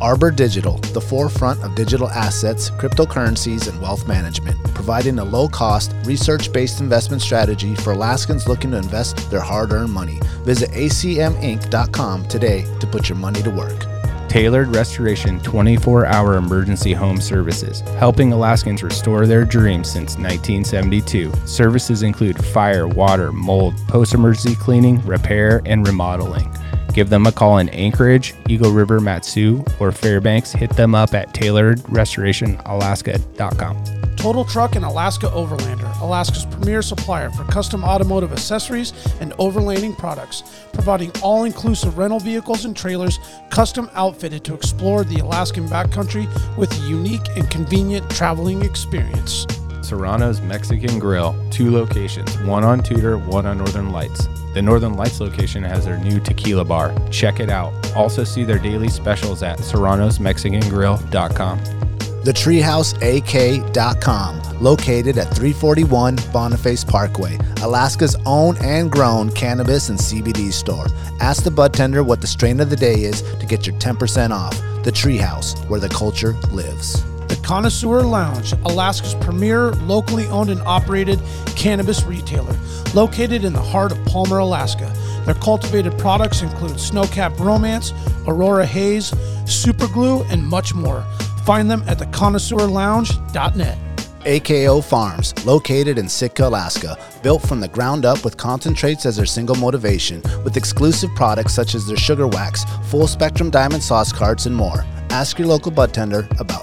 Arbor Digital, the forefront of digital assets, cryptocurrencies, and wealth management, providing a low cost, research based investment strategy for Alaskans looking to invest their hard earned money. Visit acminc.com today to put your money to work. Tailored Restoration 24 hour emergency home services, helping Alaskans restore their dreams since 1972. Services include fire, water, mold, post emergency cleaning, repair, and remodeling. Give them a call in Anchorage, Eagle River, Matsu, or Fairbanks. Hit them up at tailoredrestorationalaska.com. Total Truck and Alaska Overlander, Alaska's premier supplier for custom automotive accessories and overlanding products, providing all inclusive rental vehicles and trailers custom outfitted to explore the Alaskan backcountry with a unique and convenient traveling experience. Serrano's Mexican Grill, two locations, one on Tudor, one on Northern Lights. The Northern Lights location has their new tequila bar. Check it out. Also see their daily specials at serranosmexicangrill.com. TheTreehouseAK.com, located at 341 Boniface Parkway, Alaska's own and grown cannabis and CBD store. Ask the bud tender what the strain of the day is to get your 10% off. The Treehouse, where the culture lives. The Connoisseur Lounge, Alaska's premier locally owned and operated cannabis retailer, located in the heart of Palmer, Alaska. Their cultivated products include Snowcap Romance, Aurora Haze, Superglue, and much more. Find them at theconnoisseurlounge.net. AKO Farms, located in Sitka, Alaska, built from the ground up with concentrates as their single motivation, with exclusive products such as their sugar wax, full spectrum diamond sauce carts, and more. Ask your local bud tender about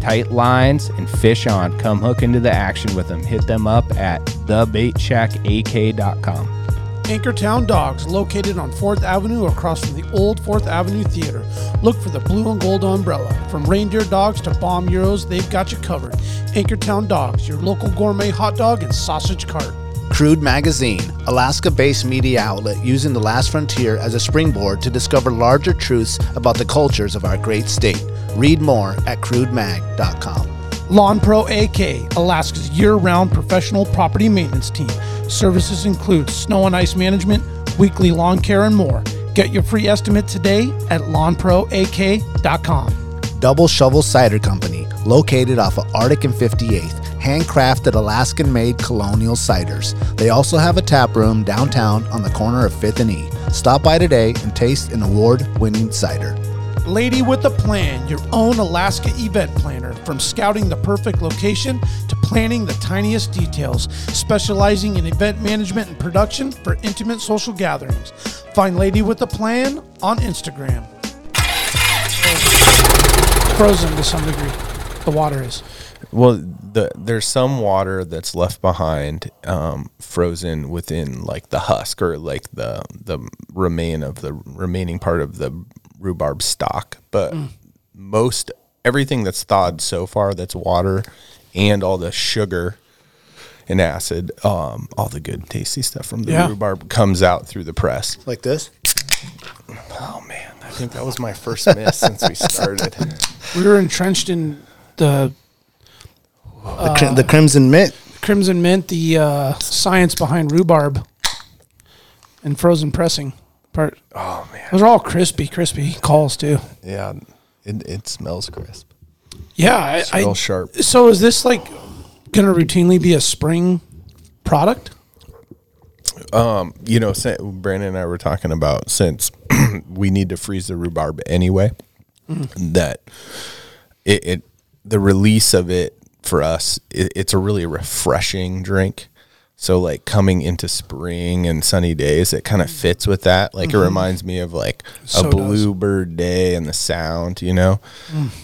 Tight lines and fish on. Come hook into the action with them. Hit them up at thebaitshackak.com. Anchortown Dogs, located on 4th Avenue across from the old 4th Avenue Theater. Look for the blue and gold umbrella. From reindeer dogs to bomb euros, they've got you covered. Anchortown Dogs, your local gourmet hot dog and sausage cart. Crude Magazine, Alaska based media outlet using the last frontier as a springboard to discover larger truths about the cultures of our great state. Read more at crudemag.com. Lawn Pro AK, Alaska's year round professional property maintenance team. Services include snow and ice management, weekly lawn care, and more. Get your free estimate today at lawnproak.com. Double Shovel Cider Company, located off of Arctic and 58th, handcrafted Alaskan made colonial ciders. They also have a tap room downtown on the corner of 5th and E. Stop by today and taste an award winning cider. Lady with a Plan, your own Alaska event planner, from scouting the perfect location to planning the tiniest details, specializing in event management and production for intimate social gatherings. Find Lady with a Plan on Instagram. Frozen to some degree. The water is. Well, the, there's some water that's left behind, um, frozen within like the husk or like the the remain of the remaining part of the rhubarb stock. But most everything that's thawed so far, that's water, and all the sugar and acid, um, all the good tasty stuff from the Yeah. rhubarb comes out through the press. Like this? Oh man, I think that was my first miss since we started. We were entrenched in the The, crim- the Crimson Mint. Crimson Mint, the uh, science behind rhubarb and frozen pressing part. Oh man, Those are all crispy, crispy calls, too. yeah, it, it smells crisp. Yeah, I, real I- sharp. So is this like going to routinely be a spring product? You know, sa- Brandon and I were talking about since we need to freeze the rhubarb anyway, that it, it the release of it for us, it, it's a really refreshing drink. So like coming into spring and sunny days, it kind of fits with that. Like it reminds me of like Mm-hmm. So a does. Mm. bluebird day and the sound, you know,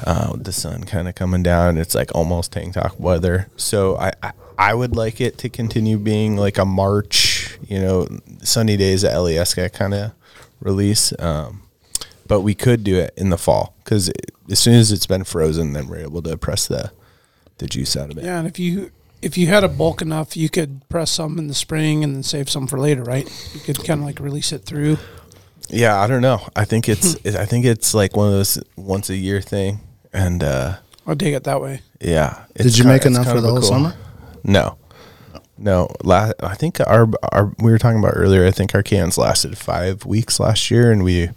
uh, with the sun kind of coming down. It's like almost Tangtok weather. So I, I I would like it to continue being like a March, you know, sunny days at E Alieska kind of release. Um, but we could do it in the fall because as soon as it's been frozen, then we're able to press the the juice out of it. Yeah, and if you if you had a bulk enough, you could press some in the spring and then save some for later, right? You could kind of like release it through. Yeah, I don't know. I think it's it- I think it's like one of those once a year thing, and uh, I'll dig it that way. yeah. Did it's you ki- make it's enough kind for of the a whole summer? No, no. La- I think our our we were talking about earlier. I think our cans lasted five weeks last year, and we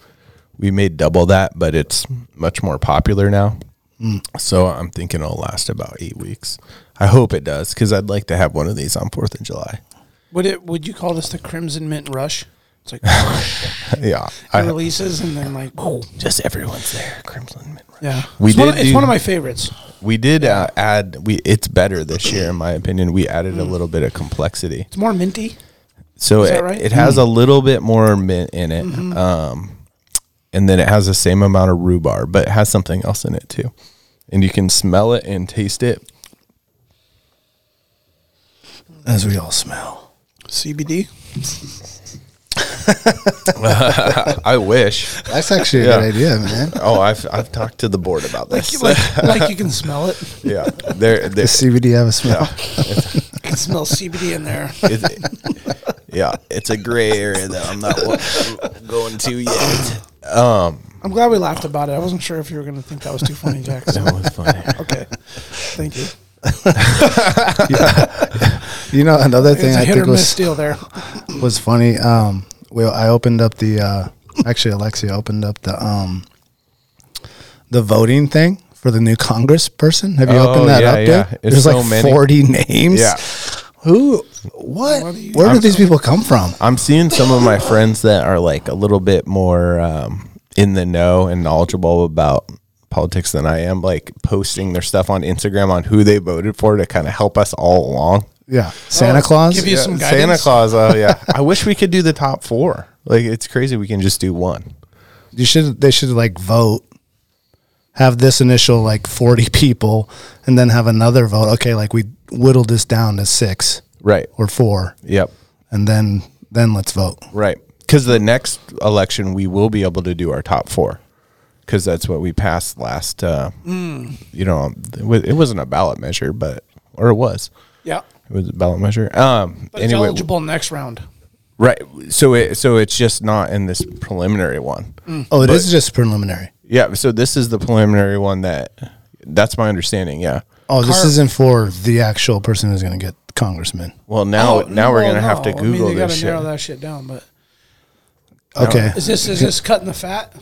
we made double that, but it's much more popular now. Mm. So I'm thinking it'll last about eight weeks. I hope it does because I'd like to have one of these on Fourth of July. Would it? Would you call this the Crimson Mint Rush? It's like yeah, it I, releases and then like just everyone's there. Crimson Mint. yeah. We it's, one of, did it's do- one of my favorites. We did uh, add we. It's better this year, in my opinion. We added a Mm. little bit of complexity. It's more minty. So Is that it, right? Mm-hmm. it has a little bit more mint in it. Um, and then it has the same amount of rhubarb, but it has something else in it too. And you can smell it and taste it. As we all smell. CBD. I wish. That's actually a Yeah. good idea, man. Oh, I've, I've talked to the board about this. like, like you can smell it. yeah. They're, they're, Does CBD have a smell? You can smell CBD in there. it's, yeah. It's a gray area that I'm not wa- going to yet. Um, I'm glad we laughed about it. I wasn't sure if you were going to think that was too funny, Jack. So, that was funny. okay, thank you. You know, another It's thing a I hit or think miss was deal there. was funny. Um, well, I opened up the uh, actually Alexia opened up the um, the voting thing for the new Congress person. Have you Oh, opened that yeah, up yeah. yet? It's There's so like many. forty names. Yeah. Who? What? What do you- Where did these people come from? I'm seeing some of my friends that are like a little bit more um, in the know and knowledgeable about politics than I am, like posting their stuff on Instagram on who they voted for to kind of help us all along. Yeah, Santa Claus. give you Yeah. some guidance. Santa Claus, oh yeah. I wish we could do the top four. Like it's crazy we can just do one. You should. They should like vote. Have this initial like forty people, and then have another vote. Okay, like we whittled this down to six Right. or four, Yep. and then then let's vote. Right. Because the next election we will be able to do our top four. Because that's what we passed last. Uh, Mm. You know, it wa- it wasn't a ballot measure, but or it was. Yeah, It was a ballot measure. Um. but it's anyway, eligible next round. right. So it so it's just not in this preliminary one. Mm. Oh, it is just preliminary. Yeah. So this is the preliminary one that. That's my understanding. Yeah. Oh, this isn't for the actual person who's going to get congressman. Well, now now Oh, we're Well, gonna have to no. I mean, Google you gotta this narrow shit. that shit down. But Okay, is this is this cutting the fat?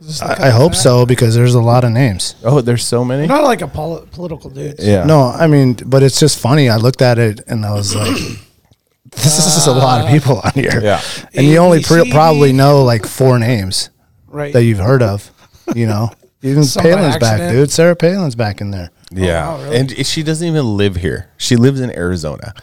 Is this the cutting I the hope fat? so because there's a lot of names. Oh, there's so many. I'm not like a poli- political dude. Yeah. No, I mean, but it's just funny. I looked at it and I was like, "This is a lot Uh, of people on here." Yeah. and you only ABC. pre- probably know like four names right. that you've heard of. You know, even Some by Palin's back, accident. dude. Sarah Palin's back in there. Yeah. wow, really? And i- she doesn't even live here. She lives in Arizona.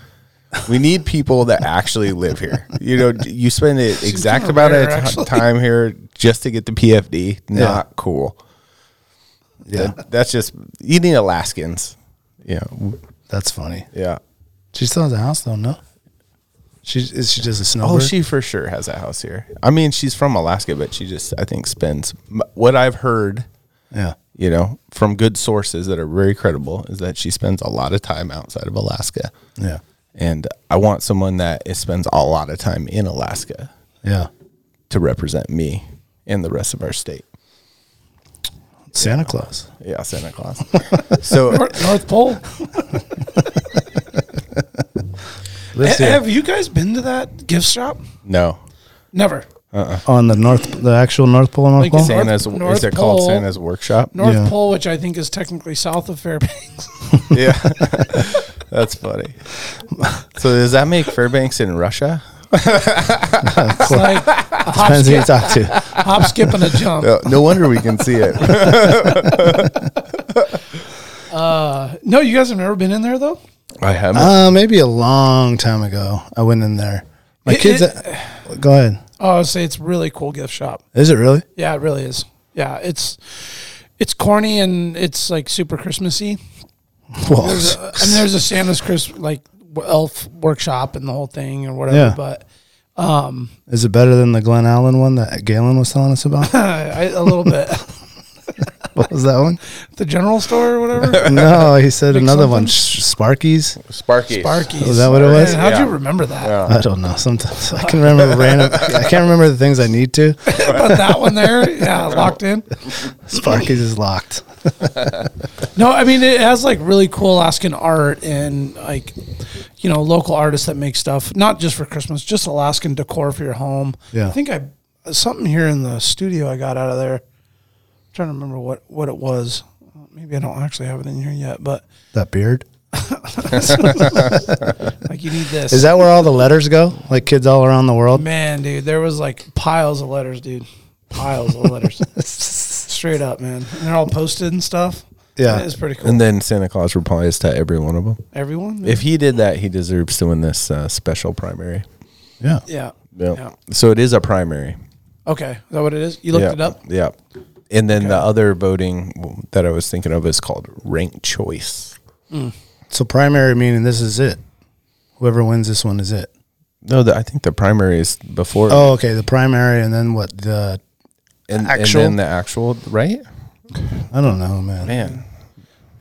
We need people that actually live here. You know, d- you spend the exact kinda amount rare, of t- actually. time here just to get the PFD. Not cool. Yeah, That- that's just, you need Alaskans. Yeah. w- that's funny. Yeah. She still has a house though. No, she is she just a Oh, snowbird? she for sure has a house here. I mean, she's from Alaska, but she just, I think, spends m- what I've heard, yeah. you know, from good sources that are very credible is that she spends a lot of time outside of Alaska. Yeah, and I want someone that is- spends a lot of time in Alaska yeah. to represent me and the rest of our state. Santa Claus. Yeah, Santa Claus. so North, North Pole. Let's Ha- see. eh. have you guys been to that gift shop? no, Never. on the north, the actual North Pole, North Like you Pole. said- Santa's North is it Pole. called Santa's workshop? North Yeah. Pole, which I think is technically south of Fairbanks. yeah, that's funny. So does that make Fairbanks in Russia? It's like a hop, Depends who you skip, talk to. hop, skip, and a jump. No, Uh, no wonder we can see it. No, you guys have never been in there though. I haven't. Uh, maybe a long time ago, I went in there. My It- kids. it- uh, go ahead. Oh, I would say it's a really cool gift shop. Is it really? Yeah, it really is. Yeah, it's it's corny and it's like super Christmassy. Well, There's a, I mean, there's a Santa's Chris like elf workshop and the whole thing or whatever. Yeah. But is it better than the Glen Allen one that Galen was telling us about? I, a little bit what was that one? the general store or whatever. No, he said Like another something? one. Sh- Sparky's. Sparky. Barkies. Is that what it was? Man, how'd Yeah. you remember that? I don't know. Sometimes I can remember random. I can't remember the things I need to. But that one there, yeah, locked in. Sparky's is locked. No, I mean it has like really cool Alaskan art and like you know local artists that make stuff, not just for Christmas, just Alaskan decor for your home. Yeah. I think I something here in the studio I got out of there. I'm trying to remember what what it was. Maybe I don't actually have it in here yet, but That beard. like you need this. Is that where all the letters go? Like kids all around the world. man, dude? There was like piles of letters, dude. Piles of letters. Straight up, man. And they're all posted and stuff. Yeah. It's pretty cool. And then Santa Claus replies to every one of them. Everyone? If he did that, he deserves to win this uh, special primary. Yeah. yeah. Yeah. So it is a primary. Okay. Is that what it is? You looked yeah. it up? Yeah. And then the other voting that I was thinking of is called ranked choice. So primary meaning this is it. Whoever wins this one is it. No, the, I think the primary is before. Oh, okay. The primary and then what? The and, actual? And then the actual, right? I don't know, man. Man,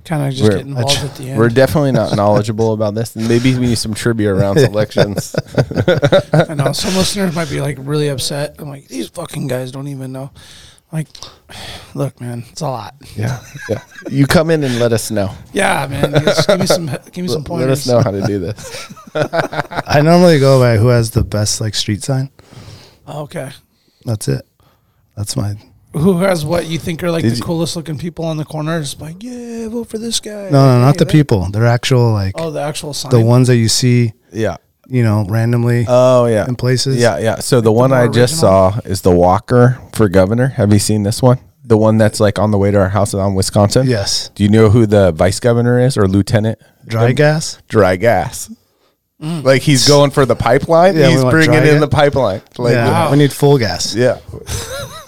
Kind of just We're- get involved that's- at the end. we're definitely not knowledgeable about this. Maybe we need some trivia around selections. I know some listeners might be like really upset. I'm like, these fucking guys don't even know. Like, look, man, it's a lot. yeah. Yeah. You come in and let us know. Yeah, man, just give me some, give me some Let pointers. us know how to do this. I normally go by who has the best like street sign. Okay, That's it. That's my who has what you think are like Did the you- coolest looking people on the corner? Just like, yeah, vote for this guy. no, no, not Hey, the that- people. They're actual like Oh, the actual sign. the ones that you see, Yeah. you know, randomly. Oh yeah. in places. Yeah, yeah. So the one more I just original? saw is the Walker for governor. Have you seen this one? The one that's like on the way to our house on Wisconsin. yes, Do you know who the vice governor is or lieutenant? dry gas. Dry gas. Like he's going for the pipeline. Yeah, we he's want bringing dry in gas. the pipeline. Like yeah, wow. we need full gas. yeah.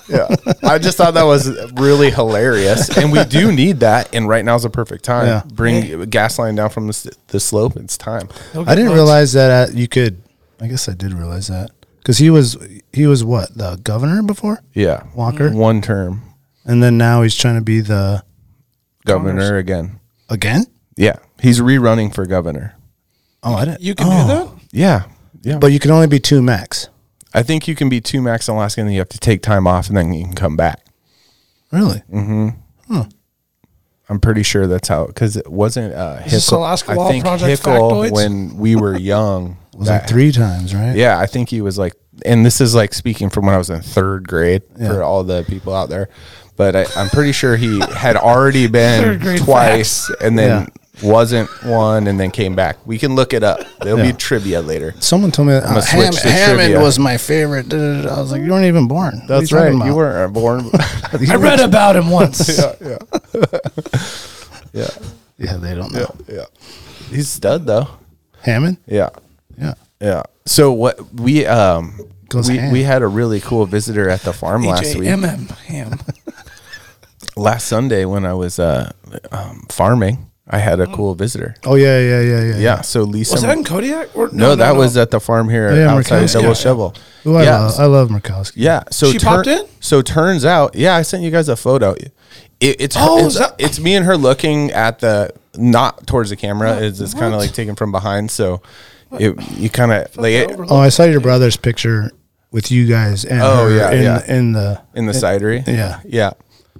Yeah. I just thought that was really hilarious. And we do need that. And right now is the perfect time. Yeah. Bring gas line down from the, s- the slope. It's time. They'll I get didn't votes. realize that uh, you could. I guess I did realize that because he was he was what the governor before Yeah. Walker, One term and then now he's trying to be the governor again. again. Yeah. He's rerunning for governor. Oh, I didn't. You can oh. do that. Yeah. Yeah. but you can only be two max. I think you can be two max in Alaska and then you have to take time off and then you can come back. Really? I'm pretty sure that's how because it wasn't uh this Hickel- Alaska I Wall think Project Hickel factoids? when we were young. It was like three times, right? Yeah, I think he was like and this is like speaking from when I was in third grade for all the people out there. But I, I'm pretty sure he had already Third been grade twice and then wasn't one and then came back. We can look it up. There'll Yeah. be trivia later. Someone told me that uh, gonna Ham- switch to Hammond trivia. was my favorite. da, da, da, da. I was like, you weren't even born. What are you talking about? You weren't born. I read about him once. yeah, Yeah, they don't know. yeah. He's stud though. Hammond. Yeah. Yeah. Yeah. So what we um Goes we, ham. we had a really cool visitor at the farm last week. H-A-M-M, ham. Last Sunday when I was uh um, farming, I had a cool visitor. Oh yeah, yeah, yeah, yeah. Yeah. So Lisa. Was that in Kodiak? Or, no, that was at the farm here Yeah, outside Murkowski. Double Yeah. Shovel. Ooh, I, yeah. love, I love Murkowski. yeah. So She popped in? So turns out, yeah, I sent you guys a photo. It, it's her- Oh, it's, is that- it's me and her looking at the not towards the camera. It's, it's kind of like taken from behind. So it, you kind of like it, Oh, I saw your brother's picture with you guys and Oh, her yeah, in, yeah. in the in the cidery. yeah. Yeah.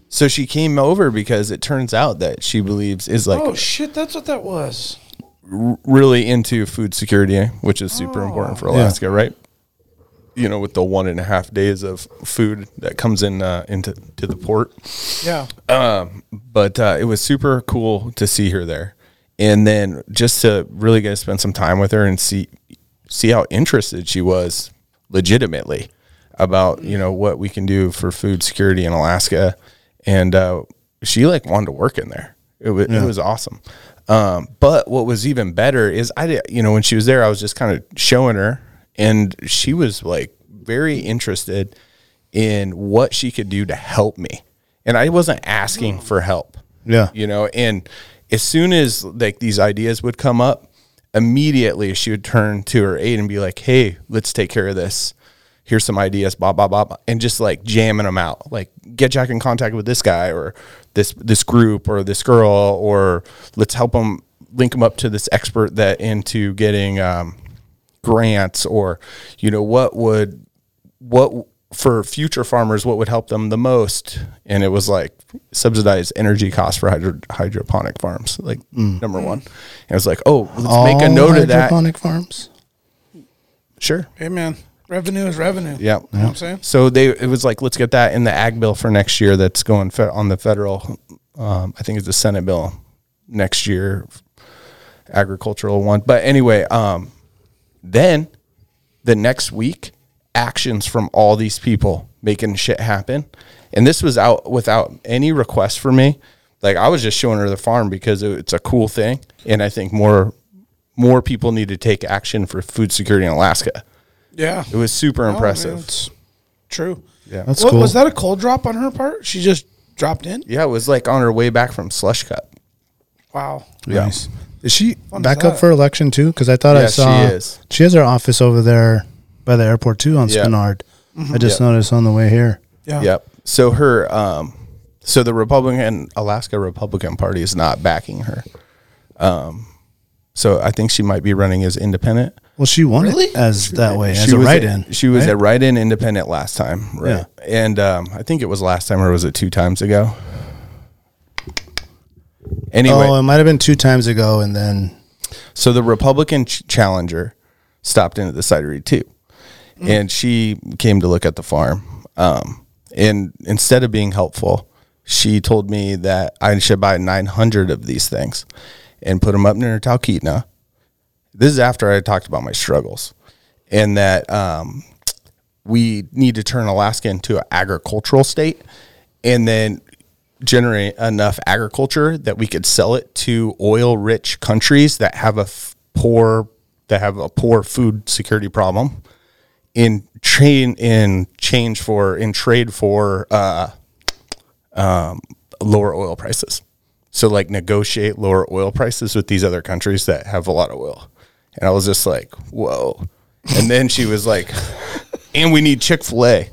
So she came over because it turns out that she believes is like Oh shit, that's what that was. really into food security, which is super important for Alaska, right? you know, with the one and a half days of food that comes in uh, into to the port. Yeah. But uh, it was super cool to see her there, and then just to really get to spend some time with her and see see how interested she was, legitimately, about you know what we can do for food security in Alaska, and uh, she like wanted to work in there. It was it was awesome. Um, but what was even better is I did, you know, when she was there, I was just kind of showing her, and she was like very interested in what she could do to help me. And I wasn't asking for help. Yeah. You know, and as soon as like these ideas would come up, immediately she would turn to her aide and be like, Hey, let's take care of this. Here's some ideas, blah, blah, blah, blah, and just like jamming them out. Like, get Jack in contact with this guy or this this group or this girl, or let's help them link them up to this expert that into getting um, grants or you know what would what for future farmers what would help them the most and it was like subsidized energy costs for hydro, hydroponic farms like number one and it was like oh let's make a note of that hydroponic farms. sure Hey, man. Revenue is revenue. yeah. You know what I'm saying? so they it was like let's get that in the ag bill for next year that's going fe- on the federal um, i think it's the senate bill next year agricultural one but anyway um then the next week actions from all these people making shit happen and this was out without any request for me like i was just showing her the farm because it- it's a cool thing and i think more more people need to take action for food security in alaska Yeah. it was super Oh, man, impressive it's true. Yeah. That's What, cool. Was that a cold drop on her part? She just dropped in? Yeah, it was like on her way back from Slush Cup. Wow. Nice. Is she is back up that? for election too? Because I thought I Yeah, she saw is. she has her office over there by the airport too on Yeah. Mm-hmm. Spinard. I just noticed on the way here. Yeah. Yep. So her, um, so the Republican Alaska Republican Party is not backing her. Um, so I think she might be running as independent. Well, she won it Really? as that way as she a was write-in. She was right? a write-in independent last time, right? And um, I think it was last time, or was it two times ago? Anyway, Oh, it might have been two times ago, and then So the Republican ch- challenger stopped in at the cidery too, and she came to look at the farm. Um, and instead of being helpful, she told me that I should buy 900 of these things and put them up near Talkeetna. This is after I talked about my struggles and that um, we need to turn Alaska into an agricultural state and then generate enough agriculture that we could sell it to oil rich countries that have a f- poor that have a poor food security problem in train in change for in trade for uh, um, lower oil prices. So like negotiate lower oil prices with these other countries that have a lot of oil. And I was just like, whoa. And then she was like, and we need Chick fil A.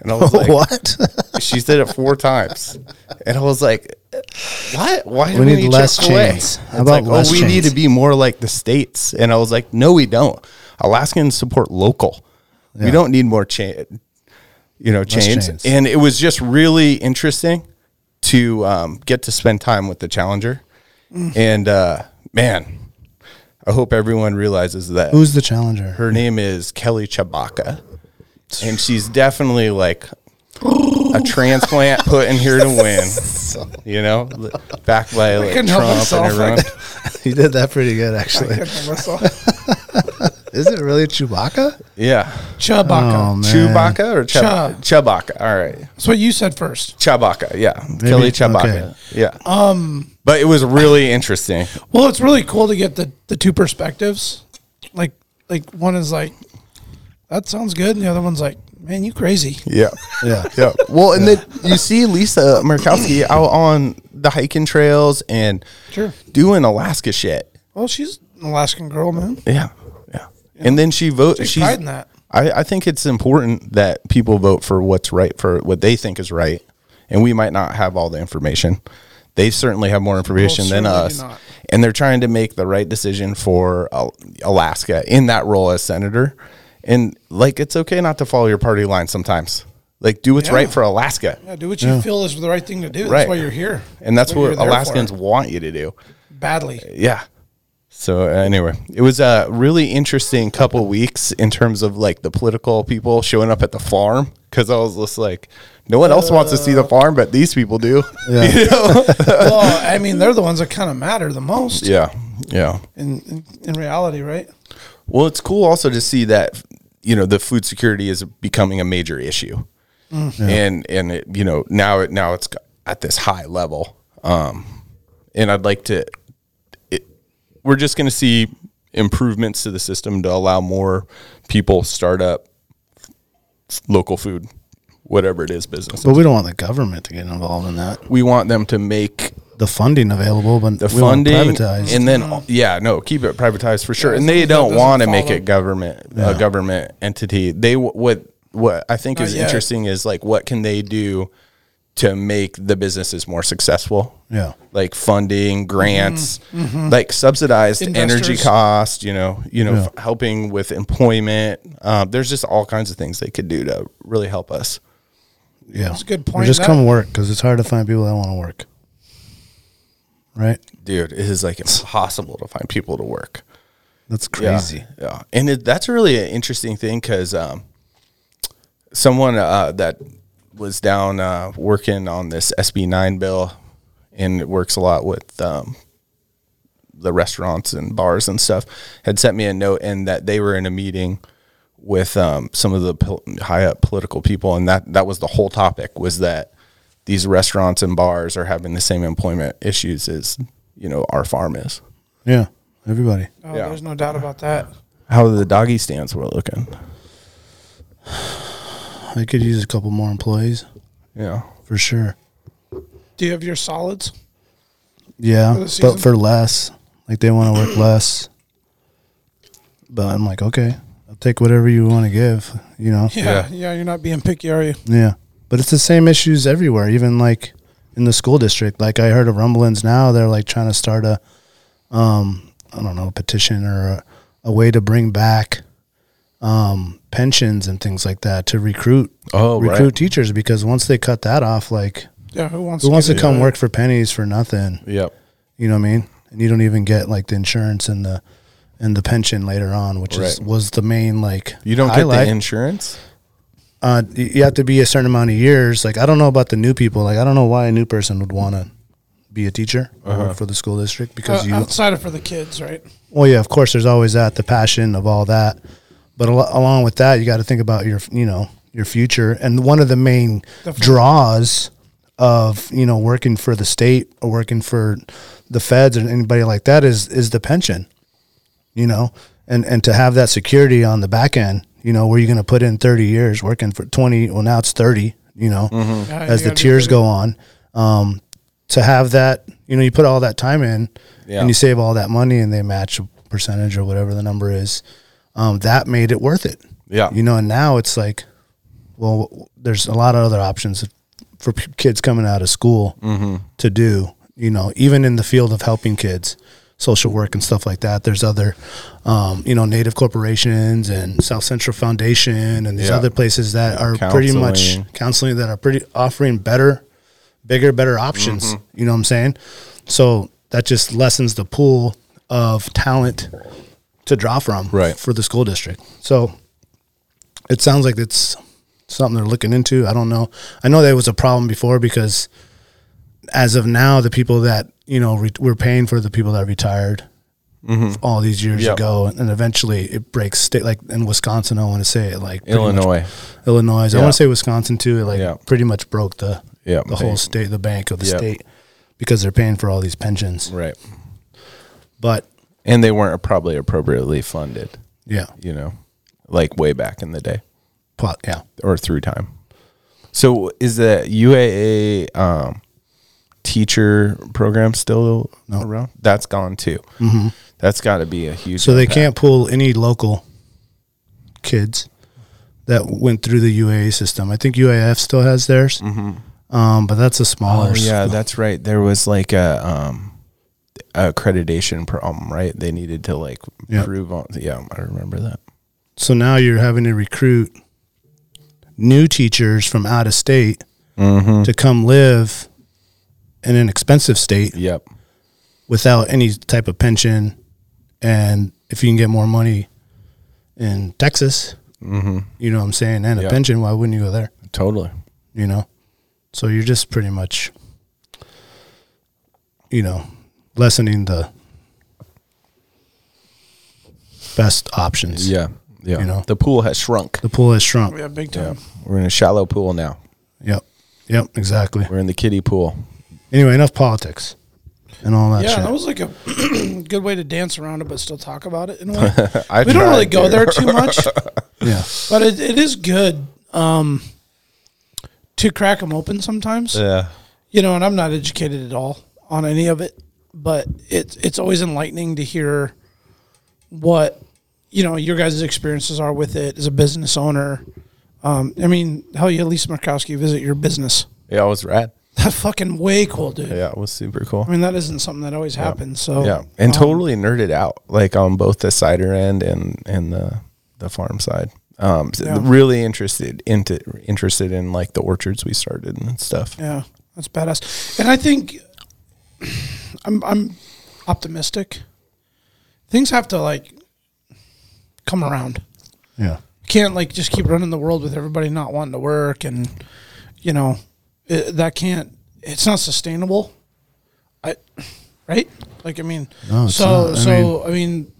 And I was like, what? she said it four times, and I was like, "What? Why do We need less Chick-fil-A?" chains. How It's about like, less oh, we need chains? to be more like the states." And I was like, "No, we don't. Alaskans support local. We don't need more chain, you know, chains." chains. And it was just really interesting to um, get to spend time with the challenger, Mm. and uh, man, I hope everyone realizes that Who's the challenger? her name is Kelly Chabaka, and she's definitely like a transplant put in here to win. You know, backed by like couldn't Trump help and myself. everyone. you did that pretty good, actually. Is it really Chewbacca? Yeah, Oh Chewbacca. man, Chewbacca or Chab- Chabaka. All right, That's what you said first. Chabaka. Yeah, Kelly Chabaka. Yeah. Um, but it was really interesting. Well, it's really cool to get the, the two perspectives. Like like one is like that sounds good, and the other one's like, man, you crazy. Yeah. Yeah. Yeah. Well, and then you see Lisa Murkowski out on the hiking trails and Sure. doing Alaska shit. Well, she's an Alaskan girl, man. Yeah, yeah. And then she vote. Take she's pride in that. I, I think it's important that people vote for what's right for what they think is right, and we might not have all the information. They certainly have more information than certainly us, do not. and they're trying to make the right decision for Al- Alaska in that role as senator. And like, it's okay not to follow your party line sometimes. Like, do what's Yeah. right for Alaska, Yeah, do what you feel is the right thing to do. That's Right. why you're here, and that's you're what there for. Alaskans want you to do. badly. Yeah. So uh, anyway, it was a really interesting couple weeks in terms of like the political people showing up at the farm because I was just like, no one else wants to see the farm, but these people do. you know? well, I mean, they're the ones that kind of matter the most yeah, yeah. in, in in reality, right? Well, it's cool also to see that you know the food security is becoming a major issue, and and it, you know now it now it's at this high level. Um, and I'd like to. It, we're just going to see improvements to the system to allow more people start up local food, whatever it is, business. But we don't want the government to get involved in that. We want them to make The funding available, but the we want it funding privatized. and then yeah no keep it privatized for sure and as long they as that don't doesn't want to make follow- it government a government entity they w- what what i think is yet. interesting is like what can they do to make the businesses more successful yeah. like funding grants like subsidized energy Mm-hmm. Investors. cost you know you know f- helping with employment um, there's just all kinds of things they could do to really help us Yeah. a good Or point. just That- come work because it's hard to find people that want to work. Right? dude it is like impossible to find people to work That's Yeah, crazy. Yeah, and it, that's really an interesting thing because um, someone uh, that was down uh, working on this SB nine bill, and it works a lot with um, the restaurants and bars and stuff, had sent me a note and that they were in a meeting with um, some of the pol- high up political people, and that that was the whole topic was that these restaurants and bars are having the same employment issues as you know our farm is. Yeah. Everybody. Oh, Yeah. There's no doubt about that. How the doggy stands were looking. I could use a couple more employees Yeah. for sure. Do you have your solids? Yeah. For the season? but for less. Like they want to work less. But I'm like, okay, I'll take whatever you want to give, you know? Yeah, yeah, You're not being picky, are you? Yeah. But it's the same issues everywhere, even like in the school district. Like I heard of rumblings now, they're like trying to start a, um, I don't know, petition or a, a way to bring back um, pensions and things like that to recruit Oh, right. recruit teachers because once they cut that off, like Yeah. Who wants? who wants to get come it? work for pennies for nothing? Yep. You know what I mean? And you don't even get like the insurance and the and the pension later on, which is Right. was the main like You don't get highlight. the insurance? uh, y- you have to be a certain amount of years. Like, I don't know about the new people. Like, I don't know why a new person would want to be a teacher or Uh-huh. work for the school district because Uh, you. outside of for the kids, right? Well, yeah, of course, there's always that the passion of all that, but al- along with that, you got to think about your you know your future. And one of the main draws of you know working for the state or working for the feds and anybody like that is is the pension you know, and and to have that security on the back end, you know, where you're going to put in 30 years working for 20. Well, now it's 30. You know, Yeah, you as gotta the be tiers pretty- go on, um, to have that, you know, you put all that time in, Yeah. and you save all that money, and they match a percentage or whatever the number is. Um, that made it worth it. Yeah. You know, and now it's like, well, there's a lot of other options for p- kids coming out of school Mm-hmm. to do, you know, even in the field of helping kids, social work and stuff like that. There's other, um, you know, native corporations and South Central Foundation and these Yeah. other places that are pretty much Counseling. counseling that are pretty offering better, bigger, better options. Mm-hmm. You know what I'm saying? So that just lessens the pool of talent to draw from Right. for the school district. So it sounds like it's something they're looking into. I don't know. I know there was a problem before because as of now, the people that you know re- we're paying for the people that retired all these years Mm-hmm. Yep. ago, and eventually it breaks state like in Wisconsin. I want to say it like pretty much- Illinois. Illinois. I Yeah. want to say Wisconsin too. It like Yeah. pretty much broke the Yeah, the whole they- state, the bank of the Yeah. state, because they're paying for all these pensions. Right. But And they weren't probably appropriately funded, yeah, you know, like way back in the day pot, yeah. or through time. So is the UAA um, teacher program still around? That's gone too. Mm-hmm. That's got to be a huge. So they impact. can't pull any local kids that went through the UAA system. I think UAF still has theirs, um, but that's a smaller. Mm-hmm. Oh, yeah, school. that's right. There was like a um, accreditation problem, right? They needed to like Yeah. prove on. Yeah, I remember that. So now you're having to recruit new teachers from out of state Mm-hmm. to come live in an expensive state Yep. without any type of pension And if you can get more money in Texas, you know what I'm saying, and a Yeah. pension, why wouldn't you go there? Totally. You know, so you're just pretty much, you know, lessening the best options. Yeah. Yeah. You know? The pool has shrunk. the pool has shrunk. Yeah, big Yeah. time. We're in a shallow pool now. Yep, yep, exactly. We're in the kiddie pool. Anyway, enough politics and all that Yeah, shit. that was like a good way to dance around it, but still talk about it in a way. I we don't really tried go to. there too much, yeah, but it, it is good um, to crack them open sometimes. Yeah. You know, and I'm not educated at all on any of it, but it's it's always enlightening to hear what you know your guys' experiences are with it as a business owner. Um, I mean, hell, you had Lisa Murkowski visit your business. Yeah, it was rad. That's fucking way cool, dude. Yeah, it was super cool. I mean, that isn't something that always happens. So yeah, and um, totally nerded out, like on both the cider end and and the the farm side. Um, so Yeah. really interested into interested in like the orchards we started and stuff. Yeah, that's badass. And I think I'm I'm optimistic. Things have to like come around. yeah. You can't like just keep running the world with everybody not wanting to work and you know it, that can't. It's not sustainable. I right? Like I mean, No, it's so not. I so I mean,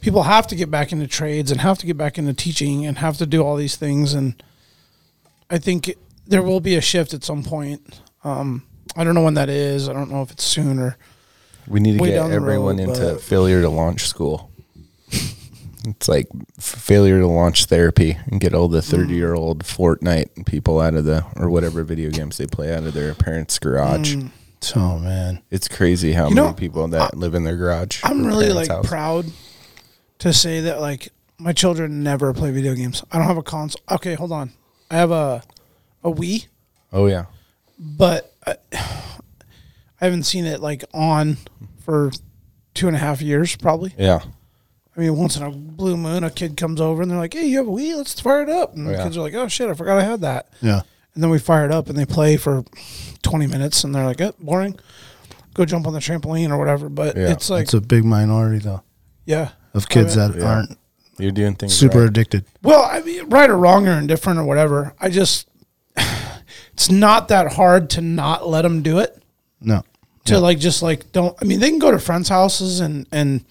people have to get back into trades and have to get back into teaching and have to do all these things and I think there will be a shift at some point. Um, I don't know when that is. I don't know if it's soon or We need to Way get down the everyone road, into but- failure to launch school. it's like f- failure to launch therapy and get all the Mm. thirty year old Fortnite people out of the or whatever video games they play out of their parents' garage. Oh man, It's crazy how Mm. You many know, people that live in their garage. I'm or really parents' like house. proud to say that like my children never play video games. I don't have a console. Okay, hold on. I have a a Wii, Oh yeah, but I, I haven't seen it like on for two and a half years probably. yeah. I mean, once in a blue moon, a kid comes over and they're like, "Hey, you have a Wii? Let's fire it up." And the Yeah. kids are like, "Oh shit, I forgot I had that." yeah, And then we fire it up and they play for 20 minutes and they're like, eh, boring. Go jump on the trampoline or whatever. But Yeah, it's like, it's a big minority though yeah. of kids that Yeah. aren't You're doing things super right. addicted. Well, I mean, right or wrong or indifferent or whatever. I just, it's not that hard to not let them do it. No, To like, just like, don't, I mean, they can go to friends' houses and, and,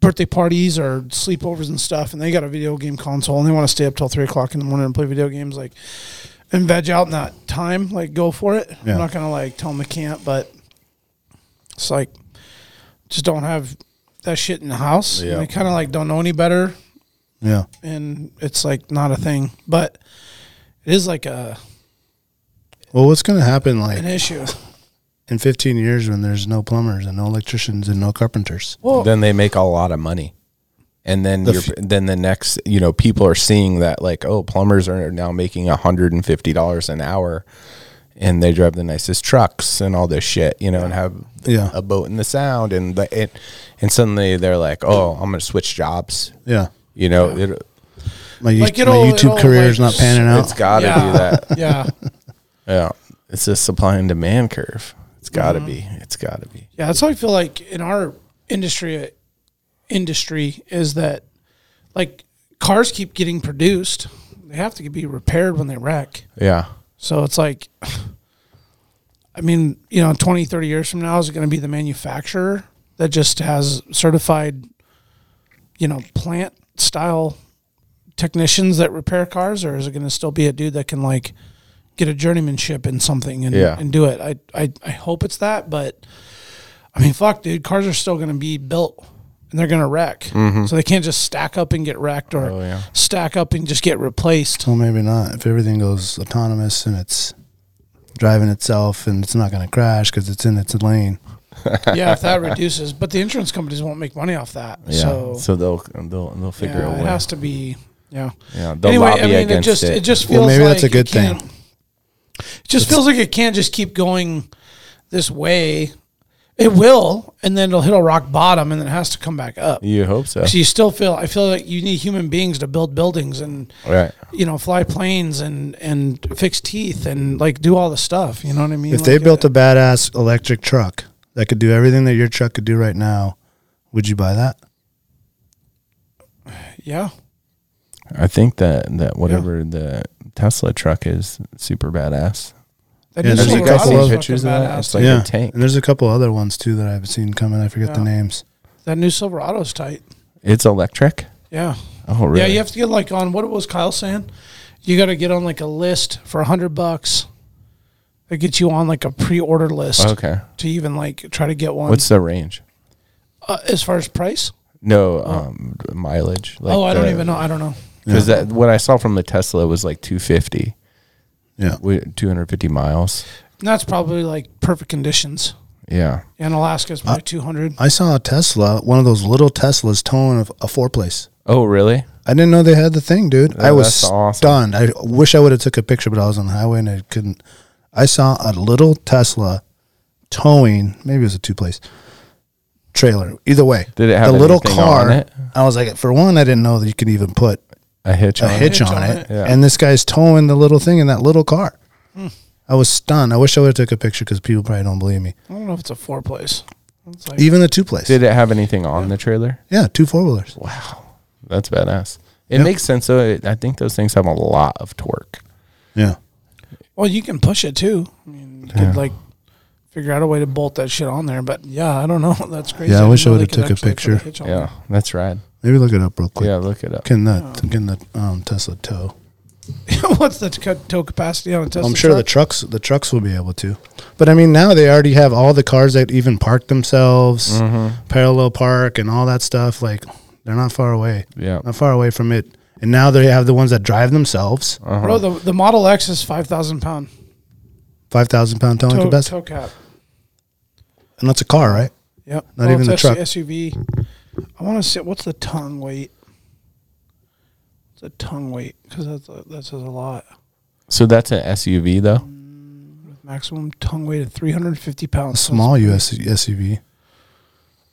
Birthday parties or sleepovers and stuff, and they got a video game console and they want to stay up till three o'clock in the morning and play video games, like, and veg out in that time, like, go for it. Yeah. I'm not gonna like tell them they can't, but It's like just don't have that shit in the house. Yeah. And they kind of like don't know any better, yeah, and it's like not a thing. But it is like a Well, what's going to happen an like issue. in 15 years when there's no plumbers and no electricians and no carpenters? Well, then they make a lot of money. And then The you're, f- then the next, you know, people are seeing that like, oh, plumbers are now making $150 an hour and they drive the nicest trucks and all this shit, you know, and have Yeah. a boat in the sound and the, it and suddenly they're like, "Oh, I'm going to switch jobs." Yeah, You know, it, my, Like, you- it'll- my YouTube it'll, career like, is not panning out. it's got to Yeah. do that. yeah, Yeah. It's a supply and demand curve. It's got to Mm-hmm. be. It's got to be. yeah. That's how I feel like in our industry. Industry is that like cars keep getting produced; they have to be repaired when they wreck. Yeah. So it's like, I mean, you know, 20, 30 years from now, is it going to be the manufacturer that just has certified, you know, plant style technicians that repair cars, or is it going to still be a dude that can like get a journeymanship in something and, Yeah. and do it? I, I, I hope it's that, but I mean, fuck, dude, cars are still going to be built. And they're gonna wreck, so they can't just stack up and get wrecked, or stack up and just get replaced. Well, maybe not. If everything goes autonomous and it's driving itself and it's not going to crash because it's in its lane. yeah, if that reduces, but the insurance companies won't make money off that. Yeah. So, So, they'll they'll they'll figure yeah, a it way. has to be. Yeah. Yeah, they'll Anyway, lobby I mean, it against just it. it, just feels Well, maybe like that's a good it thing. can't- It just feels like it can't just keep going this way. It will, and then it'll hit a rock bottom, and then it has to come back up. You hope so. So you still feel. I feel like you need human beings to build buildings and Right. you know fly planes and and fix teeth and like do all the stuff. You know what I mean? If they Like, built a badass electric truck that could do everything that your truck could do right now, would you buy that? uh, Yeah. I think that that whatever the Tesla truck is super badass. That Yeah, is there's a sort couple awesome of fucking pictures of that. It's badass. like a yeah. tank. And there's a couple other ones too that I've seen coming. I forget the Yeah. names. that new Silverado's tight. It's electric. Yeah. Oh, really? Yeah, you have to get like on what was Kyle saying? You got to get on like a list for a hundred bucks. That gets you on like a pre-order list okay. to even like try to get one. What's the range? uh, as far as price? No, um, mileage. Like oh, I uh, don't the- even know. I don't know. Because that what I saw from the Tesla was like 250, Yeah. wi- 250 miles. And that's probably like perfect conditions. Yeah. And Alaska's Uh, probably two hundred. I saw a Tesla, one of those little Teslas towing a, a four place. Oh, really? I didn't know they had the thing, dude. Oh, I was that's awesome. stunned. I wish I would have took a picture, but I was on the highway and I couldn't. I saw a little Tesla towing. Maybe it was a two place trailer. Either way, Did it have the little anything car? on it? I was like, for one, I didn't know that you could even put A hitch a on Oh, it? hitch on, it. Yeah. And this guy's towing the little thing in that little car. I was stunned. I wish I would have took a picture because people probably don't believe me. I don't know if it's a four place. It's like Even the two place. Did it have anything on the trailer? Yeah, two four wheelers. Wow. That's badass. It Yep. makes sense, though. It, I think those things have a lot of torque. Yeah. well, you can push it too. I mean, you Yeah. could like figure out a way to bolt that shit on there. But yeah, I don't know. That's crazy. Yeah, I didn't wish I know would've they could took a actually put picture. hitch on Yeah. there. That's rad. Maybe look it up real quick. Yeah. Look it up. Can the can the um, Tesla tow? What's the t- tow capacity on a Tesla? I'm sure the truck? trucks the trucks will be able to. But I mean, now they already have all the cars that even park themselves, parallel park, and all that stuff. Like they're not far away. Yeah. not far away from it. And now they have the ones that drive themselves. bro. The, the Model X is five thousand pound Five thousand pound towing tow, capacity, tow cap. and that's a car, right? Yep. Not even it's the S- truck. SUV. I want to say what's the ton weight? What's the ton weight? Because that's a, that's a lot. So that's an SUV, though? Maximum ton weight of three hundred and fifty A pounds. small US SUV.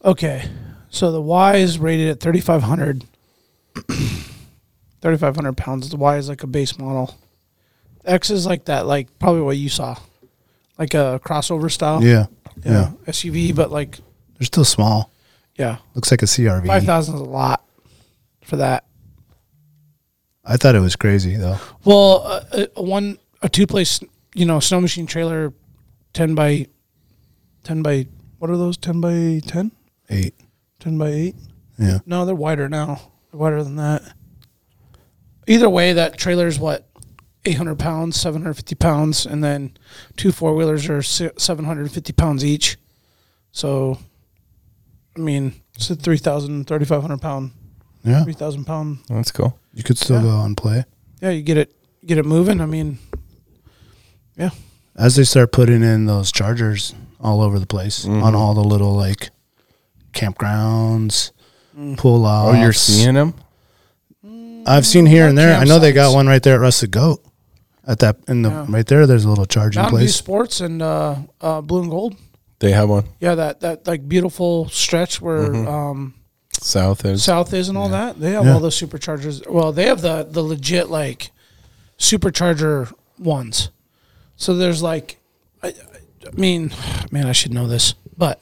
Okay. So the Y is rated at 3,500. 3,500 pounds. The Y is like a base model. X is like that, like probably what you saw, like a crossover style. Yeah, you yeah. know, SUV, but like, They're still small. yeah. Looks like a CRV. 5,000 is a lot for that. I thought it was crazy though. Well, a, a one, a two place, you know, snow machine trailer, 10 by, 10 by, what are those? 10 by 10? Eight. 10 by 8? Yeah. No, they're wider now. They're wider than that. Either way, that trailer's what, 800 pounds, 750 pounds, and then two four wheelers are si- 750 pounds each. So, I mean, it's a 3,000, 3,500 pound, Yeah. 3,000 pound. That's cool. You could still go and play. Yeah, you get it, get it moving. I mean, yeah, as they start putting in those chargers all over the place Mm-hmm. on all the little like campgrounds, Mm. pull Oh, offs. you're seeing them? I've seen here and there. I know they got Campsites. one right there at Rusted Goat. At that in the Yeah. right there, there's a little charging Mountain View place. Sports and uh, uh, Blue and Gold. They have one. Yeah, that, that like beautiful stretch where Mm-hmm. um, South is. South is and all that. They have Yeah. all those superchargers. Well, they have the the legit like supercharger ones. So there's like, I, I mean, man, I should know this, but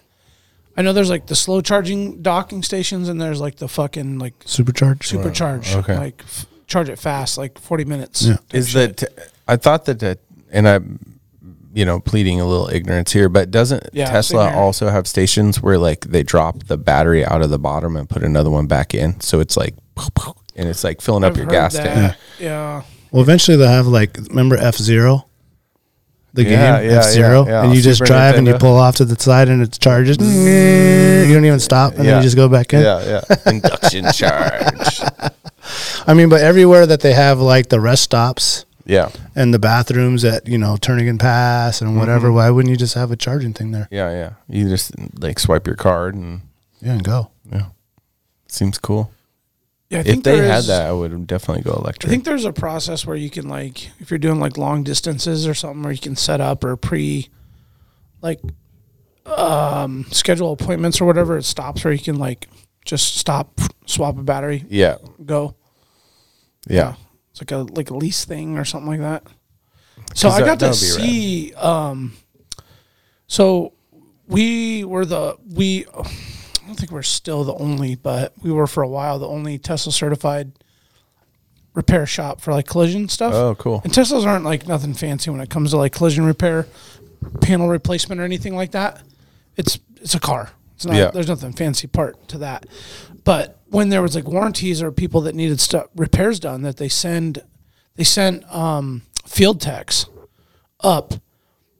I know there's like the slow charging docking stations, and there's like the fucking like Supercharge. supercharge, okay. like f- charge it fast, like forty minutes. Yeah. is that I thought that that and I'm you know pleading a little ignorance here, but doesn't Yeah, same Tesla here. also have stations where like they drop the battery out of the bottom and put another one back in, so it's like and it's like filling up your heard gas that. tank. Yeah. Well, eventually they'll have like remember F Zero, the Yeah, game yeah, F Zero, yeah, yeah. and you just Super drive and you Nintendo. pull off to the side and it charges. Mm. you don't even stop and then Yeah. you just go back in. Yeah, yeah. Induction charge. I mean, but everywhere that they have like the rest stops, Yeah, and the bathrooms at you know Turnigan Pass and Mm-hmm. whatever. Why wouldn't you just have a charging thing there? yeah, yeah. You just like swipe your card and Yeah, and go. yeah, seems cool. Yeah, I If they there had is- that, I would definitely go electric. I think there's a process where you can like if you're doing like long distances or something where you can set up or pre like um schedule appointments or whatever it stops where you can like just stop swap a battery yeah, go yeah. it's like a like a lease thing or something like that so 'Cause i that- got to that'll be see rad. um so we were the we I don't think we're still the only, but we were for a while the only Tesla certified repair shop for like collision stuff. Oh, cool. And Teslas aren't like nothing fancy when it comes to like collision repair, panel replacement, or anything like that. It's it's a car. It's not, Yeah. There's nothing fancy part to that. But when there was like warranties or people that needed stuff repairs done, that they send they sent um, field techs up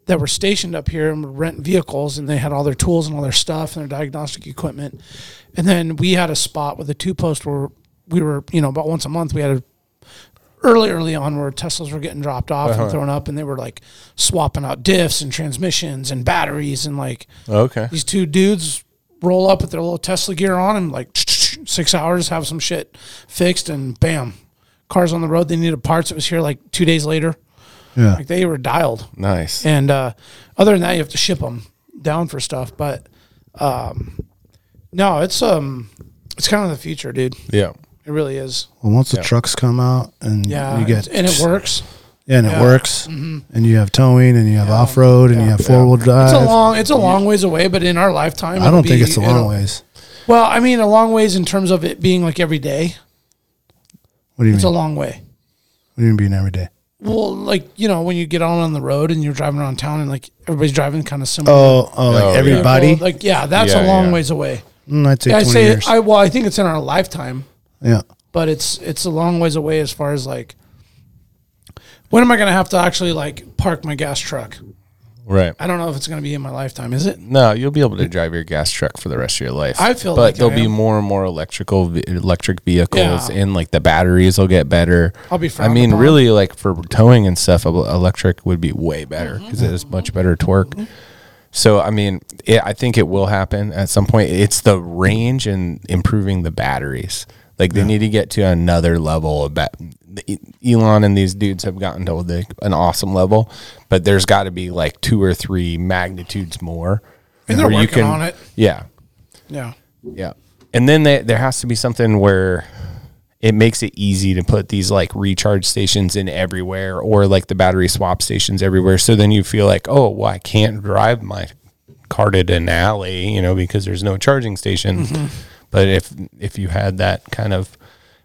that were stationed up here and would rent vehicles and they had all their tools and all their stuff and their diagnostic equipment. And then we had a spot with a two post where we were, you know, about once a month we had a early, early on where Teslas were getting dropped off and thrown up and they were like swapping out diffs and transmissions and batteries and like Okay. these two dudes roll up with their little Tesla gear on and like six hours, have some shit fixed and bam. Cars on the road, they needed parts. It was here like two days later. Yeah. Like they were dialed. Nice. And uh, other than that, you have to ship them down for stuff. But um, no, it's um, it's kind of the future, dude. Yeah. It really is. Well, once the trucks come out and Yeah, you get and it works. yeah, and it yeah. Mm-hmm. works, and you have towing, and you have off road, and you have four wheel drive. It's a long, it's a long ways away, but in our lifetime, I it'll don't think be- it's a long it'll- ways. Well, I mean, a long ways in terms of it being like every day. What do you It's a mean? long way. what do you mean being every day? Well, like you know, when you get on on the road and you're driving around town, and like everybody's driving kind of similar. Oh, oh, like Oh, yeah. everybody. Well, like yeah, that's a Yeah, long yeah. ways away. Mm, I'd say Yeah, I twenty say years. I well, I think it's in our lifetime. yeah, but it's it's a long ways away as far as like when am I going to have to actually like park my gas truck? Right. I don't know if it's going to be in my lifetime, is it? No, you'll be able to drive your gas truck for the rest of your life. I feel but like I there'll be am. more and more electrical ve- electric vehicles, Yeah. and like the batteries will get better. I'll be I frowned mean, upon. really, like for towing and stuff, el- electric would be way better Mm-hmm. because it has much better torque. So, I mean, it, I think it will happen at some point. It's the range and improving the batteries. Like they need to get to another level of bat. E- Elon and these dudes have gotten to the, an awesome level, but there's got to be like two or three magnitudes more. And they're where working on it. Yeah, Yeah. yeah. And then they, there has to be something where it makes it easy to put these like recharge stations in everywhere or like the battery swap stations everywhere. So then you feel like, oh, well, I can't drive my car to an alley, you know, because there's no charging station. Mm-hmm. But if if you had that kind of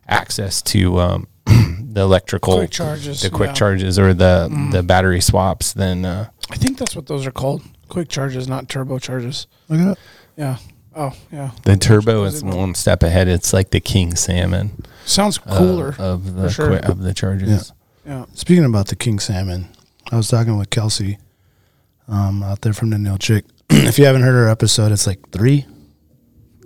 access to um, the electrical Quick charges, the yeah. quick Mm-hmm. charges or the the battery swaps, then uh, I think that's what those are called. Quick charges, not turbo charges. look at that. Yeah. Oh, yeah. the turbo is one step ahead. It's like the king salmon Sounds uh, cooler. of the sure. qui- of the charges. Yeah. yeah. Speaking about the king salmon, I was talking with Kelsey um, out there from the Neil Chick. if you haven't heard her episode, it's like three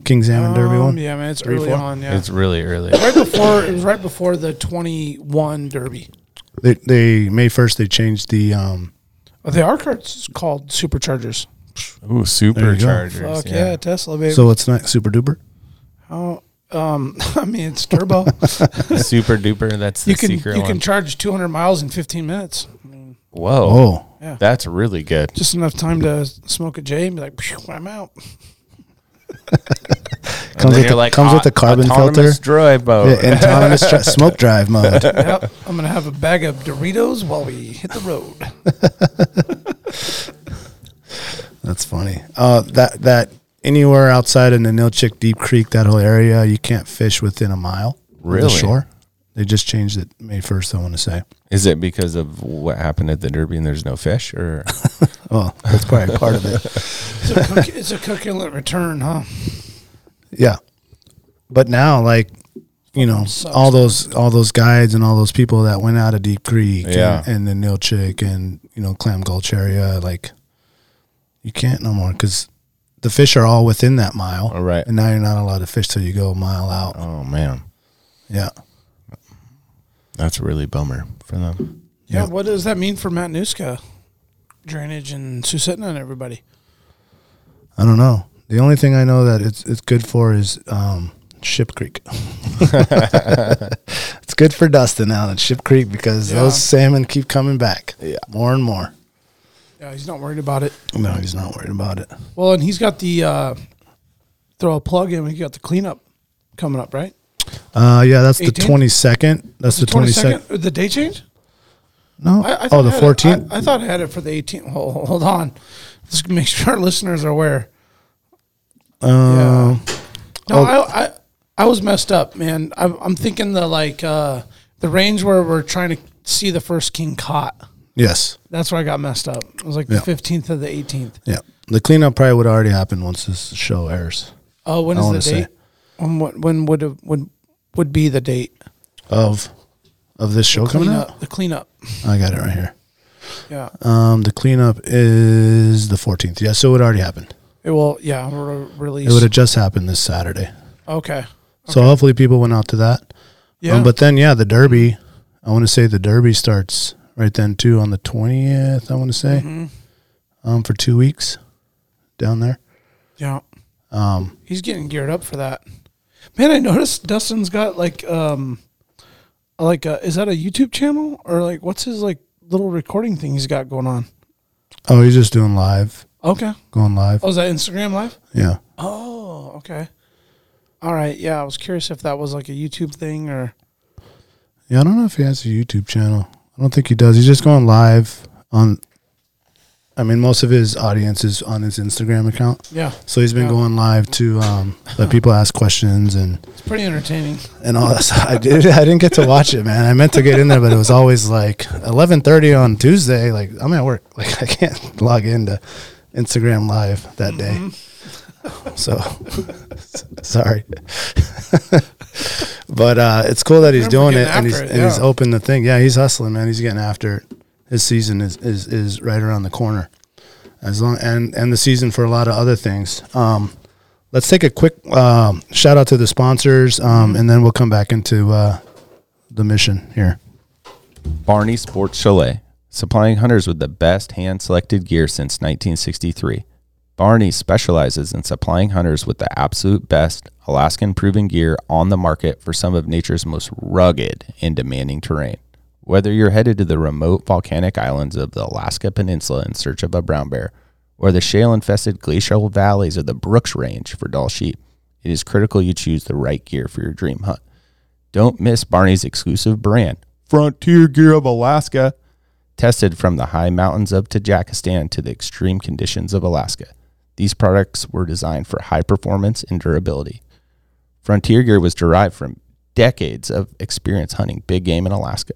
king salmon derby Um, one. yeah, man, it's Three, early four? on, yeah. It's really early. right before it was right before the 21 derby. They, they May first they changed the um, Oh, they are car- it's called superchargers. Ooh, superchargers. Fuck yeah, Tesla baby. so it's not super duper. oh, um, I mean it's turbo. Super duper. That's the you can you secret one. can charge 200 miles in 15 minutes. Whoa. Oh, That's really good. just enough time to smoke a J and be like, "Phew, I'm out. And comes then with you're the, comes with "Au- the carbon filter. autonomous Drive mode. Yeah, autonomous dri- smoke drive mode. Yep, I'm gonna have a bag of Doritos while we hit the road. That's funny. Uh, that that anywhere outside in the Nilchik Deep Creek, that whole area, you can't fish within a mile Really? of the shore. They just changed it May first. I want to say. Is it because of what happened at the Derby and there's no fish, or Oh, that's probably part of it. It's a cook, it's a cook inlet return, huh? Yeah, but now like you know Sucks. all those all those guides and all those people that went out of Deep Creek Yeah. and, and the Nilchik and you know Clam Gulch area, like you can't no more because the fish are all within that mile. All right. and now you're not allowed to fish till you go a mile out. oh man, Yeah. that's really bummer for them. Yeah. What does that mean for Matanuska drainage and Susitna and everybody? I don't know. The only thing I know that it's it's good for is um, Ship Creek. it's good for Dustin out at Ship Creek because those salmon keep coming back. Yeah. More and more. Yeah, he's not worried about it. No, he's not worried about it. Well, and he's got the uh, throw a plug in. We got the cleanup coming up, right? Uh, yeah, that's the 18th? twenty second. That's the twenty second. The day change. No. I, I oh, thought the I had it- fourteenth. I, I thought I had it for the 18th. Hold, hold on. Let's make sure our listeners are aware. Um, No, I, I I was messed up, man. I'm, I'm thinking the like uh, the range where we're trying to see the first king caught. Yes. That's where I got messed up. It was like Yeah. the fifteenth of the eighteenth. Yeah. The cleanup probably would already happen once this show airs. Oh, when I is wanna the say. date? When what when would it- would would be the date? Of of this show coming Cleanup. up. The cleanup. I got it right here. Yeah. Um, the cleanup is the 14th. Yeah, so it already happened. It will. Yeah. Re- It would release. have just happened this Saturday. Okay. So hopefully people went out to that. Yeah. Um, but then, yeah, the Derby. I want to say the Derby starts right then too on the twentieth. I want to say, Mm-hmm. um, for two weeks down there. yeah. Um, he's getting geared up for that. Man, I noticed Dustin's got like um, like a, is that a YouTube channel or like what's his like little recording thing he's got going on? Oh, he's just doing live, Okay. going live. Oh, is that Instagram Live? Yeah, Oh, okay. All right. Yeah, I was curious if that was like a YouTube thing or. yeah. I don't know if he has a YouTube channel. I don't think he does. He's just going live on. I mean, most of his audience is on his Instagram account. Yeah, So he's been Yeah. going live to um, let people ask questions and it's pretty entertaining. and all that. stuff. I did. I didn't get to watch it, man. I meant to get in there, but it was always like eleven thirty on Tuesday. Like I'm at work. Like I can't log into Instagram Live that day. Mm-hmm. So sorry, but uh, it's cool that he's Remember doing it getting and he's after it, and he's yeah. open the thing. Yeah, he's hustling, man. He's getting after it. His season is is is right around the corner. As long and and the season for a lot of other things. Um, let's take a quick um, shout out to the sponsors, um, Mm-hmm. and then we'll come back into uh, the mission here. Barney Sports Chalet, supplying hunters with the best hand selected gear since 1963. Barney specializes in supplying hunters with the absolute best Alaskan proven gear on the market for some of nature's most rugged and demanding terrain. Whether you're headed to the remote volcanic islands of the Alaska Peninsula in search of a brown bear, or the shale infested glacial valleys of the Brooks Range for doll sheep, it is critical you choose the right gear for your dream hunt. Don't miss Barney's exclusive brand, Frontier Gear of Alaska, tested from the high mountains of Tajikistan to the extreme conditions of Alaska. These products were designed for high performance and durability. Frontier Gear was derived from decades of experience hunting big game in Alaska.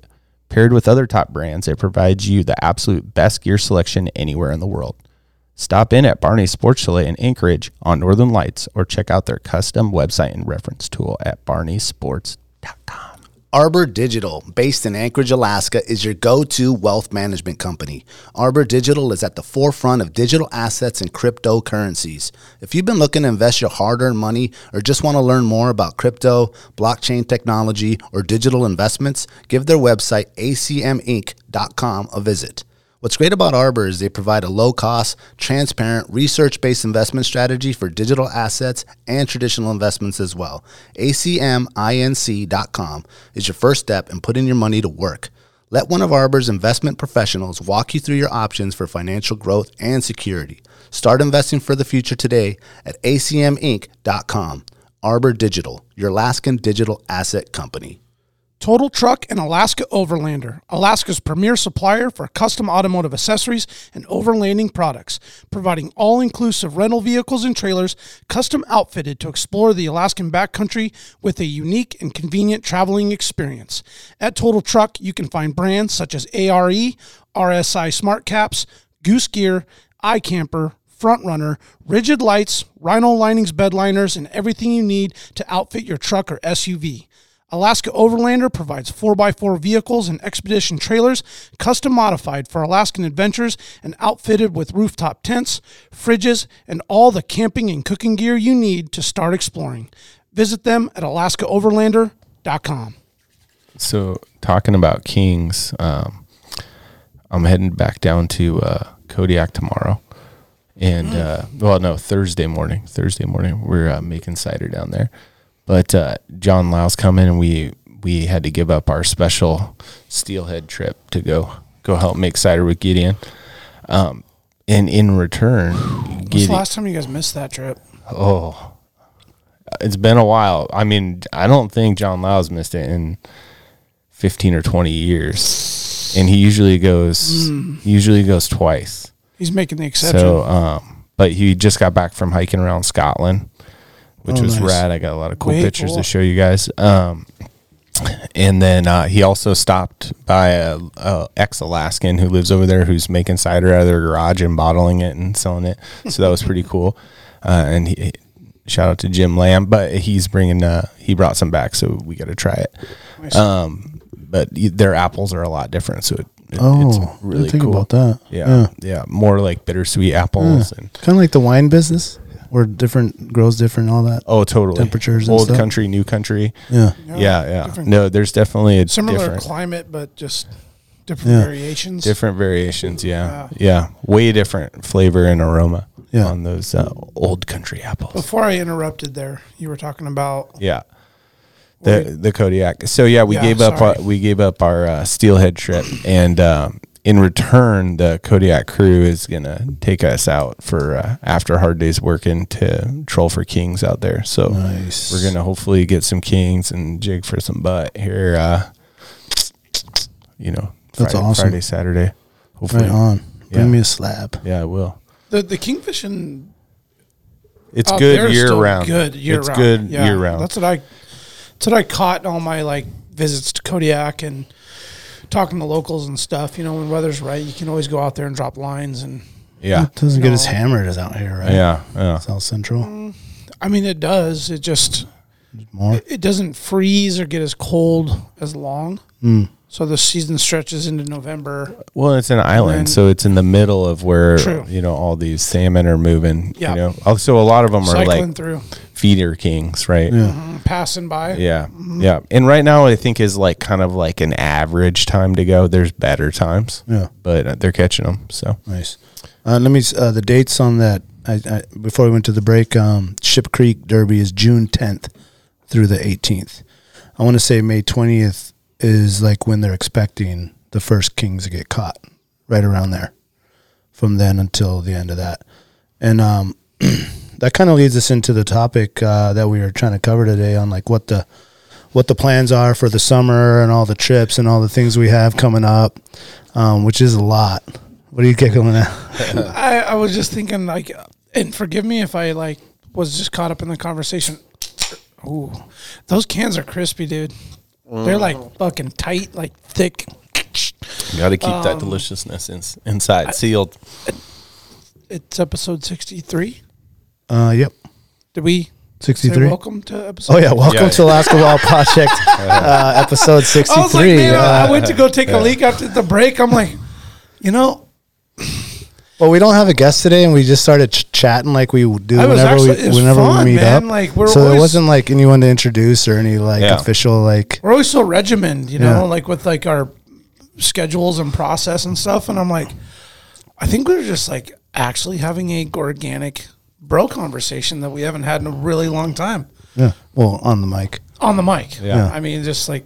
Paired with other top brands, it provides you the absolute best gear selection anywhere in the world. Stop in at Barney's Sports Chalet in Anchorage on Northern Lights or check out their custom website and reference tool at barneysports.com. Arbor Digital, based in Anchorage, Alaska, is your go to wealth management company. Arbor Digital is at the forefront of digital assets and cryptocurrencies. If you've been looking to invest your hard earned money or just want to learn more about crypto, blockchain technology, or digital investments, give their website acminc.com a visit. What's great about Arbor is they provide a low cost, transparent, research based investment strategy for digital assets and traditional investments as well. ACMINC.com is your first step in putting your money to work. Let one of Arbor's investment professionals walk you through your options for financial growth and security. Start investing for the future today at acminc.com. Arbor Digital, your Alaskan digital asset company. Total Truck and Alaska Overlander, Alaska's premier supplier for custom automotive accessories and overlanding products, providing all inclusive rental vehicles and trailers custom outfitted to explore the Alaskan backcountry with a unique and convenient traveling experience. At Total Truck, you can find brands such as E, ARE, RSI Smart Caps, Goose Gear, iCamper, front runner, rigid lights, rhino linings, bed liners, and everything you need to outfit your truck or SUV. Alaska Overlander provides 4x4 vehicles and expedition trailers custom modified for Alaskan adventures and outfitted with rooftop tents, fridges, and all the camping and cooking gear you need to start exploring. Visit them at alaskaoverlander.com. So talking about Kings, um, I'm heading back down to uh, Kodiak tomorrow, and uh, well, no, Thursday morning. Thursday morning, we're uh, making cider down there. But uh, John Lau's coming, and we we had to give up our special steelhead trip to go go help make cider with Gideon. Um, and in return, When's the Gideon, last time you guys missed that trip? oh, it's been a while. I mean, I don't think John Lau's missed it in 15 or 20 years. And he usually goes, he usually goes twice. He's making the exception. So, um, But he just got back from hiking around Scotland, which Oh, was nice. rad. I got a lot of cool Way pictures cool. to show you guys. Um, and then uh, he also stopped by a, a ex Alaskan who lives over there who's making cider out of their garage and bottling it and selling it. So that was pretty cool. Uh, and he, shout out to Jim Lamb, but he's bringing uh, he brought some back, so we got to try it. Um, but y- their apples are a lot different, so it, it- Oh, it's really think cool. about that. Yeah, Yeah. yeah, more like bittersweet apples and Kind of Hmm. like the wine business, where different grows different, all that. oh, totally Temperatures and old stuff. country, new country. Yeah. Yeah, yeah. No, there's definitely a Similar different, climate, but just different Yeah. variations. different variations. Yeah, yeah, way different flavor and aroma Yeah. on those uh, old country apples. Before I interrupted there, you were talking about Yeah. The the Kodiak. So yeah, we Yeah, gave up sorry. our, we gave up our uh, steelhead trip, and uh, in return, the Kodiak crew is gonna take us out for uh, after a hard day's working to troll for kings out there. So Nice. we're gonna hopefully get some kings and jig for some butt here. Uh, you know, That's Friday, awesome. Friday, Saturday, hopefully. Right on. Bring Yeah. me a slab. Yeah, I will. the the kingfish and It's out there good is year Oh, still round. Good year it's round. good Yeah, year round. That's what I that's what I caught in all my like visits to Kodiak and talking to locals and stuff. You know, when weather's right, you can always go out there and drop lines and yeah, It doesn't get No. as hammered as out here, right? yeah, yeah. South Central. I mean it does. It just More. it doesn't freeze or get as cold as long. Hmm. So the season stretches into November. Well, it's an then- island, so it's in the middle of where True. you know all these salmon are moving. Yeah. You know, also a lot of them are cycling like through, Mm-hmm. mm, feeder kings, right? Yeah. passing by. Yeah, Mm-hmm. yeah. And right now, I think is like kind of like an average time to go. There's better times, Yeah. but uh, they're catching them. So Nice. Uh, let me, s- uh, the dates on that, I, I, before we went to the break, um, Ship Creek Derby is June 10th through the 18th. I want to say May 20th is like when they're expecting the first kings to get caught, right around there, from then until the end of that. And um, that kind of leads us into the topic uh, that we were trying to cover today on like what the what the plans are for the summer and all the trips and all the things we have coming up, um, which is a lot. What are you giggling at? I, I was just thinking like, and forgive me if I like was just caught up in the conversation. Ooh, those cans are crispy, dude. They're like fucking tight, like thick. Got to keep Um, that deliciousness ins inside, sealed. It's episode sixty three. Uh, yep, Did we say 63. welcome to episode? Oh yeah, welcome Yeah. to Alaska Wild Project, uh, episode sixty-three. I was like, man, I- I Uh, went to go take a leak after the break. I'm like, you know, well, we don't have a guest today, and we just started ch- chatting like we do I was whenever we actually- it's whenever fun, we meet man. up. Like, we're so it always- wasn't like anyone to introduce or any like Yeah. official like. we're always so regimented, you know, Yeah. like with like our schedules and process and stuff. And I'm like, I think we're just like actually having a organic bro conversation that we haven't had in a really long time Yeah, well, on the mic. on the mic. Yeah. I mean, just like,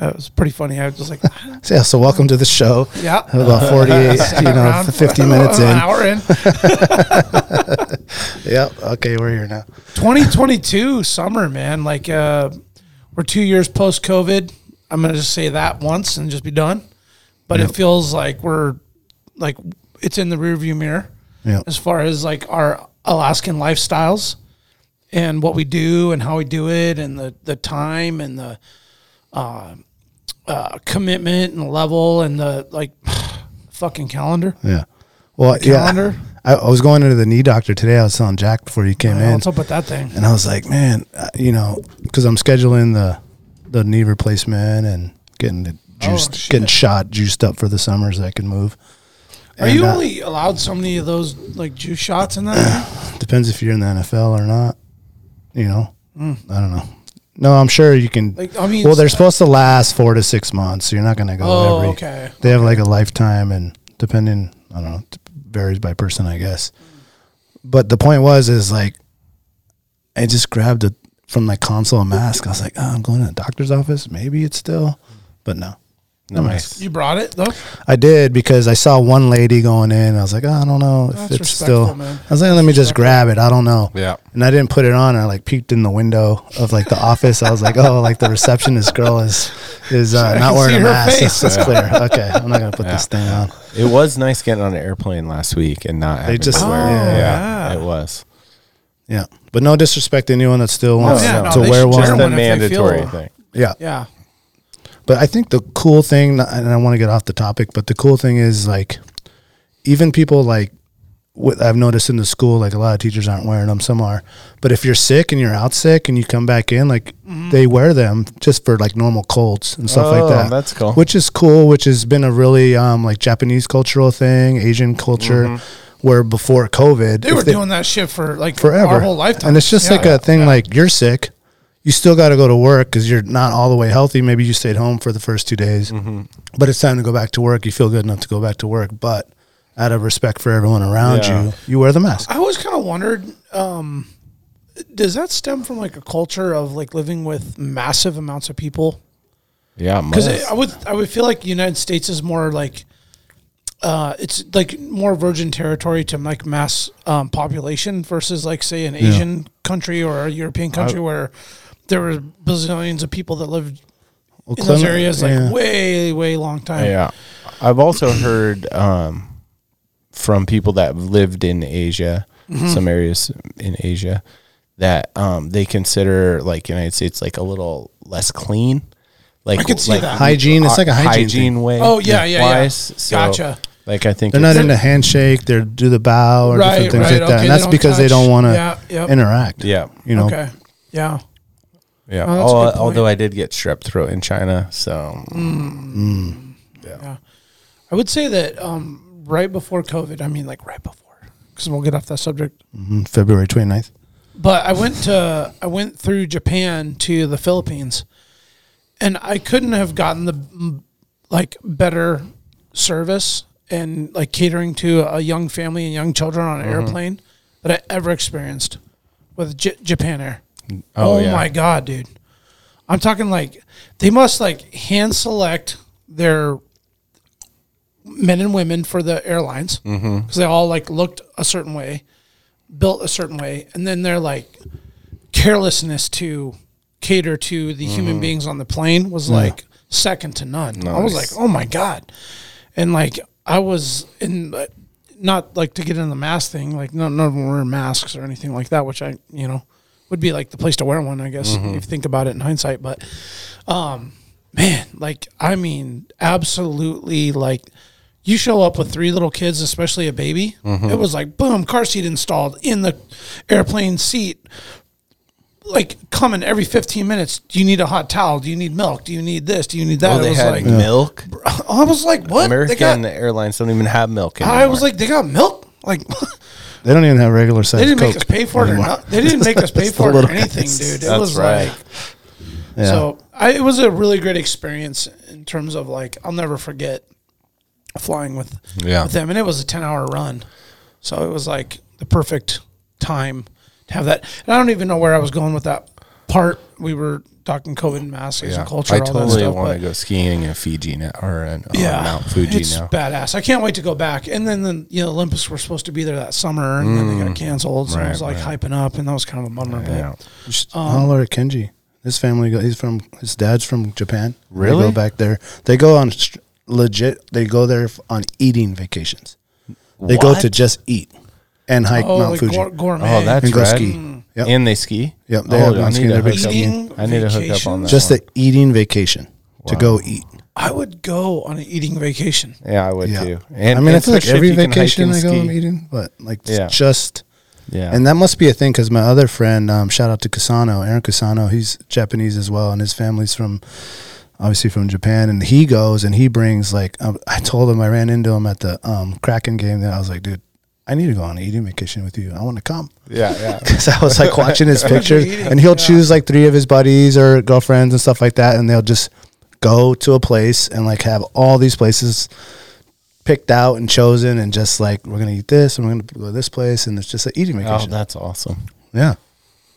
uh, it was pretty funny. I was just like, So, yeah, so welcome to the show. yeah. About forty-eight, you know, Around fifty minutes an in. hour in. Yep. Okay, we're here now. 2022 summer, man. Like, uh, we're two years post COVID. I'm going to just say that once and just be done. But it feels like we're like it's in the rearview mirror Yeah. as far as like our Alaskan lifestyles and what we do and how we do it and the, the time and the uh, uh, commitment and level and the like fucking calendar. Yeah. Well, calendar? yeah. I, I was going into the knee doctor today. I was telling Jack before you came in. What's up with that thing? and I was like, man, uh, you know, because I'm scheduling the the knee replacement and getting it juiced, Oh, shit. getting shot, juiced up for the summer so I can move. Are you And, uh, only allowed so many of those like juice shots in that? Depends if you're in the NFL or not. You know, I don't know. No, I'm sure you can. Mm. Like, I mean, well, they're supposed to last four to six months, so you're not going to go Oh, every. okay. They have like a lifetime, and depending, I don't know, it varies by person, I guess. But the point was, is like, I just grabbed it from my console a mask. I was like, oh, I'm going to the doctor's office. Maybe it's still, but no. Nice. You brought it though. I did because I saw one lady going in. I was like, oh, I don't know if That's it's still. respectful, man. I was like, let me just grab it. I don't know. Yeah. And I didn't put it on. I like peeked in the window of like the office. I was like, oh, like the receptionist girl is is uh, can not wearing see a her mask. face. That's clear. Okay, I'm not gonna put this thing on. It was nice getting on an airplane last week and not. having just- to wear it. Oh, yeah, it was. Yeah, but no disrespect to anyone that still wants yeah, no, to they wear should one. just Just Everyone, a if they feel- mandatory thing. yeah, Yeah. But I think the cool thing, and I want to get off the topic, but the cool thing is like, even people like, what I've noticed in the school, like a lot of teachers aren't wearing them. Some are, but if you're sick and you're out sick and you come back in, like Mm-hmm. they wear them just for like normal colds and stuff Oh, like that. that's cool. Which is cool. Which has been a really um, like Japanese cultural thing, Asian culture, where before COVID, Mm-hmm. They if were doing that shit for like forever, our whole lifetime. And it's just Yeah. like a thing like you're sick, you still got to go to work because you're not all the way healthy. Maybe you stayed home for the first two days, Mm-hmm. but it's time to go back to work. You feel good enough to go back to work, but out of respect for everyone around Yeah. you, you wear the mask. I always kind of wondered, um, does that stem from like a culture of like living with massive amounts of people? Yeah, Because must. I would I would feel like the United States is more like uh, it's like more virgin territory to like mass um, population versus like say an Asian country or a European country where there were bazillions of people that lived in those clim- areas like yeah. way way long time. Yeah. I've also heard um, from people that have lived in Asia, Mm-hmm. some areas in Asia, that um, they consider like United States like a little less clean. Like, I could see like that. Hygiene, it's hy- like a hygiene hygiene way. Oh, yeah, yeah, yeah. wise. So, Gotcha. Like I think They're not it's- into handshake. They do the bow or Right, different things right, like that. okay, and that's they don't because they touch. don't want to Yeah, yep. interact. Yeah. you know. Okay. Yeah. Oh, that's a Yeah. Al- good point. although I did get strep throat in China, so I would say that um, right before COVID, I mean, like right before, because we'll get off that subject. Mm, February 29th. But I went to I went through Japan to the Philippines, and I couldn't have gotten the mm, like better service and like catering to a young family and young children on an airplane that I ever experienced with J- Japan Air. Oh, Oh, yeah. my god, dude! I'm talking like they must like hand select their men and women for the airlines because they all like looked a certain way, built a certain way, and then they're like carelessness to cater to the human beings on the plane was like second to none. I was like, Nice. oh my god, and like I was in. uh, Not like to get in the mask thing, like no, none of them wear masks or anything like that, which I, you know, would be like the place to wear one, I guess, Mm-hmm. if you think about it in hindsight. But um, man, like I mean, absolutely like you show up with three little kids, especially a baby. Mm-hmm. It was like boom, car seat installed in the airplane seat. Like coming every 15 minutes, do you need a hot towel? Do you need milk? Do you need this? Do you need that? Oh, I they was had like milk. I was like, what? American they got, airlines don't even have milk. Anymore. I was like, they got milk? Like They don't even have regular size. they didn't make Coke us pay for it or anymore. not. They didn't make us pay It's for it the or little anything, guys. dude. It That's was right. like Yeah. So I, it was a really great experience in terms of like I'll never forget flying with Yeah. with them, and it was a ten hour run, so it was like the perfect time to have that. And I don't even know where I was going with that part. We were talking COVID and masks Yeah. and culture. I all totally that stuff, want but- to go skiing in Fiji now or in, on yeah, Mount Fuji it's now. badass. I can't wait to go back. And then the you know Olympics were supposed to be there that summer, and then they got canceled. So it was Mm. right, like hyping up, and that was kind of a bummer. Yeah. But You should holler at Kenji. His family, go, he's from his dad's from Japan. They Really? go back there. They go on str- legit. They go there f- on eating vacations. They go to just eat and hike oh, Mount like Fuji gour- gourmet. Oh, that's and go rad. ski. Yep. And they ski. Yep, they oh, have I on need ski, to they're hook big up- Eating I need to hook up on vacations? that. just one. the eating vacation to go eat. I would go on an eating vacation. yeah, I would Yeah, too. I mean, I feel like especially if every you can hike vacation and I go, ski. I'm eating, but like it's Yeah. just Yeah, And that must be a thing because my other friend, um, shout out to Kasano, Aaron Kasano, he's Japanese as well, and his family's from obviously from Japan. And he goes and he brings like um, I told him I ran into him at the um, Kraken game. That I was like, dude, I need to go on an eating vacation with you. I want to come yeah, yeah. because I was like watching his pictures, eating? and he'll choose like three of his buddies or girlfriends and stuff like that, and they'll just go to a place and like have all these places picked out and chosen, and just like we're gonna eat this and we're gonna go to this place, and it's just an eating Oh, vacation. that's awesome. yeah.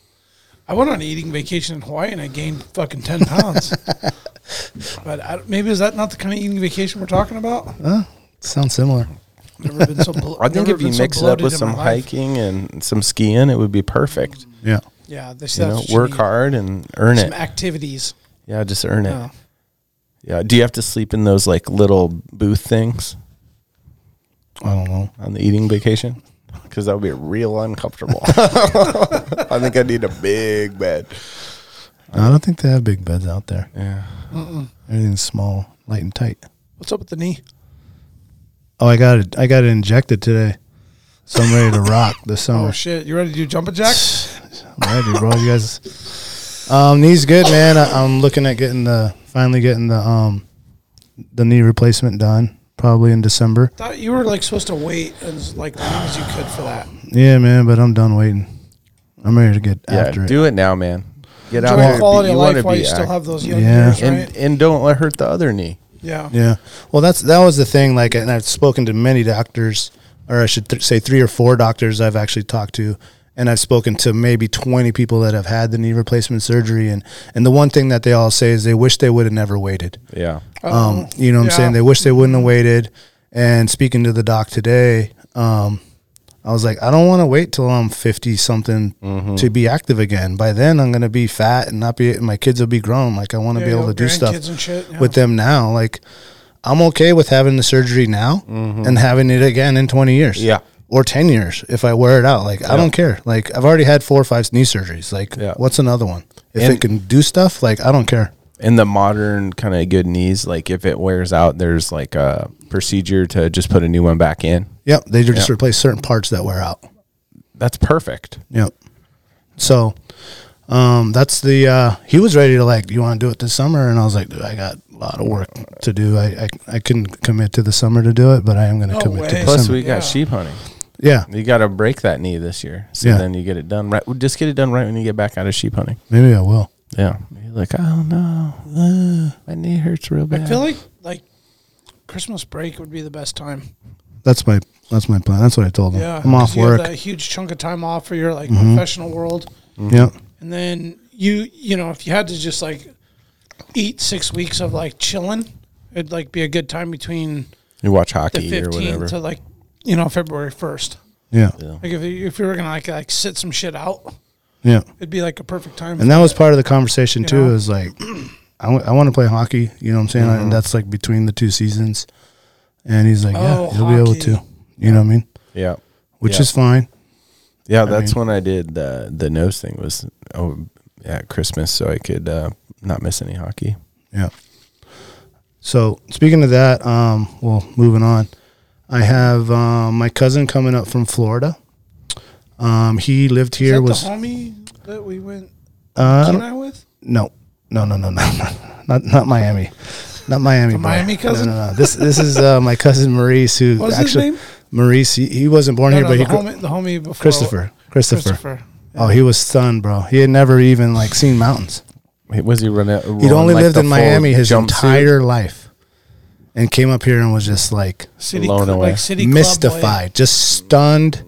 I went on an eating vacation in Hawaii and I gained fucking ten pounds. But I, maybe is that not the kind of eating vacation we're talking about? Sounds similar. Never been so. blo- I think never if you been so mix it up bloated with in some my life. hiking and some skiing, it would be perfect. Yeah. yeah, they You said know, work hard and earn Some it. activities. Yeah, just earn it. Oh. Yeah. Do you have to sleep in those like little booth things I don't know. on the eating vacation? Because that would be real uncomfortable. I think I need a big bed. I don't think they have big beds out there. Yeah. Everything's small, light and tight. What's up with the knee? Oh, I got it. I got it injected today, so I'm ready to rock this Oh summer. shit! You ready to do jumping jacks? I'm ready, bro. You guys, um, knee's good, man. I, I'm looking at getting the finally getting the um, the knee replacement done, probably in December. Thought you were like supposed to wait as like long as you could for that. Yeah, man. But I'm done waiting. I'm ready to get Yeah. after it. do it. now, man. Get out Enjoy there. the quality Be- of wanna life while be you still act- have those young Yeah. years, and right? and don't let hurt the other knee. yeah. Yeah. Well, that's that was the thing. Like, and I've spoken to many doctors, or I should th- say three or four doctors I've actually talked to, and I've spoken to maybe twenty people that have had the knee replacement surgery, and and the one thing that they all say is they wish they would have never waited. Yeah. Um, you know what Yeah. I'm saying? They wish they wouldn't have waited. And speaking to the doc today, um, I was like, I don't want to wait till I'm 50 something Mm-hmm. to be active again. By then, I'm going to be fat and not be, my kids will be grown. Like, I want to Yeah, be able your to do stuff grandkids and shit, yeah. with them now. Like, I'm okay with having the surgery now and having it again in 20 years. Mm-hmm. Yeah. Or 10 years if I wear it out. Like, I don't care. Like, I've already had four or five knee surgeries. Like, Yeah. what's another one? If And- it can do stuff, like, I don't care. in the modern kind of good knees, like if it wears out, there's like a procedure to just put a new one back in. Yep. They just replace certain parts that wear out. That's perfect. Yep. So um, that's the uh, he was ready to like, you want to do it this summer? And I was like, dude, I got a lot of work to do. I, I, I couldn't commit to the summer to do it, but I am going to No commit way. to the Plus, summer. we got Yeah. sheep hunting. yeah, You got to break that knee this year, so Yeah. then you get it done right. well, Just get it done right when you get back out of sheep hunting. maybe I will. Yeah, you're like, oh no, uh, my knee hurts real bad. I feel like like Christmas break would be the best time. That's my that's my plan. That's what I told him. Yeah, I'm 'cause off you have work. That huge chunk of time off for your like professional world, Yep. and then you you know if you had to just like eat six weeks of like chilling, it'd like be a good time between you watch the hockey or whatever. fifteenth to like you know February first. Yeah. Like if you, if you were gonna like like sit some shit out, Yeah. it'd be like a perfect time. And that was part of the conversation too. know? Is like, I want to play hockey. You know what I'm saying? And that's like between the two seasons. And he's like, Oh, yeah, you'll be able hockey. to. You know what I mean? yeah, Which Yeah. is fine. yeah. That's when I did the the nose thing was oh at Christmas, so I could uh, not miss any hockey. Yeah. So speaking of that, um, well, moving on, I have um, my cousin coming up from Florida. Um, he lived Is here that was the homie that we went uh, you and I with no, no, no, no, no, no, not not Miami, not Miami. boy. Miami No, cousin? No, no, This this is uh, my cousin Maurice, who What's his actually name? Maurice. He, he wasn't born no, here, no, but the, he grew, homie, the homie before Christopher, Christopher. Christopher. Oh, he was stunned, bro. He had never even like seen mountains. Wait, Was he running? He'd only lived in Miami his entire life, and came up here and was just like City, Blown cl- away. like city Club mystified, just stunned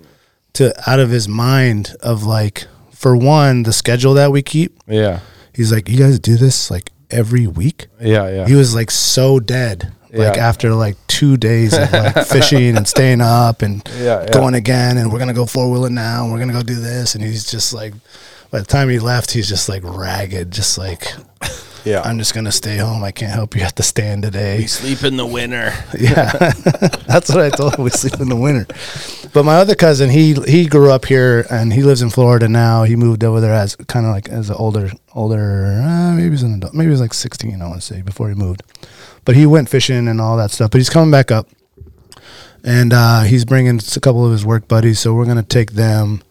to out of his mind of like for one the schedule that we keep. Yeah, He's like, you guys do this like every week. yeah, yeah. He was like so dead. Like Yeah. after like two days of like fishing and staying up and Yeah, yeah. going again, and we're gonna go four wheeling now, and we're gonna go do this, and he's just like, by the time he left, he's just like ragged, just like, Yeah. I'm just gonna stay home. I can't help you at the stand today. sleep in the winter. Yeah, that's what I told him. We sleep in the winter. But my other cousin, he he grew up here and he lives in Florida now. He moved over there as kind of like as an older older uh, maybe he's an adult, maybe he was like sixteen, I want to say, before he moved. But he went fishing and all that stuff. But he's coming back up, and uh, he's bringing s- a couple of his work buddies. So we're gonna take them.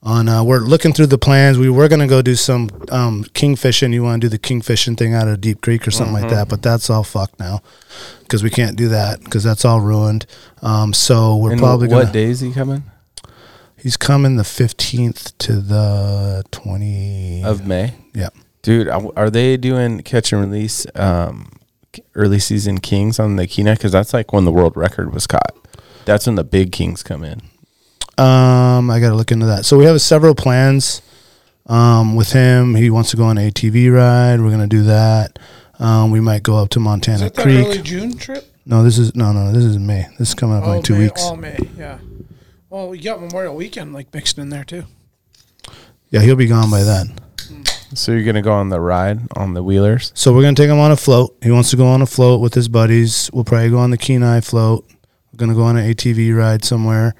On uh, we're looking through the plans. We were gonna go do some um, king fishing. You want to do the king fishing thing out of Deep Creek or something Mm-hmm. like that, but that's all fucked now because we can't do that because that's all ruined. Um, so we're And probably wh- what gonna. day is he coming? He's coming the fifteenth to the twenty. Of May, yeah, dude. Are are they doing catch and release um, k- early season kings on the Kina? Because that's like when the world record was caught. That's when the big kings come in. um, I got to look into that. So we have several plans. Um, with him, he wants to go on an ATV ride. We're gonna do that. Um, we might go up to Montana Is that that Creek. early June trip? Oh, No, this is no, no. This is May. This is coming up in like two May, weeks. All May, yeah. Well, we got Memorial Weekend like mixed in there too. Yeah, he'll be gone by then. So you're gonna go on the ride on the wheelers? So we're gonna take him on a float. He wants to go on a float with his buddies. We'll probably go on the Kenai float. We're gonna go on an ATV ride somewhere,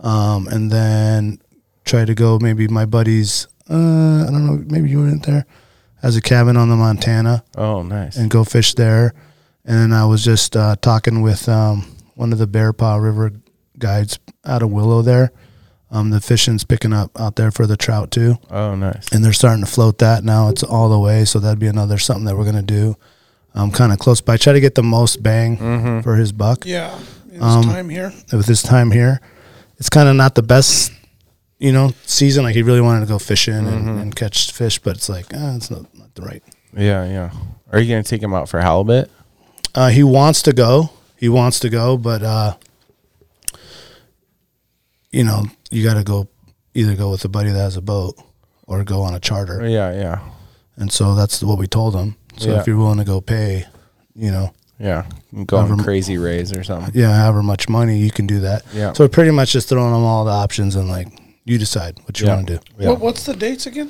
um, and then try to go. Maybe my buddies. Uh, I don't know. Maybe you weren't there. Has a cabin on the Montana Oh, nice. and go fish there. And then I was just uh, talking with um, one of the Bear Paw River guides out of Willow there. Um, the fishing's picking up out there for the trout too Oh, nice. and they're starting to float that now. It's all the way, so that'd be another something that we're gonna do. Um, kind of close by. Try to get the most bang for his buck Yeah, it's Um, time here. with his time here. It's kind of not the best, you know, season. Like he really wanted to go fishing and, and catch fish, but it's like uh, it's not, not the right. Yeah, yeah. Are you gonna take him out for halibut? Uh, he wants to go. He wants to go, but uh, you know, you got to go. Either go with a buddy that has a boat, or go on a charter. Yeah, yeah, And so that's what we told him. So Yeah. if you're willing to go pay, you know, yeah. Go on Never- crazy rays or something. yeah, however much money you can do that. Yeah. So we're pretty much just throwing them all the options and like you decide what you Yeah. want to do. Yeah. What, what's the dates again?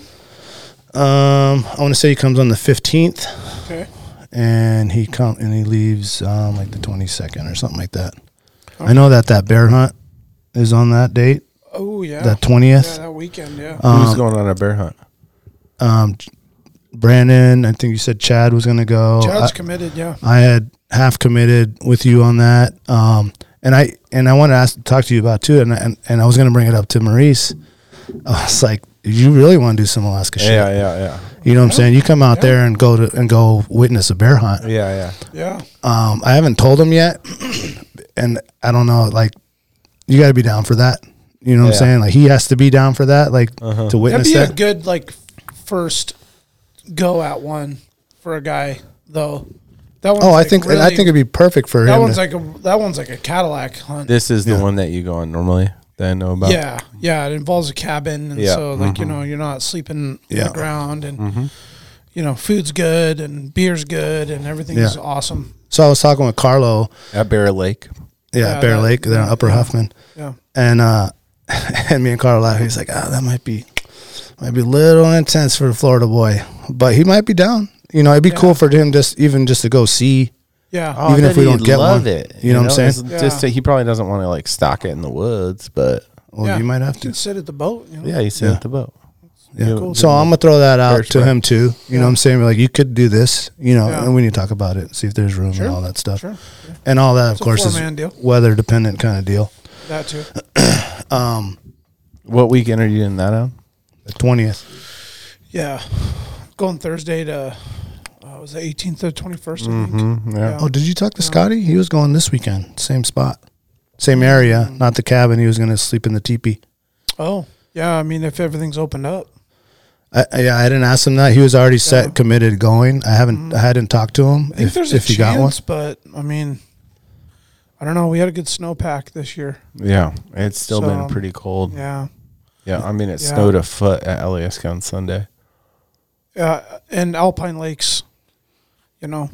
Um, I want to say he comes on the 15th Okay, and he come and he leaves um, like the 22nd or something like that. I know that that bear hunt is on that date, oh yeah, that Oh, yeah, 20th. that weekend, yeah. Who's going on a bear hunt? Um, Brandon, I think you said Chad was going to go. Chad's I- committed, yeah. I had half committed with you on that, um, and I and I want to ask talk to you about too, and and, and I was going to bring it up to Maurice. I was like, you really want to do some Alaska shit? Yeah, yeah, yeah, You know what I'm saying? You come out there and go to and go witness a bear hunt. yeah, Yeah, Um, I haven't told him yet, and I don't know. Like, you got to be down for that. You know what Yeah. I'm saying? Like, he has to be down for that. Like, to that'd witness be that. a good like first go at one for a guy though. That one's oh, I like, think I really- think it'd be perfect for that him. one's to- like a that one's like a Cadillac hunt. This is the one that you go on normally. That I know about. yeah, yeah, it involves a cabin, and Yeah, so like you know you're not sleeping on Mm-hmm. Yeah. Mm-hmm. the ground, and you know food's good and beer's good and everything is Yeah. awesome. so I was talking with Carlo. At Bear Lake. Yeah, Yeah, Bear that- Lake. They're on Upper Huffman. Yeah, and uh and me and Carl laughed. He's like, ah, that might be might be a little intense for a Florida boy, but he might be down. You know, it'd be cool for him just even just to go see. yeah, Oh, I Even if bet we he'd don't get love love one. it. it, You you know what I'm know? saying? It's just Just that he probably doesn't want to like stock it in the woods, but Well, Yeah. you might have You can to. sit at the boat. You know? yeah, he sent the boat. Yeah. Cool. So I'm gonna throw that out First to round. him too. You know, what I'm saying like you could do this. You know, Yeah. and we need to talk about it, see if there's room Sure, and all that stuff, sure, and all that of It's a course is four-man deal. weather dependent kind of deal. that too. What weekend are you in that on? The twentieth. Yeah, going Thursday to uh, was the 18th to 21st. I think. yeah. Oh, did you talk to Scotty? He was going this weekend, same spot, same area, Mm-hmm. not the cabin. He was gonna sleep in the teepee. Oh, yeah. I mean, if everything's opened up, I, I- yeah, I didn't ask him that. He was already set, committed, going. I haven't, I hadn't talked to him. Mm-hmm. I think If, there's a if you chance, got one, but I mean, I don't know. We had a good snowpack this year. Yeah, it's still So, been pretty cold. Yeah. Yeah. I mean it Yeah. snowed a foot at Alaska on Sunday. uh, and Alpine Lakes. You know,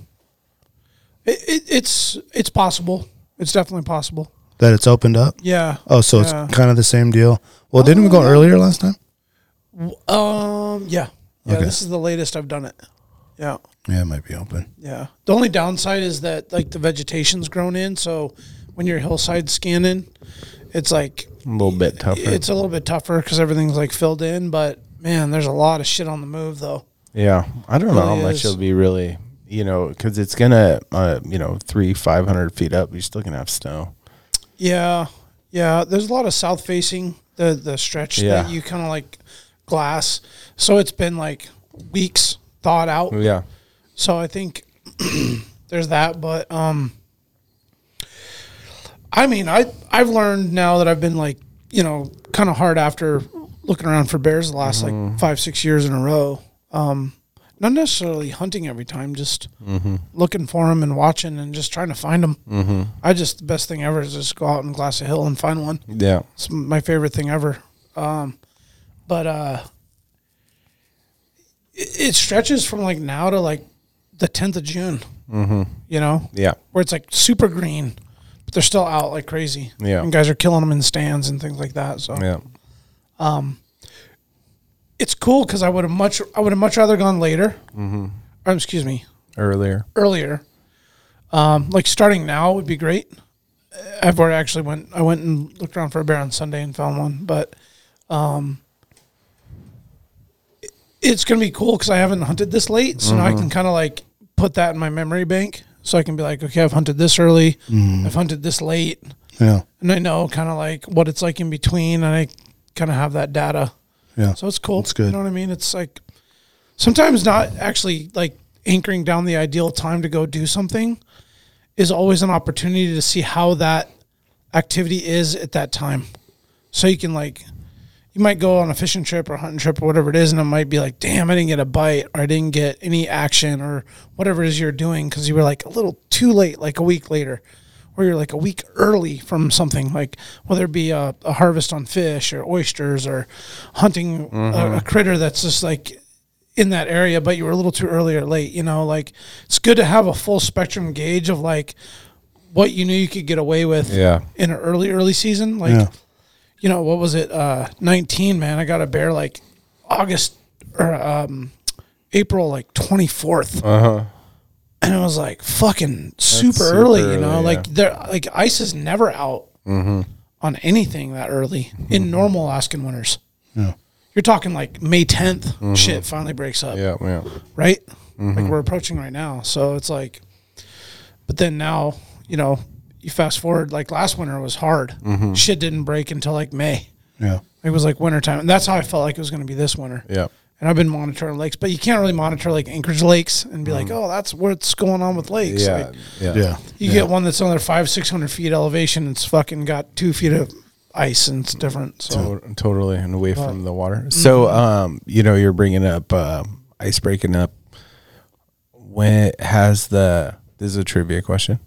it, it, it's it's possible. It's definitely possible. that it's opened up. Yeah. Oh, so Yeah. Oh, it's kind of the same deal. Well, didn't we go earlier last time? Um. Yeah. Yeah. Okay. This is the latest I've done it. Yeah. Yeah, it might be open. Yeah. The only downside is that like the vegetation's grown in, so when you're hillside scanning, it's like A little bit tougher. it's a little bit tougher because everything's like filled in. But man, there's a lot of shit on the move though. yeah, I don't know how really much is. it'll be really. You know, because it's gonna, uh, you know, three five hundred feet up, you're still gonna have snow. Yeah, yeah. There's a lot of south facing the the stretch Yeah. that you kind of like glass. So it's been like weeks thawed out. Yeah, So I think there's that. But um, I mean, I I've learned now that I've been like you know kind of hard after looking around for bears the last like five six years in a row. Um, not necessarily hunting every time, just looking for them and watching and just trying to find them. Mm-hmm. I just the best thing ever is just go out and glass a hill and find one. yeah, It's m- my favorite thing ever. Um, but uh, it, it stretches from like now to like the 10th of June. Mm-hmm. You know, Yeah. where it's like super green, but they're still out like crazy. Yeah. and guys are killing them in stands and things like that. So Yeah. it's cool because I would have much I would have much rather gone later. Mm-hmm. Or, excuse me, Earlier. earlier. Um, like starting now would be great. I've already actually went. I went and looked around for a bear on Sunday and found one, but um, it- it's gonna be cool because I haven't hunted this late, so now I can kind of like put that in my memory bank, so I can be like, okay, I've hunted this early, I've hunted this late, Yeah. and I know kind of like what it's like in between, and I kind of have that data. Yeah. So it's cool. It's good. You know what I mean? It's like sometimes not actually like anchoring down the ideal time to go do something is always an opportunity to see how that activity is at that time. So you can like you might go on a fishing trip or hunting trip or whatever it is, and it might be like, damn, I didn't get a bite or I didn't get any action or whatever it is you're doing because you were like a little too late, like a week later, or you're like a week early from something, like whether it be a, a harvest on fish or oysters or hunting a, a critter that's just like in that area, but you were a little too early or late. You know, like it's good to have a full spectrum gauge of like what you knew you could get away with Yeah. in an early, early season. Like, Yeah. you know, what was it? Uh, 19, man. I got a bear like August or um, April, like 24th. Uh huh. And it was like fucking super, Uh-huh. super early, you know, early, like yeah. there, like ice is never out on anything that early Mm-hmm. in normal Alaskan winters. Yeah. You're talking like May 10th, shit finally breaks up Mm-hmm. Yeah. Yeah. right? Mm-hmm. Like we're approaching right now. So it's like, but then now, you know, you fast forward, like last winter was hard. Mm-hmm. Shit didn't break until like May. Yeah. It was like winter time. And that's how I felt like it was going to be this winter. Yeah. And I've been monitoring lakes, but you can't really monitor like Anchorage lakes and be like, oh, that's what's going on with lakes. Mm-hmm. Yeah. Like, Yeah. Yeah. you get one that's another five, 600 feet elevation. And it's fucking got two feet of ice and it's different. So To- totally and away from the mm-hmm. water. So, um, you know, you're bringing up uh, ice breaking up. When has the this is a trivia question.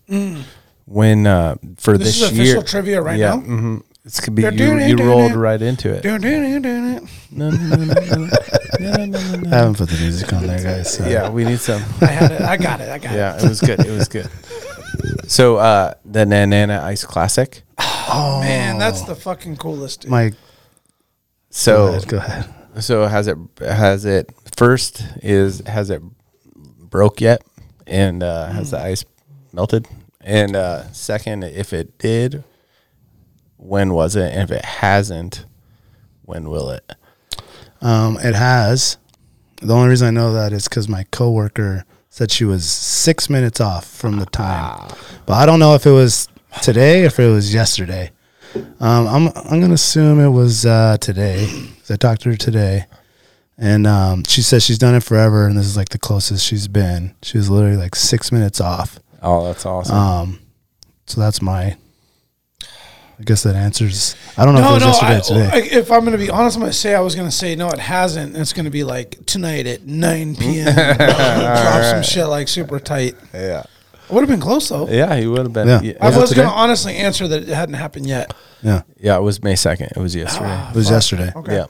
When uh, for Mm. This this, is official year trivia right now? hmm It's could be They're you, doing it, you doing rolled it. right into it. Dun, dun, dun, dun, dun. No, no, no, no, no, no, no, no, no. I haven't put the music on there, guys. so- Yeah, we need some. I had it. I got it. I got it. Yeah, it was good. It was good. So uh, the Nanana Ice Classic. Man, that's the fucking coolest. Dude. Mike, go So ahead. Go ahead. So has it has it first is has it broke yet, and uh, has the ice melted? And uh, second, if it did, when was it? And if it hasn't, when will it? Um, it has. The only reason I know that is because my coworker said she was six minutes off from the time, but I don't know if it was today or if it was yesterday. Um, I'm I'm gonna assume it was uh, today 'cause I talked to her today, and um, she says she's done it forever, and this is like the closest she's been. She was literally like six minutes off. Oh, that's awesome. Um, so that's my. I guess that answers. I don't know No, if it no. was I, yesterday or today. I- if I'm going to be honest, I'm going to say I was going to say no, it hasn't. and It's going to be like tonight at 9 p.m. Drop some shit like super tight. yeah, I would have been close though. yeah, he would have been. Yeah. Yeah, I yeah. was going to Today? honestly answer that it hadn't happened yet. yeah, Yeah, it was May second. It was yesterday. it was yesterday. Okay. Yeah,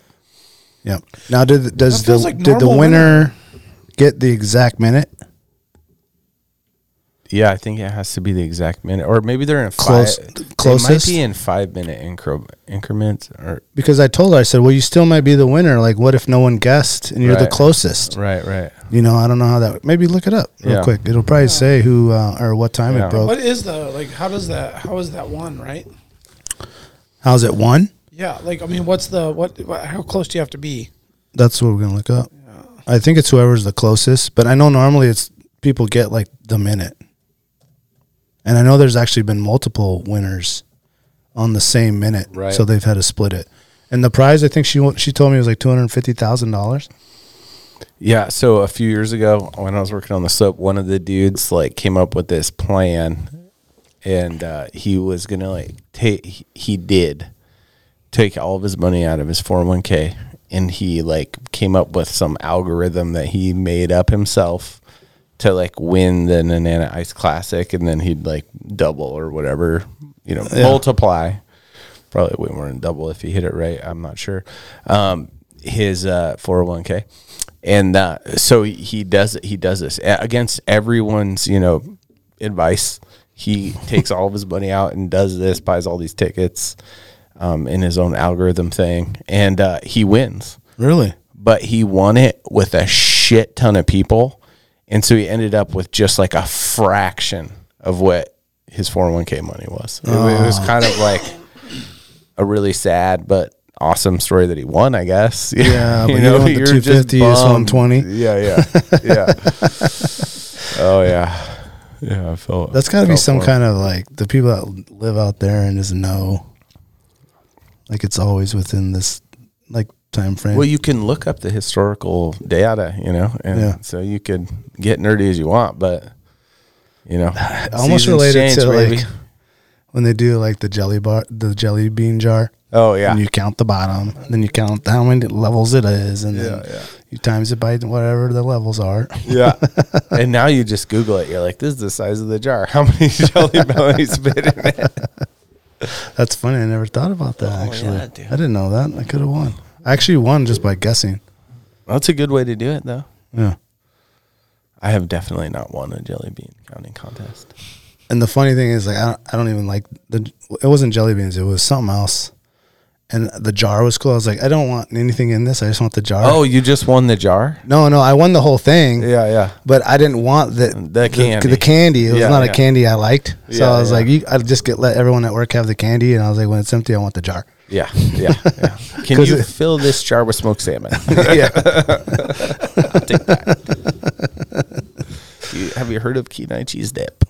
Yep. Now, did does That the feels like did the normal winner get the exact minute? yeah. I think it has to be the exact minute, or maybe they're in Close- five. It might closest? be in five minute incre- increments, or Because I told her, I said, "Well, you still might be the winner. Like, what if no one guessed and you're the Right. closest? right, right. You know, I don't know how that. Maybe look it up real Yeah. quick. It'll probably say who uh, or what time Yeah. it broke. What is the like? How does that? How is that one? Right? How's it one? Yeah. Like I mean, what's the what? what how close do you have to be? That's what we're gonna look up. I think it's whoever's the closest. But I know normally it's people get like the minute, and I know there's actually been multiple winners on the same minute, Right. so they've had to split it. And the prize, I think she wa- she told me was like two hundred fifty thousand dollars. Yeah, so a few years ago when I was working on the soap, one of the dudes like came up with this plan and uh, he was going to like take he did take all of his money out of his 401k and he like came up with some algorithm that he made up himself to like win the Nanana Ice Classic and then he'd like double or whatever, you know, multiply probably way more than double if he hit it right. I'm not sure. Um, his uh, 401k, and uh, so he does he does this A- against everyone's you know advice. He takes all of his money out and does this, buys all these tickets um, in his own algorithm thing, and uh, he wins Really? but he won it with a shit ton of people. And so he ended up with just like a fraction of what his 401k money was. It, wa- it was kind Ah. of like a really sad but awesome story that he won, I guess. Yeah, but you don't want the you're just 250, it's bummed. 120. Yeah, yeah, yeah. oh, yeah. Yeah, I felt That's got to be felt some for him. kind of like the people that live out there and just know, like it's always within this like time frame. Well, you can look up the historical data, you know, and Yeah. so you could get nerdy as you want, but you know, Almost seasons related to baby. like when they do like the jelly bar, the jelly bean jar. oh yeah, And you count the bottom, then you count how many levels it is, and then you times it by whatever the levels are. yeah. and now you just Google it. You're like, this is the size of the jar. How many jelly bellies fit in it? That's funny. I never thought about that actually. Oh, yeah, dude. I didn't know that. I could have won. I actually won just by guessing. That's a good way to do it, though. Yeah. I have definitely not won a jelly bean counting contest. And the funny thing is, like, I don't, I don't even like the. It wasn't jelly beans. It was something else. And the jar was cool. I was like, I don't want anything in this. I just want the jar. Oh, you just won the jar? no, no, I won the whole thing. Yeah, yeah. But I didn't want the The candy. The, candy. It was Yeah, not yeah. a candy I liked. So Yeah, I was yeah. like, you, I just get let everyone at work have the candy, and I was like, when it's empty, I want the jar. Yeah, yeah, yeah. Can 'Cause you it- fill this jar with smoked salmon? yeah. You- have you heard of Kenai cheese dip?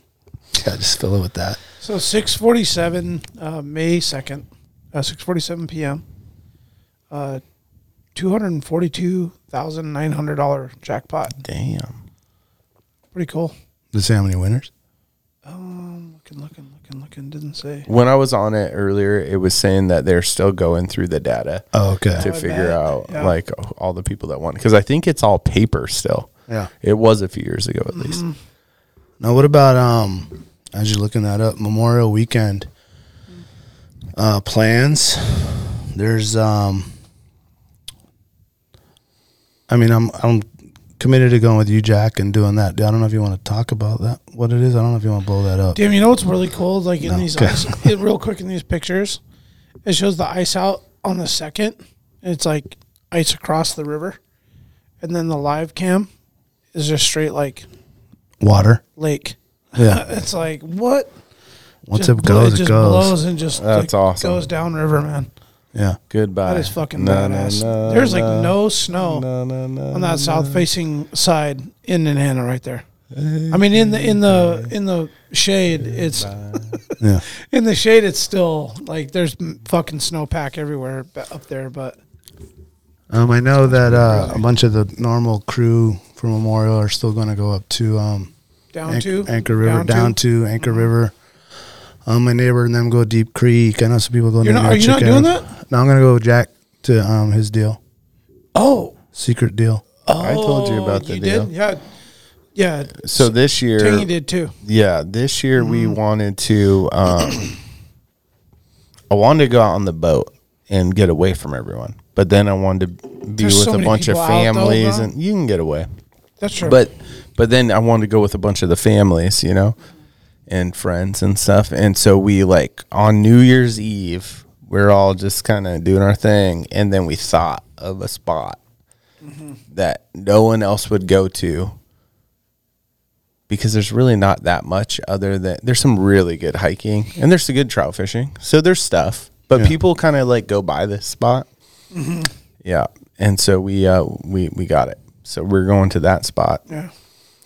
yeah, just fill it with that. So 6:47 uh, May 2nd, uh, 6:47 p.m. Uh, Two hundred forty-two thousand nine hundred dollar jackpot. Damn. Pretty cool. Did say how many winners? Looking, looking, looking, looking. Didn't say. When I was on it earlier, it was saying that they're still going through the data Oh, okay. to I figure bet. out Yeah. like all the people that won because I think it's all paper still. Yeah. It was a few years ago at least. Now, what about um? As you're looking that up, Memorial Weekend uh, plans. There's um. I mean, I'm I'm committed to going with you, Jack, and doing that. I don't know if you want to talk about that. What it is, I don't know if you want to blow that up. Damn, you know what's really cool? Like in No. these, Okay. ice, it- real quick in these pictures, it shows the ice out on the second. And it's like ice across the river, and then the live cam is just straight like Water. lake. Yeah. It's like what? Once Just it blo- goes, it, just goes. blows and just That's like, awesome. goes down river, man. Yeah. Goodbye. That is fucking Na, na, badass. na, There's like na, no snow na, na, na, on na. Um, that south facing side in Nana right there. I mean in the in the in the shade it's Yeah. in the shade it's still like there's m- fucking snowpack everywhere b- up there but Um, I know that uh, a bunch of the normal crew for Memorial are still going to go up to um, down Anch- to Anchor River, down, to, to Anchor River. Um, my neighbor and them go Deep Creek. I know some people go. You're down not- there are to you not check it doing out. No, I'm gonna go with Jack to um his deal, oh secret deal. I told Oh, you about the you deal. did yeah yeah So this year Tangy did too Yeah, this year Mm-hmm. we wanted to. Um, I wanted to go out on the boat and get away from everyone, but then I wanted to be There's with so a many bunch of people out, though, families, bro. and you can get away. that's true But but then I wanted to go with a bunch of the families, you know, and friends and stuff. And so we like on New Year's Eve, we're all just kind of doing our thing, and then we thought of a spot that no one else would go to because there's really not that much other than there's some really good hiking and there's some good trout fishing. So there's stuff, but people kind of like go by this spot. Yeah. And so we uh we we got it. So we're going to that spot. yeah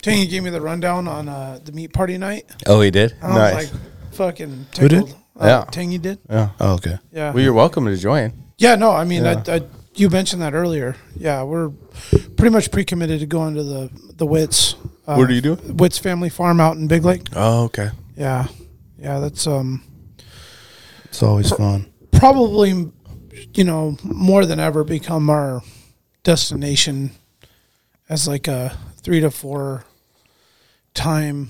Tangy gave me the rundown on uh, the meat party night Oh, he did. and I was like fucking tickled. did? Uh, Yeah. Tangy did Oh, okay. yeah well, you're welcome to join. Yeah, no, I mean, I, I, you mentioned that earlier. Yeah, we're pretty much pre-committed to going to the the Wits. Uh, What are you doing? Wits Family Farm out in Big Lake. Oh, okay. Yeah, yeah, that's um It's always fun. probably you know more than ever become our destination as like a three to four time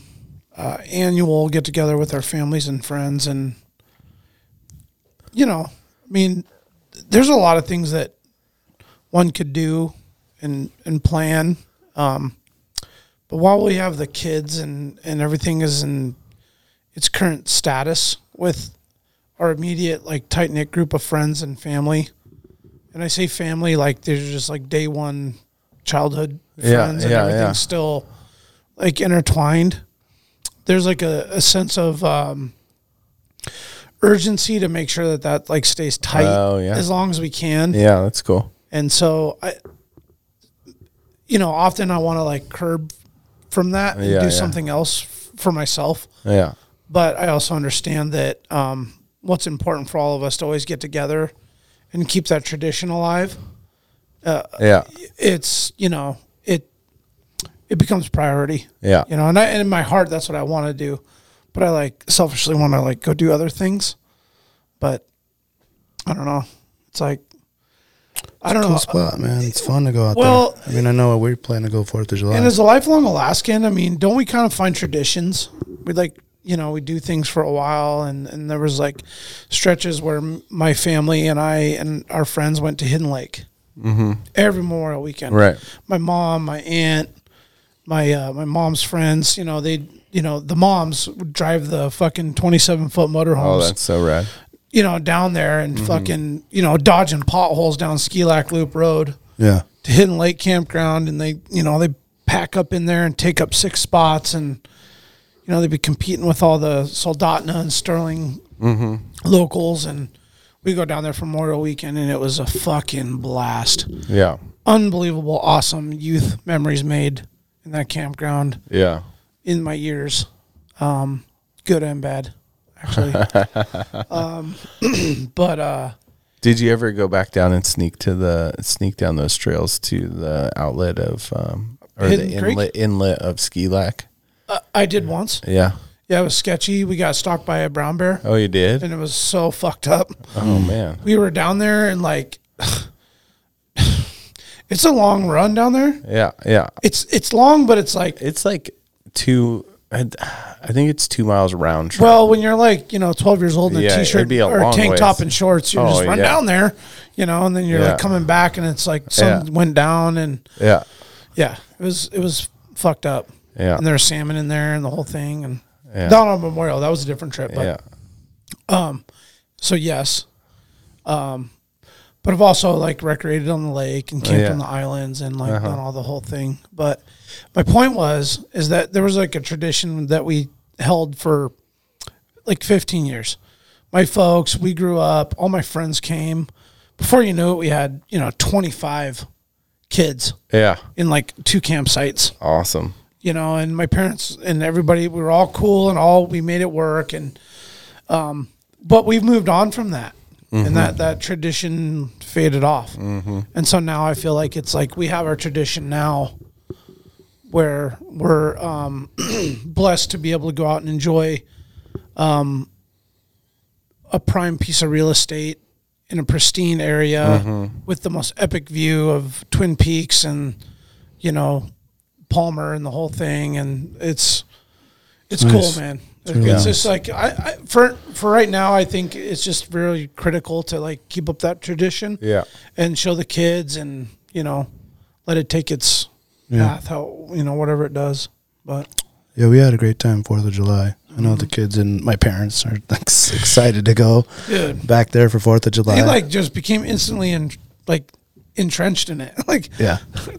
uh, annual get together with our families and friends and you know i mean there's a lot of things that one could do and and plan. Um, but while we have the kids and and everything is in its current status with our immediate like tight knit group of friends and family, and I say family like they're just like day one childhood friends and yeah, everything's yeah. still like intertwined. There's like a, a sense of um, urgency to make sure that that like stays tight Oh, yeah. as long as we can. Yeah, that's cool. And so I, you know, often I want to like curb from that and Yeah, do yeah. something else f- for myself. Yeah. But I also understand that um, what's important for all of us to always get together and keep that tradition alive. Yeah. It's you know it it becomes priority. Yeah. You know, and I and in my heart that's what I want to do, but I like selfishly want to like go do other things. But I don't know. It's like I don't know. Cool spot, man. It's fun to go out Well- there. I mean, I know we're planning to go Fourth of July. And as a lifelong Alaskan, I mean, don't we kind of find traditions? We like, you know, we do things for a while, and and there was like stretches where m- my family and I and our friends went to Hidden Lake every Memorial weekend. Mm-hmm. Right. My mom, my aunt, my uh, my mom's friends, you know, they, you know, the moms would drive the fucking twenty seven foot Oh, motorhomes that's so rad. you know, down there and fucking, you know, dodging potholes down Skilak Loop Road yeah, to Hidden Lake Campground, and they, you know, they pack up in there and take up six spots, and you know they'd be competing with all the Soldotna and Sterling locals, and we go down there for Memorial Weekend, and it was a fucking blast, Yeah. unbelievable, awesome youth memories made in that campground Yeah. in my years, um, good and bad, actually. um, but uh, Did you ever go back down and sneak to the sneak down those trails to the outlet of um or Hidden the Creek? inlet inlet of Ski Lack? I did once. Yeah. Yeah, it was sketchy. We got stalked by a brown bear. Oh, you did? and it was so fucked up. Oh man. We were down there and like it's a long run down there. Yeah. Yeah. It's it's long, but it's like It's like two. I, I think it's two miles round trip. well, when you're like you know 12 years old in a Yeah, it'd t-shirt be a or long tank ways. top and shorts, you Oh, just run yeah. down there, you know, and then you're Yeah. like coming back and it's like sun Yeah. went down and yeah. yeah, it was it was fucked up. Yeah. and there's salmon in there and the whole thing and down on Memorial that was a different trip. But Yeah. So yes, um, but I've also like recreated on the lake and camped yeah. Uh-huh. on the islands and like done all the whole thing. But my point was is that there was like a tradition that we held for like 15 years. My folks, we grew up. All my friends came. Before you knew it, we had you know 25 kids Yeah. in like two campsites Awesome. you know, and my parents and everybody, we were all cool and all we made it work and um but we've moved on from that. And that that tradition faded off. And so now I feel like it's like we have our tradition now where we're um blessed to be able to go out and enjoy um a prime piece of real estate in a pristine area Mm-hmm. with the most epic view of Twin Peaks and you know Palmer and the whole thing, and it's it's Nice. cool, man. It's, really nice. just like I, I for for right now, I think it's just really critical to like keep up that tradition, Yeah. and show the kids, and you know, let it take its path, how you know whatever it does. But yeah, we had a great time Fourth of July. I know the kids and my parents are like, s- excited to go dude, back there for Fourth of July. he like just became instantly in like entrenched in it. like yeah,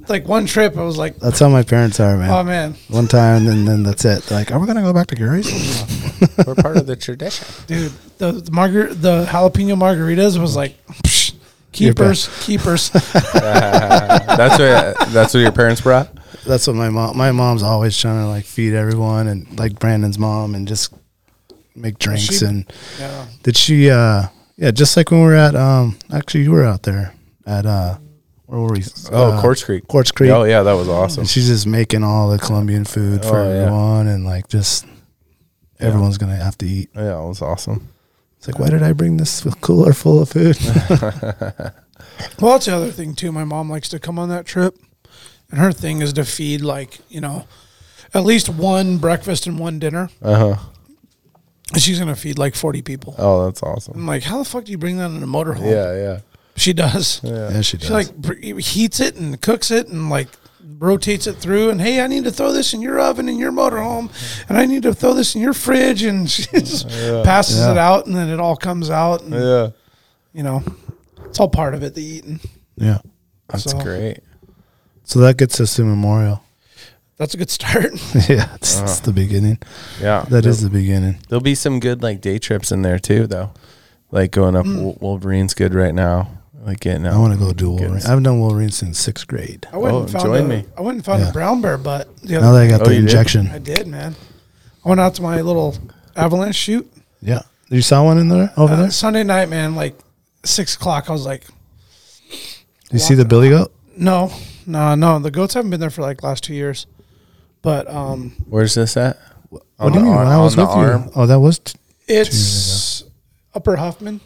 like one trip, I was like, that's how my parents are, man. oh man, One time, and then that's it. They're like, are we gonna go back to Gary's? We're part of the tradition. dude, the the, margar- the jalapeno margaritas was like. psh, Keepers, keepers. That's what that's what your parents brought. that's what my mom. My mom's always trying to like feed everyone, and like Brandon's mom, and just make drinks she- and Yeah. Did she? uh Yeah, just like when we were at. um Actually, you were out there at. uh Where were we? Oh, uh, Quartz Creek. Quartz Creek. Oh yeah, that was awesome. And she's just making all the Colombian food for Oh, yeah. everyone, and like just everyone's gonna have to eat. Yeah, it was awesome. It's like, why did I bring this cooler full of food? Well, that's the other thing too. My mom likes to come on that trip, and her thing is to feed like you know, at least one breakfast and one dinner. Uh huh. And she's gonna feed like forty people. Oh, that's awesome. I'm like, how the fuck do you bring that in a motorhome? Yeah, yeah. She does. Yeah, she does. She like br- heats it and cooks it and like rotates it through. And hey, I need to throw this in your oven in your motorhome, and I need to throw this in your fridge. And she just passes it out, and then it all comes out. And, Yeah. You know, it's all part of it. The eating. yeah. That's Great. So that gets us to Memorial. That's a good start. yeah, it's, it's Uh-huh. the beginning. Yeah. That is the beginning. There'll be some good like day trips in there too, though. Like going up Wol- Wolverine's good right now. Like getting out. Mm. I want to go do Wolverine. I haven't done Wolverine since sixth grade. I went Oh, and found a, join me. I went and found Yeah. a brown bear butt. The Now that I day. got Oh, the you did? injection. I did, man. I went out to my little avalanche shoot Yeah. You saw one in there over uh, there? Sunday night, man. Like six o'clock, I was like, You see the billy goat? no, no, no. The goats haven't been there for like last two years, but um, Where's this at? What do you mean? When Oh, I was with you. Oh, that was. T- it's Upper Huffman.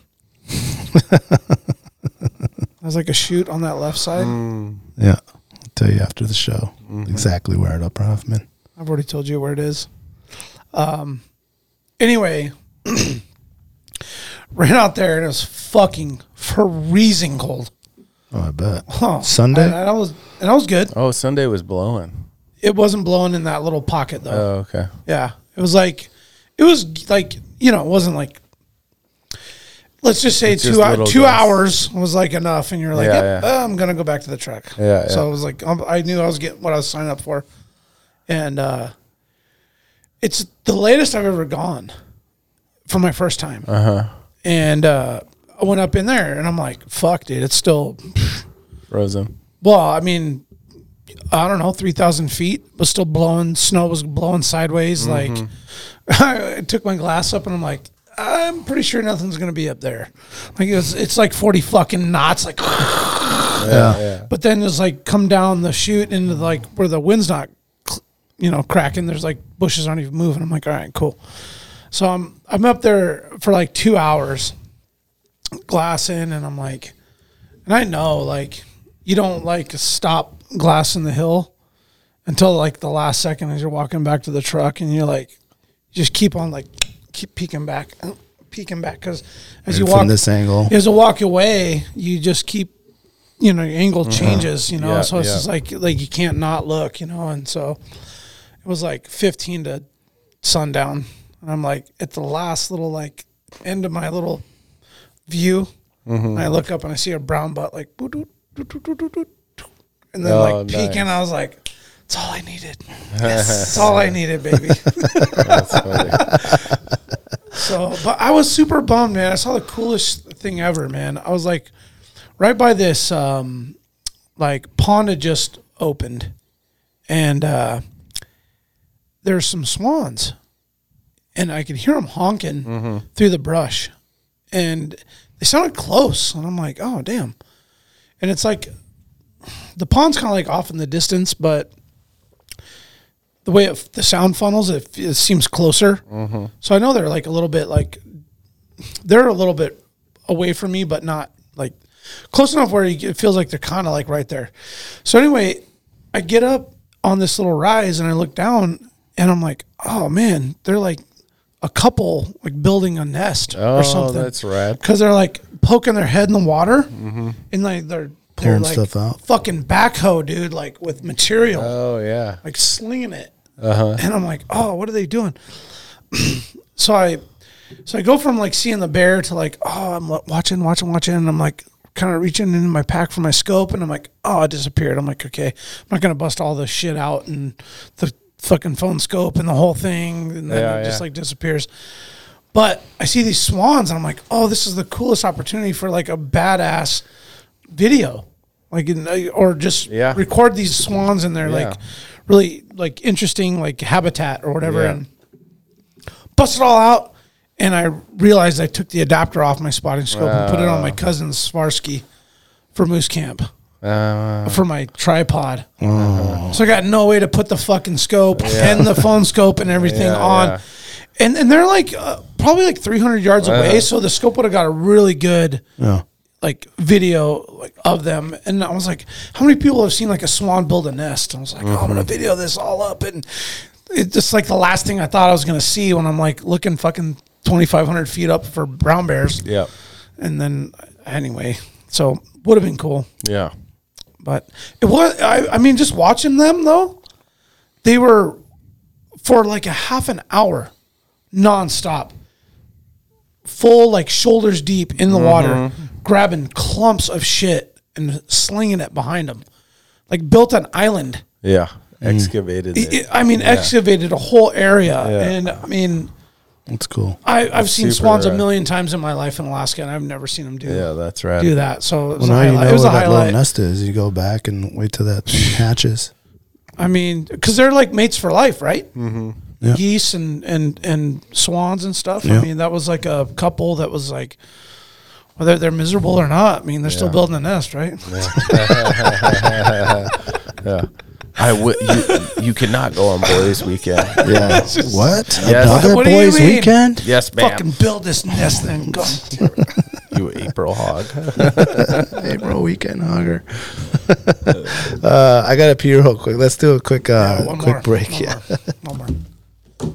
I was like a shoot on that left side. yeah. I'll tell you after the show Mm-hmm. exactly where at Upper Hoffman. I've already told you where it is. Um, anyway, ran out there and it was fucking freezing cold. Oh, I bet. Huh. Sunday? and I was and I was good. Oh, Sunday was blowing. It wasn't blowing in that little pocket though. Oh, okay. Yeah. It was like, it was like, you know, it wasn't like, let's just say just two, hou- little two guys. hours was like enough. And you're like, Yeah, "Yep, yeah. uh, I'm going to go back to the truck. Yeah, So yeah. I was like, um, I knew I was getting what I was signing up for. And, uh, it's the latest I've ever gone for my first time. Uh-huh. And, uh, I went up in there and I'm like, fuck, dude, it's still, Frozen. well, I mean, I don't know, three thousand feet was still blowing. Snow was blowing sideways. Like, I took my glass up and I'm like, I'm pretty sure nothing's gonna be up there. Like it's it's like forty fucking knots. Like, Yeah. but then there's like come down the chute into like where the wind's not, cl- you know, cracking. There's like bushes aren't even moving. I'm like, all right, cool. So I'm I'm up there for like two hours, glass in, and I'm like, and I know like you don't like stop glass in the hill until like the last second as you're walking back to the truck, and you're like, just keep on like keep peeking back, peeking back, because as you And walk from this angle. as you walk away, you just keep you know your angle changes you know Mm-hmm. Yeah, so it's yeah. just like like you can't not look you know and so it was like 15 to sundown and i'm like at the last little like end of my little view and i look up and i see a brown butt like boot, doot, doot, doot, doot, doot, doot, doot. and then Oh, like peeking i was like it's all i needed yes, it's all i needed baby so but i was super bummed man i saw the coolest thing ever man i was like right by this um like pond had just opened and uh there's some swans and i could hear them honking through the brush and they sounded close and i'm like oh damn and it's like the pond's kind of like off in the distance but the way it, the sound funnels it, it seems closer Mm-hmm. so i know they're like a little bit like they're a little bit away from me, but not like close enough where you, it feels like they're kind of like right there. So anyway, I get up on this little rise and I look down and I'm like, oh man, they're like a couple like building a nest Oh, or something. that's rad. Because they're like poking their head in the water and like they're they're Tearing like stuff out. fucking backhoe, dude, like with material Oh yeah. like slinging it. Uh-huh. And I'm like, oh, what are they doing? so I, so I go from like seeing the bear to like, oh, I'm wa- watching, watching, watching, and I'm like kind of reaching into my pack for my scope, and I'm like, oh, it disappeared. I'm like, okay, I'm not gonna bust all this shit out and the fucking phone scope and the whole thing, and then Yeah, it just yeah. like disappears. But I see these swans, and I'm like, oh, this is the coolest opportunity for like a badass video, like in, or just Yeah. record these swans in their like really like interesting like habitat or whatever, Yeah. and bust it all out. And I realized I took the adapter off my spotting scope and put it on my cousin's Swarovski for moose camp Uh. for my tripod. Oh. So I got no way to put the fucking scope and the phone scope and everything Yeah, on. yeah. And and they're like uh, probably like 300 yards away, so the scope would have got a really good Yeah. like video like of them. And I was like, how many people have seen like a swan build a nest? And I was like, oh, I'm gonna video this all up and it's just like the last thing I thought I was gonna see when I'm like looking fucking 2,500 feet up for brown bears. Yeah. And then anyway, So would have been cool, Yeah. but it was. I, I mean, just watching them though, they were for like a half an hour, nonstop, full like shoulders deep in the water, Mm-hmm. grabbing clumps of shit and slinging it behind them, like built an island. Yeah. Mm. E- Excavated. It- it. it- I mean, excavated a whole area, and I mean, That's cool. I, I've seen super, swans a uh, million times in my life in Alaska, and I've never seen them do Yeah, that's right. do that. So it was Well, now a you highlight. know It was a where that little highlight. nest is. You go back and wait till that thing hatches. I mean, because they're like mates for life, right? Yeah. Geese and and and swans and stuff. I Yeah. mean, that was like a couple that was like, whether they're miserable or not. I mean, they're still building a nest, right? I would. You, you cannot go on boys' weekend. Yeah. what? Yes. Another What do you boys' mean? weekend? Yes, ma'am. Fucking build this nest and go. You April hog. April weekend hugger. uh, I gotta pee real quick. Let's do a quick uh, one quick more, break. One yeah. more, one more.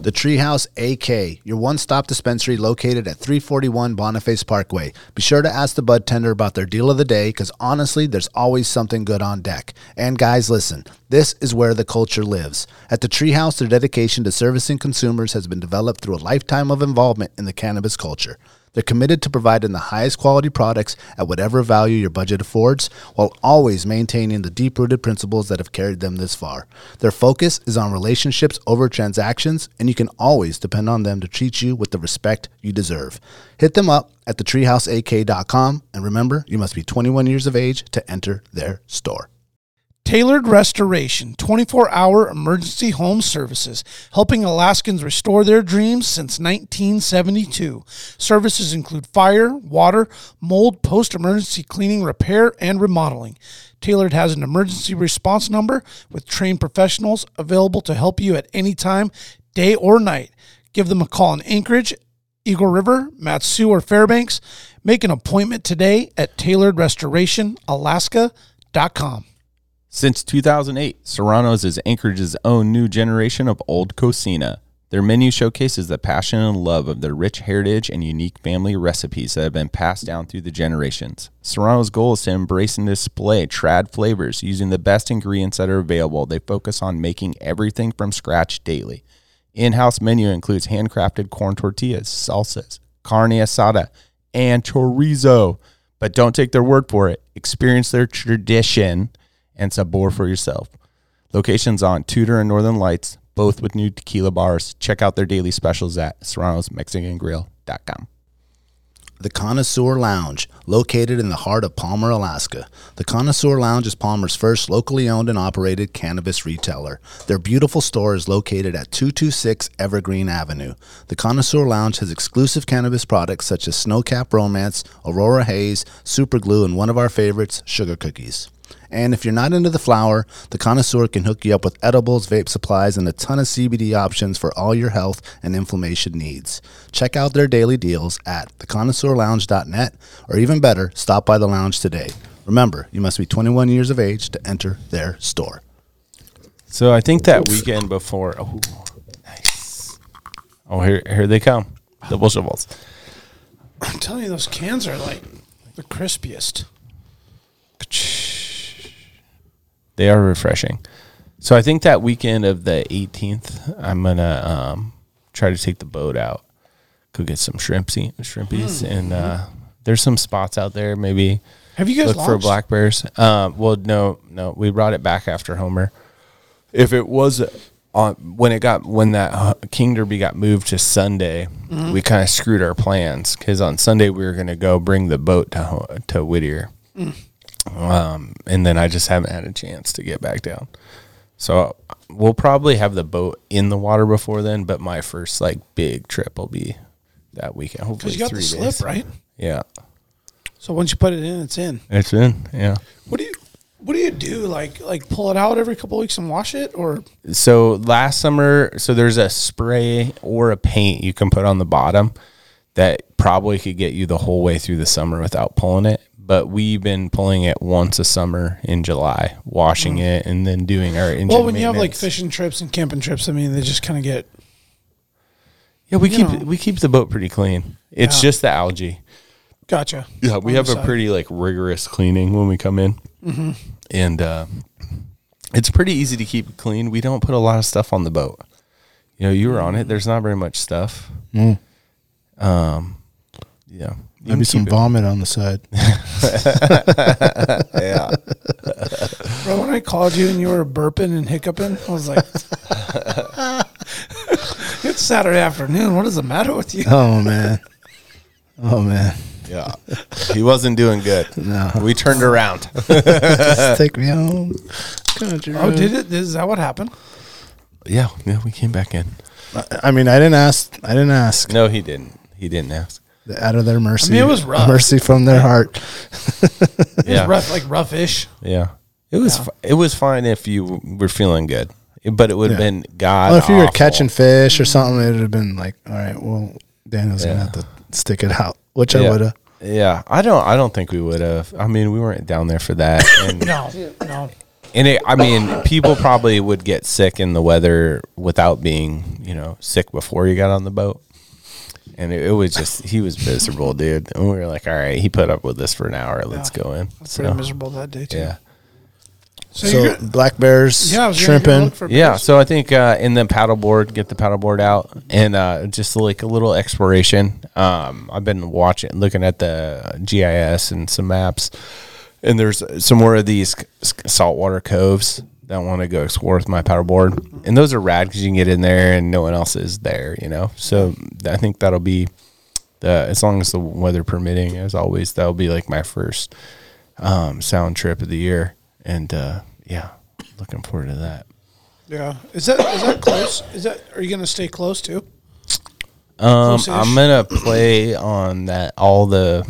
The Treehouse AK, your one stop dispensary located at 341 Boniface Parkway. Be sure to ask the bud tender about their deal of the day because honestly, there's always something good on deck. And guys, listen, this is where the culture lives. At the Treehouse, their dedication to servicing consumers has been developed through a lifetime of involvement in the cannabis culture. They're committed to providing the highest quality products at whatever value your budget affords, while always maintaining the deep rooted principles that have carried them this far. Their focus is on relationships over transactions, and you can always depend on them to treat you with the respect you deserve. Hit them up at thetreehouseak.com, and remember, you must be 21 years of age to enter their store. Tailored Restoration, 24 hour emergency home services, helping Alaskans restore their dreams since 1972. Services include fire, water, mold, post emergency cleaning, repair, and remodeling. Tailored has an emergency response number with trained professionals available to help you at any time, day or night. Give them a call in Anchorage, Eagle River, Matsu, or Fairbanks. Make an appointment today at tailoredrestorationalaska.com. Since 2008, Serrano's is Anchorage's own new generation of old cocina. Their menu showcases the passion and love of their rich heritage and unique family recipes that have been passed down through the generations. Serrano's goal is to embrace and display trad flavors using the best ingredients that are available. They focus on making everything from scratch daily. In-house menu includes handcrafted corn tortillas, salsas, carne asada, and chorizo. But don't take their word for it. Experience their tradition and sabor for yourself. Locations on Tudor and Northern Lights, both with new tequila bars. Check out their daily specials at serranosmexicangrill.com. The Connoisseur Lounge, located in the heart of Palmer, Alaska. The Connoisseur Lounge is Palmer's first locally owned and operated cannabis retailer. Their beautiful store is located at 226 Evergreen Avenue. The Connoisseur Lounge has exclusive cannabis products such as Snowcap Romance, Aurora Haze, Super Glue, and one of our favorites, Sugar Cookies. And if you're not into the flower, the connoisseur can hook you up with edibles, vape supplies, and a ton of CBD options for all your health and inflammation needs. Check out their daily deals at theconnoisseurlounge.net, or even better, stop by the lounge today. Remember, you must be 21 years of age to enter their store. So I think that weekend before, oh, nice. Oh, here, here they come, the Bolsheviks. I'm telling you, those cans are like the crispiest. They are refreshing. So I think that weekend of the 18th, I'm gonna um, try to take the boat out, go get some shrimpsy, shrimpies, and uh, there's some spots out there. Maybe Have you guys look for launched? black bears. Um, well, no, no, we brought it back after Homer. If it was uh, on when it got when that uh, King Derby got moved to Sunday, Mm-hmm. we kind of screwed our plans because on Sunday we were gonna go bring the boat to Ho- to Whittier, Mm. um, and then I just haven't had a chance to get back down. So uh, we'll probably have the boat in the water before then, but my first like big trip will be that weekend. Hopefully, Because you got three the slip, days. right? Yeah, So once you put it in, it's in. it's in. Yeah. What do you what do you do? Like like pull it out every couple weeks and wash it or so last summer so there's a spray or a paint you can put on the bottom that probably could get you the whole way through the summer without pulling it but we've been pulling it once a summer in july washing it and then doing our engine Mm. Well, when you have like maintenance. fishing trips and camping trips, I mean they just kinda get yeah we you keep know. we keep the boat pretty clean it's Yeah. just the algae Gotcha. Yeah, we have a pretty like rigorous cleaning when we come in, Mm-hmm. and uh, it's pretty easy to keep clean. We don't put a lot of stuff on the boat. You know, you were on it. There's not very much stuff. Um, yeah, You can Mm. Maybe some keep it- vomit on the side. Yeah, Bro, when I called you and you were burping and hiccuping, I was like, it's Saturday afternoon. What is the matter with you? Oh man. Oh man. yeah. he wasn't doing good. No. We turned around. Just take me home. Country Uh, Oh, road. did it? Is that what happened? yeah, yeah. We came back in. I- I mean, I didn't ask. I didn't ask. No, he didn't. He didn't ask. Out of their mercy, it was rough. mercy from their heart. Yeah, Rough, like roughish. yeah. It was fi- it was fine if you were feeling good, but it would have Yeah. been God. Well, if you were awful. catching fish or something, it would have been like, all right, well, Daniel's Yeah. gonna have to stick it out, which yeah. I would have. Yeah, I don't. I don't think we would have. I mean, we weren't down there for that. And, No, no. and it, I mean, people probably would get sick in the weather without being, you know, sick before you got on the boat. And it, it was just he was miserable, dude. And we were like, all right, he put up with this for an hour. Let's Yeah. go in. I was So, pretty miserable that day, too. yeah, So, So you're good. black bears, Yeah, I was gonna go shrimping. look for yeah. So I think uh, in the paddleboard, get the paddleboard out, and uh, just like a little exploration. Um, I've been watching, looking at the GIS and some maps, and there's some more of these s- saltwater coves that I want to go explore with my paddleboard, and those are rad because you can get in there and no one else is there, you know. So I think that'll be the as long as the weather permitting, as always, that'll be like my first um, sound trip of the year, and uh, yeah, looking forward to that. Yeah. Is that is that close? Is that are you gonna stay close too? Um, Close-ish. I'm gonna play on that. All the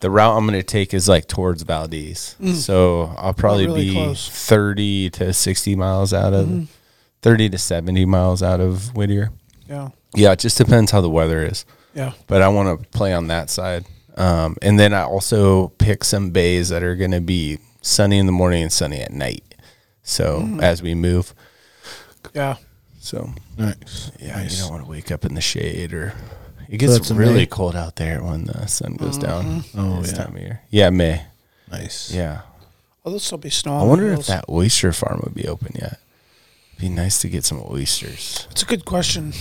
the route I'm gonna take is like towards Valdez, so I'll probably Mm. really be close. Mm-hmm. 30 to 60 miles out of 30 to 70 miles out of Whittier. Yeah. Yeah, it just depends how the weather is, Yeah. but I want to play on that side. Um, and then I also pick some bays that are gonna be sunny in the morning and sunny at night. So Mm-hmm. as we move, Yeah. so Nice. yeah, you don't want to wake up in the shade or it So gets that's in really May. cold out there when the sun goes Mm-hmm. down. Oh, this yeah. time of year. Yeah, May. Nice. Yeah. Oh, this will be snowing. I wonder It'll- if that oyster farm would be open yet. Be nice to get some oysters. It's a good question.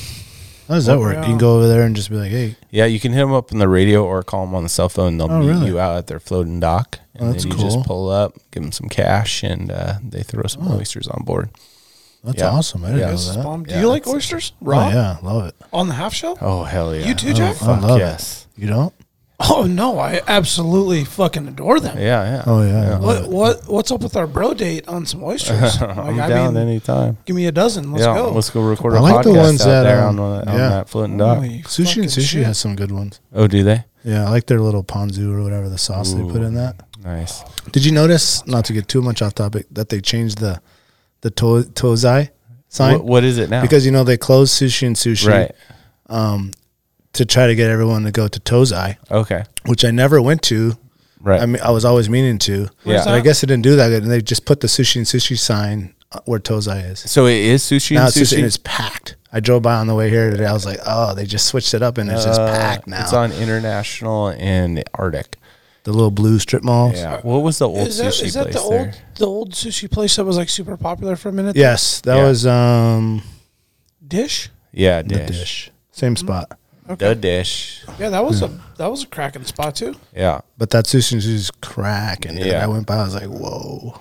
How does that work? You can Yeah. go over there and just be like, hey, Yeah, you can hit them up on the radio or call them on the cell phone. They'll Oh, meet really? you out at their floating dock, and Oh, that's then you cool. Oh. just pull up, give them some cash, and uh, they throw some oysters on board. that's Yeah. awesome. I didn't Yeah. know This is that. bomb. Do Oh, Yeah, you like that's- oysters raw Oh, yeah, love it. on the half shell? Oh hell yeah! You too, Jeff? Oh, I love yes. it. You don't? Oh no, I absolutely fucking adore them. Yeah, yeah. Oh, yeah. I love What what what's up with our bro date on some oysters? Like, I'm I down mean, anytime. give me a dozen. Let's yeah, go. let's go record I a like podcast the ones out that, there um, on, the, on yeah. that floating dock. Holy it. Sushi and fucking sushi shit. has some good ones. Oh, do they? Yeah, I like their little ponzu or whatever the sauce they put in that. Nice. Did you notice, not to get too much off topic, that they changed the the to- tozai sign? What, what is it now? Because you know they closed sushi and sushi right. to try to get everyone to go to Tozai, Okay. which I never went to. Right. I mean, I was always meaning to. Where's But I that? guess they didn't do that, good, and they just put the sushi and sushi sign uh, where Tozai is. so it is sushi now and it's just sushi. and it's packed. I drove by on the way here today. I was like, oh, they just switched it up, and it's just Uh, packed now. It's on international and Arctic. the little blue strip malls. Yeah. What was the old Is that sushi is that place the there? old the old sushi place that was like super popular for a minute? Yes, that Yeah. was um Dish? Yeah, the dish. dish, Mm-hmm. same spot. The dish. Yeah, that was a that was a cracking spot too. Yeah. But that sushi and sushi's cracking. dude. Yeah. I went by. I was like, whoa,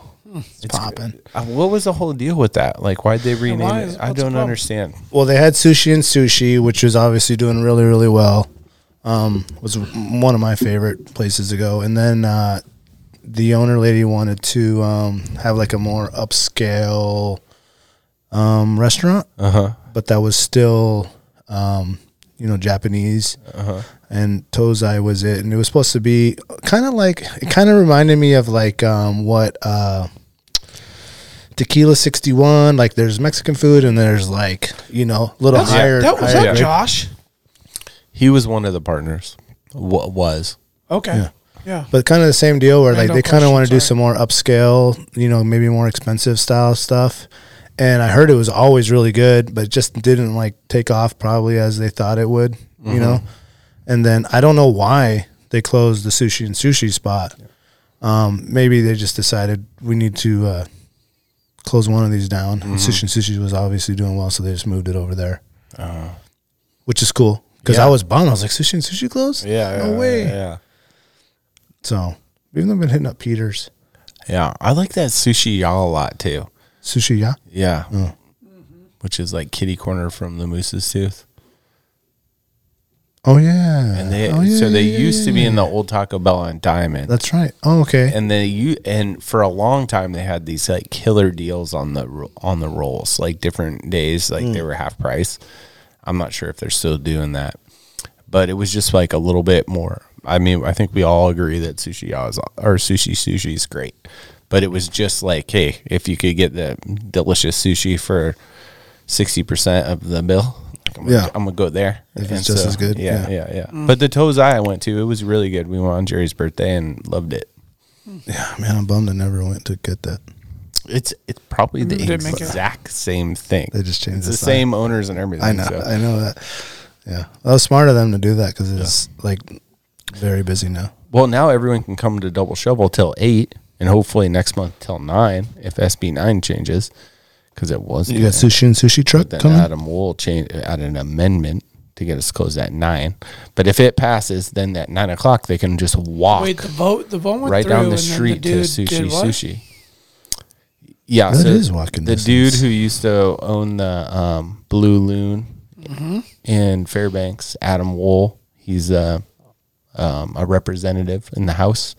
it's, popping. Uh, what was the whole deal with that? Like, why'd they rename why is- it? I what's the don't problem? understand. Well, they had sushi and sushi, which was obviously doing really, really well. Um, was one of my favorite places to go. And then uh, the owner lady wanted to um, have like a more upscale um, restaurant, but that was still, um, you know, Japanese. And Tozai was it, and it was supposed to be kind of like it. Kind of reminded me of like um, what. Uh, Tequila 61, like there's Mexican food and there's like, you know, little That's, higher. that was higher that grade. Josh. He was one of the partners. What was? Okay. Yeah. But kind of the same deal where like Random they kind of question, want to do sorry. some more upscale, you know, maybe more expensive style stuff. And I heard it was always really good, but just didn't Mm-hmm. like take off probably as they thought it would, you know. And then I don't know why they closed the sushi and sushi spot. Um, maybe they just decided we need to uh, close one of these down. Mm-hmm. And Sushi and sushi was obviously doing well, so they just moved it over there, which is cool. Because I Uh-huh. Yeah. was bummed. I was like, sushi and sushi closed? Yeah. no yeah, way. Yeah, yeah. So we've been hitting up Peter's Yeah, I like that sushi y'all a lot too. sushi. Yeah, Yeah. Mm. Mm-hmm. Which is like kitty corner from the moose's tooth. Oh yeah. And they oh, yeah, so they yeah, yeah, used to yeah, be in yeah. the old Taco Bell on Diamond. That's right. Oh okay. and they you and for a long time they had these like killer deals on the ro- on the rolls, like different days like Mm. they were half price. I'm not sure if they're still doing that. But it was just like a little bit more. I mean, I think we all agree that sushi Y'all is or sushi sushi is great. But it was just like, hey, if you could get the delicious sushi for sixty percent of the bill, I'm gonna, Yeah. I'm gonna go there. If it's just as good, yeah, yeah. yeah, yeah. But the Tozai I went to, it was really good. We went on Jerry's birthday and loved it. Man, I'm bummed I never went to get that. It's it's probably the Mm, Didn't make it. exact same thing. They just changed it's the the sign. same owners and everything. I know. so- I know that. Yeah, that was smart of them to do that because it's like very busy now. Well, now everyone can come to Double Shovel till eight, and hopefully next month till nine if SB nine changes, because it was. You got sushi and sushi truck Then coming. Adam will change add an amendment to get us closed at nine. But if it passes, then at nine o'clock they can just walk Wait, the vote the vote went right through down the and street then the dude to sushi did what? sushi. Yeah, That so is walking The distance. dude who used to own the um, Blue Loon Mm-hmm. in Fairbanks, Adam Wool, he's uh, a um, a representative in the House,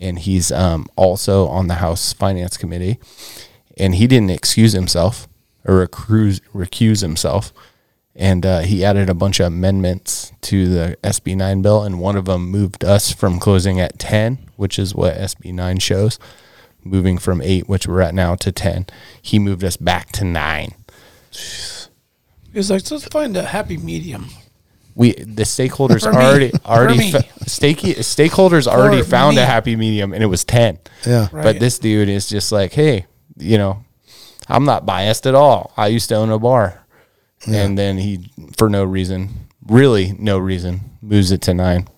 and he's um, also on the House Finance Committee, and he didn't excuse himself or recuse, recuse himself. And uh, he added a bunch of amendments to the SB 9 bill, and one of them moved us from closing at 10, which is what SB 9 shows, moving from 8, which we're at now, to 10. He moved us back to 9. He was like, let's find a happy medium. we the stakeholders For me. already For me. already fa- stake, stakeholders already For found me. a happy medium and it was 10 Yeah. Right. but this dude is just like hey you know i'm not biased at all i used to own a bar and then he for no reason really no reason moves it to 9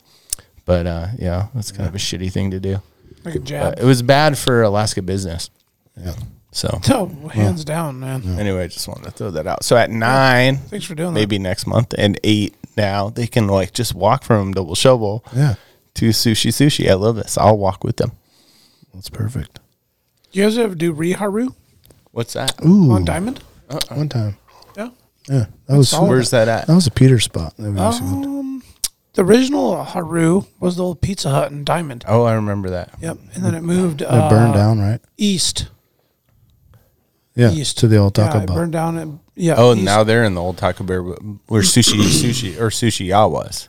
but uh yeah that's kind of a shitty thing to do Uh, Like a jab. but it was bad for alaska business yeah so No, hands down, man. anyway i just wanted to throw that out so at 9 Thanks for doing that. maybe next month and eight now they can like just walk from double shovel Yeah, to sushi sushi i love this i'll walk with them that's perfect. You guys ever do Riharu what's that Ooh, on Diamond? one time. Yeah. Yeah, that was solid. where's that at that was a Peter spot. That we used to go to. Um, the original Haru was the old Pizza Hut in Diamond. oh i remember that Yep, and then it moved. It Uh, burned down, right? east. Yeah, east. to the old Yeah, Taco it Bell. burned down. And, yeah. oh east. now they're in the old taco bear where sushi sushi or sushi ya was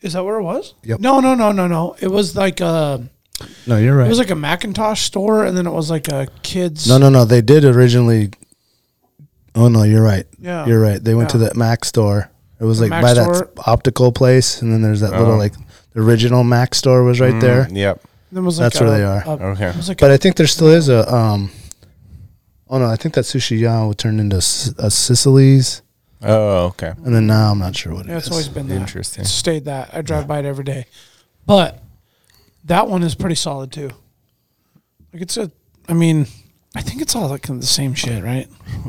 is that where it was? Yep. No, no, no, no, no. It was like a. No, you're It right. was like a Macintosh store, and then it was like a kids. no, no, no. They did originally. Oh no, you're right. Yeah. you're right. They went to Yeah. that Mac store. It was The like Mac by store. Oh. that optical place, and then there's that little like the original Mac store was Mm-hmm. right there. Mm, yep There was like That's where a- they are. a- Okay. it was like But I think there still is a. Um, oh no, I think that sushi yao turned into S- a Sicily's, oh okay and then now I'm not sure what it is. Yeah, it's always been that. Interesting. It's stayed that. I drive by it every day, but that one is pretty solid too. Like it's a, I mean, I think it's all like the same shit, right?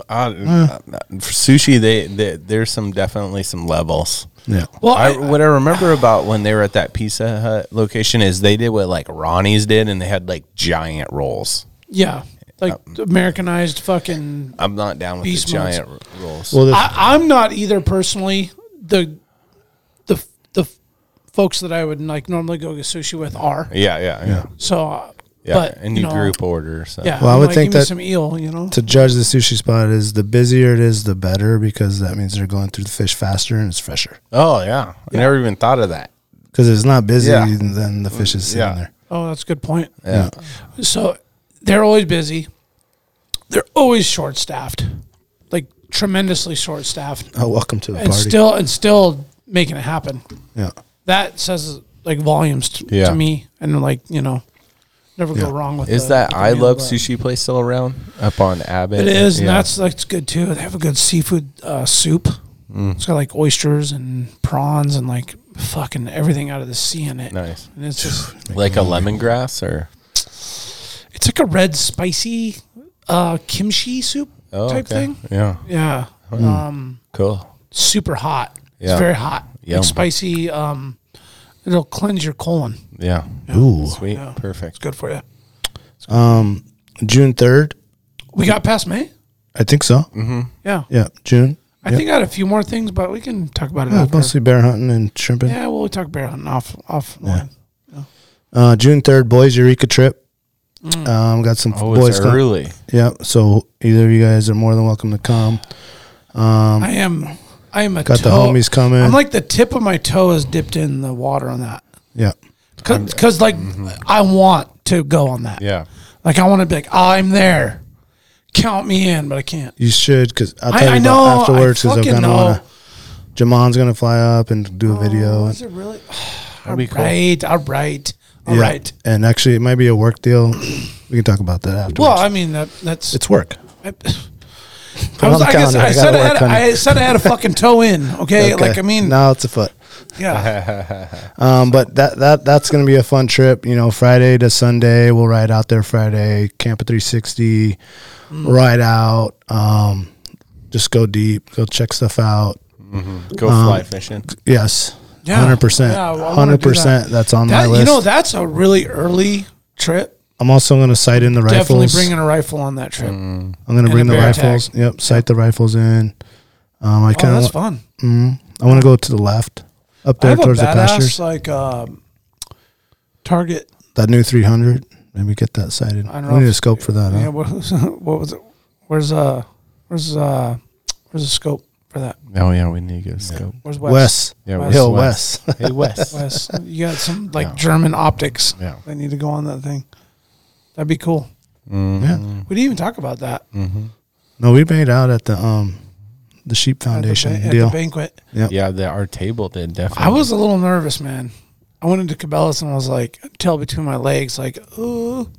I, for sushi they, they there's some definitely some levels yeah, Well, I, I, what I remember about when they were at that Pizza Hut location is they did what like Ronnie's did, and they had like giant rolls. yeah, like Americanized fucking. I'm not down with Beast the modes. giant r- rolls. Well, the, I, I'm not either personally. The, the the folks that I would like normally go get sushi with are yeah, yeah, yeah, so. uh, yeah. But and you know, group order. So. Yeah, Well, I I'm would like, think give me that- some eel, you know. to judge the sushi spot is the busier it is, the better because that means they're going through the fish faster and it's fresher. Oh yeah. I never even thought of that. Because if it's not busy, Yeah. then the fish is sitting Yeah. there. Oh, that's a good point. Yeah. So they're always busy. They're always short staffed, like tremendously short staffed, Oh, welcome to the and party. still and still making it happen. yeah, That says like volumes t- Yeah. to me, and like you know, never go wrong with. Is the- that with the I meal, love but- sushi place still around up on Abbott? It is, and Yeah. that's that's good too. They have a good seafood uh, soup. It's got like oysters and prawns and like fucking everything out of the sea in it. Nice. And it's just Like a lemongrass or it's like a red spicy uh kimchi soup oh, type okay. thing. Yeah. Yeah. Hmm. Um Cool. super hot. Yeah. It's very hot. Yum. Like spicy um it'll cleanse your colon. Yeah. Ooh. Sweet. Perfect. It's good for you. Um, June third, We got past May? I think so. Yeah. Yeah, June. I think I had a few more things, but we can talk about it Yeah, after. mostly bear hunting and shrimping. Yeah, we'll talk bear hunting off off line. Uh, June third, boys Eureka trip. Mm. Um, got some Oh, boys. it's come- early. Yeah, so either of you guys are more than welcome to come. I am I am a Um, Got the toe- homies coming. I'm like the tip of my toe is dipped in the water on that. yeah, Because like I want to go on that. Yeah. Like I want to be like "Ah, I'm there. Count me in, but I can't. you should because I'll tell I, you I about know. afterwards I because I'm fucking gonna know. Oh, wanna. Jamon's gonna fly up and do a video. Is it really? All be cool. right. All right. All yeah, right. and actually it might be a work deal. We can talk about that afterwards. Well, I mean that that's. it's work. I, Put it was, on the I, guess, calendar. I I gotta said I work had on it. I said I had a fucking toe in. Okay. Like I mean, now it's a foot. Uh-huh. yeah. Um, but that that that's gonna be a fun trip. You know, Friday to Sunday, we'll ride out there Friday, camp at 360, Mm. ride out. Um, just go deep, go check stuff out. Go fly fishing. Yes. Yeah. Hundred percent. Yeah, I wanna do Hundred percent. that. That's on my That, list. you know, that's a really early trip. I'm also going to sight in the Definitely rifles. Mm. bringing a rifle on that trip. I'm going and to bring a the bear rifles. Yep, sight the rifles in. Um, I Oh, kind that's of fun. I want to go to the left, up I there have a towards the badass pastures. like um, target. That new 300. Maybe get that sighted. I don't We know need if- a scope for that. Yeah, Huh? what, what was it? Where's uh, where's uh, where's the scope for that? Oh yeah, we need to go scope. Where's West? Wes. Yeah, Wes. Hill Wes. Hey Wes. West. You got some like German optics. Yeah. They need to go on that thing. That'd be cool. yeah. We didn't even talk about that. at the No, we made out at the um the Sheep Foundation ba- at the, deal. banquet. Yeah, the, our table did definitely. I was a little nervous, man. I went into Cabela's and I was like, tail between my legs, like, oh.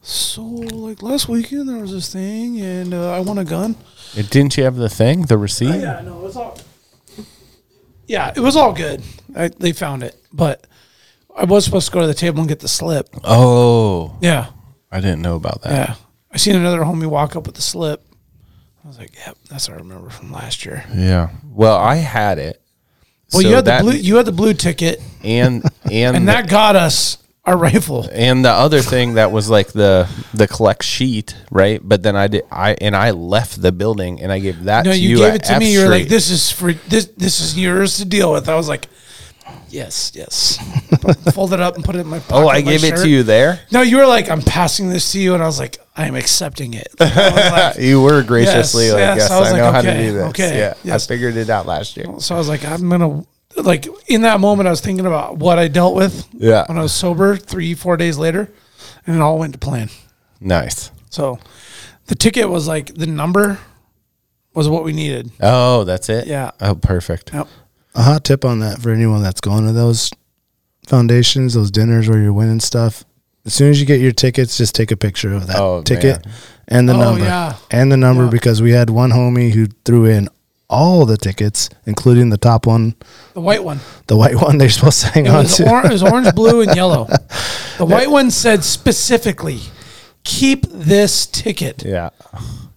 So like last weekend there was this thing and uh, I won a gun. Didn't you have the thing, the receipt? Oh, Yeah, no, it was all. Yeah, it was all good. I, they found it, but I was supposed to go to the table and get the slip. Uh, Oh, Yeah, I didn't know about that. yeah. I seen another homie walk up with the slip. I was like, "Yep, that's what I remember from last year." Yeah. Well, I had it. Well, So you had that- Um, the blue. You had the blue ticket, and and and that got us our rifle. and the other thing that was like the the collect sheet, right? But then I did I and I left the building and I gave that No, to you, you. gave at it to F me. You're like, Street. "This is for this. This is yours to deal with." I was like, "Yes, yes." Fold it up and put it in my. Pocket, Oh, my I gave it shirt. to you there. No, you were like, I'm passing this to you, and I was like, I'm accepting it. I was like- You were graciously Yes, like, yes, yes, I, I was like, know how to okay, do this. okay, yeah, yes. I figured it out last year. so I was like, I'm gonna like in that moment, I was thinking about what I dealt with. Yeah. when I was sober, three four days later, and it all went to plan. Nice. So the ticket was like the number was what we needed. Oh, that's it. Yeah. Oh, perfect. Yep. a hot tip on that for anyone that's going to those foundations, those dinners where you're winning stuff. As soon as you get your tickets, just take a picture of that Oh, ticket man. and the Oh, number. yeah. And the number because we had one homie who threw in all the tickets, including the top one, The white one. the white one they're supposed to hang It on was, to. or, it was orange, blue, and yellow. The white one said specifically, "Keep this ticket." Yeah.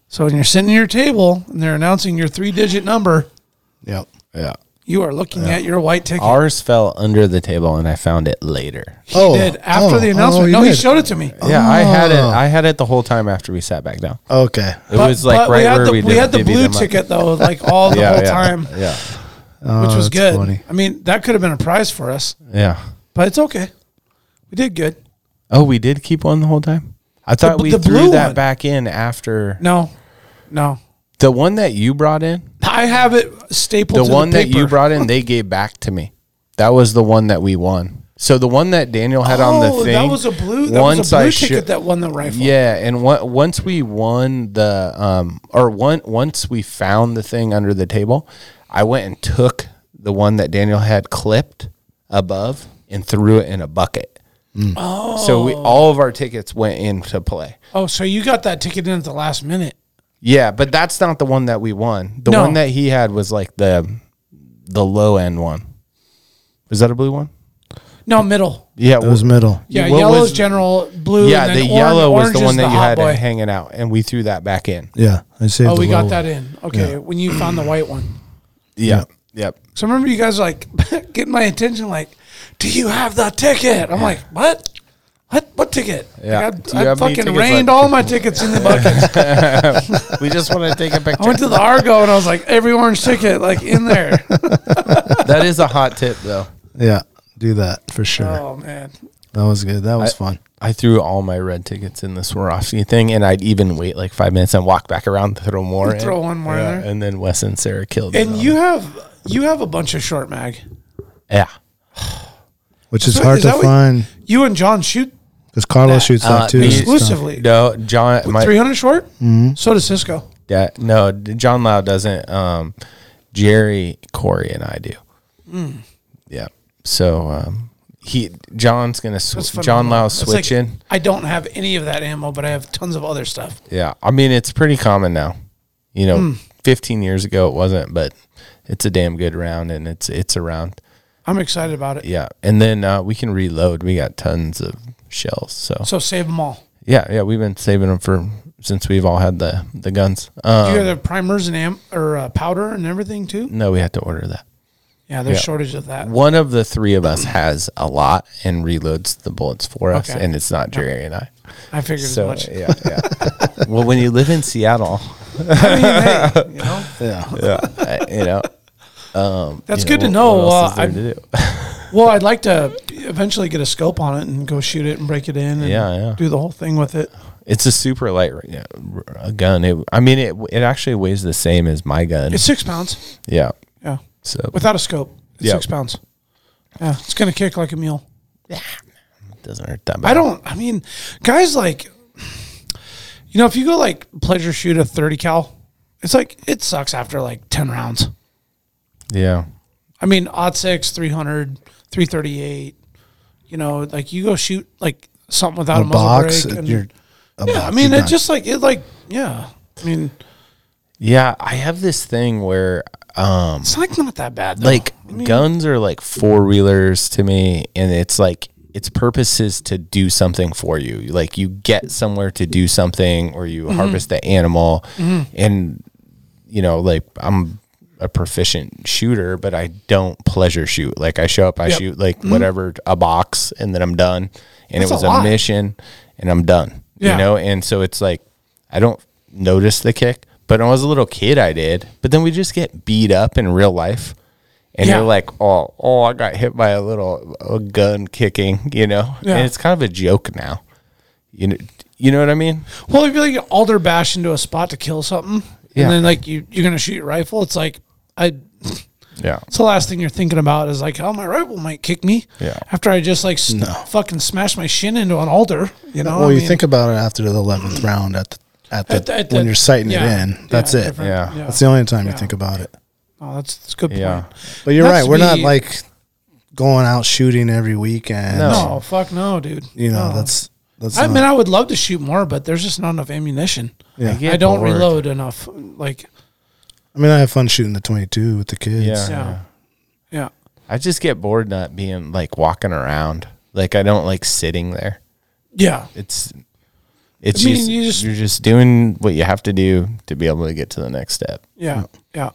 So when you're sitting at your table and they're announcing your three digit number, Yep. Yeah. you are looking at your white ticket. Ours fell under the table and I found it later. oh, did after oh, the oh, announcement. you no, he did. showed it to me. Yeah, I had it. Ah. Oh. I had it the whole time after we sat back down. Okay. It was like right we had where the, we, we did- had the divvied blue them up. ticket though, like all the Yeah, whole yeah, time, Yeah, which was Oh, that's good. funny. I mean, that could have been a prize for us, yeah. but it's okay. We did good. Oh, we did keep one the whole time. I thought b- we the threw blue that one. back in after No, no, the one that you brought in. I have it stapled. The to one that you paper. brought in, they gave back to me. That was the one that we won. So the one that Daniel had on the Oh, thing. that was a blue. That was a I blue sho- ticket that won the rifle. Yeah, and on- once we won the um, or one once we found the thing under the table, I went and took the one that Daniel had clipped above and threw it in a bucket. Mm. Oh, so we all of our tickets went into play. Oh, so you got that ticket in at the last minute. Yeah, but that's not the one that we won. The No. one that he had was like the the low end one. Is that a blue one? No, middle. Yeah, It was middle. Yeah, What yellow's was- general, blue. yeah. and The then orange- yellow was orange the is one that you hot had boy. hanging out, and we threw that back in. Yeah, I saved. Oh, the we little- got that in. Okay, when you found the white one. Yeah. Yep. So I remember you guys like getting my attention, like, "Do you have the ticket?" I'm like, "What? What? What ticket?" Yeah. Like, Do you I, I have any fucking tickets? rained Like- all my tickets in the bucket. We just want to take a I went picture. to the Argo and I was like, "Every orange ticket, like in there." that is a hot tip, though. Yeah, do that for sure. oh man, That was good. That was I- fun. I threw all my red tickets in the Swarovski thing, and I'd even wait like five minutes and walk back around, throw more, in. Throw one more in Yeah, there. and then Wes and Sarah killed. it And all. you have you have a bunch of short mag. yeah, Which is So hard is to that what- find You and John shoot because Carlos shoots Uh, that too. these- exclusively. no, John, my 300 short? Mm-hmm. So does Cisco. dad, no, D- John Lau doesn't. Um, Jerry, Corey, and I do. Hmm. Yeah, so um, he John's gonna That's sw- John phenomenal. Lau It's like, switching. I don't have any of that ammo, but I have tons of other stuff. Yeah, I mean it's pretty common now. You know, Hmm. 15 years ago it wasn't, but it's a damn good round, and it's it's a round. I'm excited about it. Yeah, and then uh, we can reload. We got tons of shells. So So save them all. yeah, yeah, we've been saving them for since we've all had the the guns. Do Um, you have the primers and am- or uh, powder and everything too? no, we had to order that. Yeah, there's Yeah. shortage of that. One of the three of us has a lot and reloads the bullets for us, Okay. and it's not Jerry and I. I figured as So much. yeah, yeah. well, when you live in Seattle, I mean, hey, you know, uh, you know that's you good to what- know. what else Uh, is there I, to do? well, I'd like to eventually get a scope on it and go shoot it and break it in and Yeah, yeah. do the whole thing with it. It's a super light r- yeah, r- a gun. It, I mean, it it actually weighs the same as my gun. It's six pounds. yeah. Yeah. So Without a scope, it's Yeah. six pounds. Yeah, it's going to kick like a mule. it doesn't hurt that bad. I don't. I mean, guys like, you know, if you go like pleasure shoot a thirty cal, it's like it sucks after like ten rounds. Yeah. I mean, odd six, 300, 338, You know, like you go shoot like something without a, a muzzle box. brake. and and- you're, a yeah, box, I mean, you're it done. just like it like yeah. I mean, Yeah, I have this thing where um it's like not that bad. Though. like guns are like four wheelers to me and it's like its purpose is to do something for you. Like you get somewhere to do something or Mm-hmm. you harvest the animal and you know, like I'm a proficient shooter, but I don't pleasure shoot. Like I show up, I Yep. Mm-hmm. shoot like whatever a box and then I'm done. And That's a it was a lot. mission and I'm done. Yeah. You know, and so it's like I don't notice the kick, but when I was a little kid, I did. But then we just get beat up in real life, and Yeah. you're like, oh, oh, I got hit by a little a gun kicking, you know. Yeah. And it's kind of a joke now, you know. You know what I mean? well, if you like alder bash into a spot to kill something, Yeah. and then like you you're gonna shoot your rifle, it's like I Yeah. It's the last thing you're thinking about is like, oh, my rifle might kick me. Yeah. After I just like st- fucking smashed my shin into an altar. You know. well, oh, I you mean, think about it after the eleventh round at the, at the, at the- at the- when you're sighting yeah, it in. That's it. different- Yeah. That's the only time you think about it. Oh, that's that's a good point. Yeah. But you're That's right. We're not me- like going out shooting every weekend. No, fuck no, dude. you know No. that's that's. I not- mean, I would love to shoot more, but there's just not enough ammunition. Yeah. I get I don't bored. reload enough. Like, I mean, I have fun shooting the 22 with the kids. Yeah. yeah, yeah. I just get bored not being like walking around. Like I don't like sitting there. Yeah, It's it's I mean, just, you you just- are just doing what you have to do to be able to get to the next step. yeah, yeah.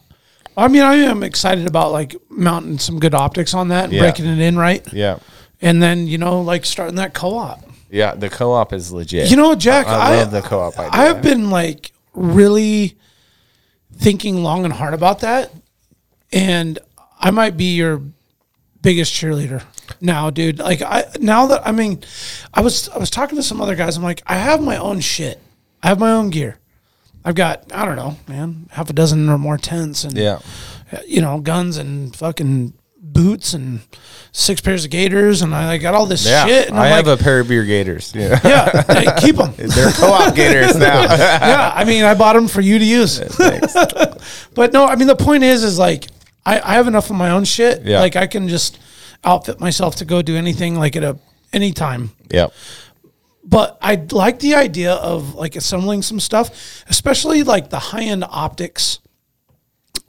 I mean, I am excited about like mounting some good optics on that and Yeah. breaking it in right, Yeah. and then you know like starting that co-op. Yeah, the co-op is legit. You know, Jack, I, I- love the co-op idea. I've been like really thinking long and hard about that, and I might be your biggest cheerleader now, dude. Like I now that I mean, I was I was talking to some other guys. I'm like, I have my own shit. I have my own gear. I've got I don't know, man, half a dozen or more tents and yeah. you know, guns and fucking boots and six pairs of gaiters, and I, I got all this Yeah, shit. And I'm I have like, a pair of beer gators. Yeah, yeah, like, keep them. they're co-op gators now. yeah, I mean, I bought them for you to use. but no, I mean, the point is, is like, I, I have enough of my own shit. Yeah. Like, I can just outfit myself to go do anything, like at a any time. yep. But I like the idea of like assembling some stuff, especially like the high end optics,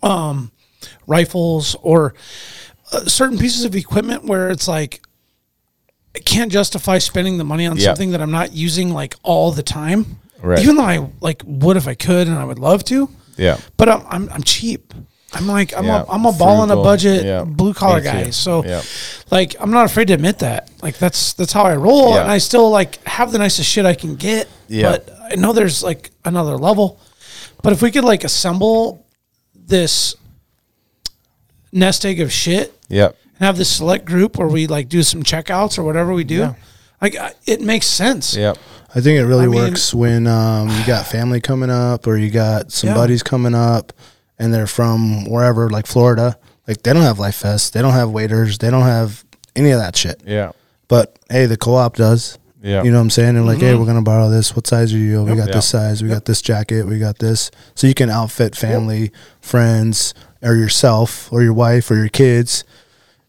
um, rifles or uh, certain pieces of equipment where it's like I can't justify spending the money on Yeah. something that I'm not using like all the time. Right. Even though I like would if I could and I would love to. Yeah. But I'm I'm, I'm cheap. I'm like I'm Yeah. a I'm a ball on a Frugal. budget Yeah. blue collar Me too. guy. So Yeah. like I'm not afraid to admit that. Like that's that's how I roll Yeah. and I still like have the nicest shit I can get. Yeah. But I know there's like another level. But if we could like assemble this nest egg of shit Yep. and have this select group where we like do some checkouts or whatever we do, like I- it makes sense. Yep. I think it really I mean- works when um, you got family coming up or you got some Yeah. buddies coming up and they're from wherever, like Florida. Like they don't have life vests, they don't have waiters, they don't have any of that shit. Yeah. But hey, the co-op does. Yeah. You know what I'm saying? They're like, Mm-hmm. hey, we're gonna borrow this. What size are you? We got this Yeah. size. We got this jacket. We got this. So you can outfit family, friends, or yourself, or your wife, or your kids.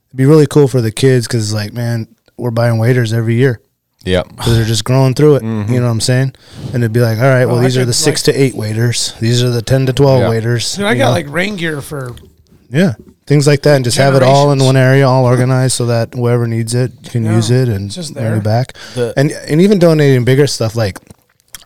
It'd be really cool for the kids because it's like, man, we're buying waiters every year Yep. because they're just growing through it. Mm-hmm. You know what I'm saying? And it'd be like, all right, well, Well, I these are could, the six to eight waiters. These are the ten to twelve Yeah. waiters. Dude, I you got know? like rain gear for yeah, things like that, and just have it all in Generations. one area, all organized, so that whoever needs it can Yeah, use it and it's just bring there. it back. and and even donating bigger stuff like.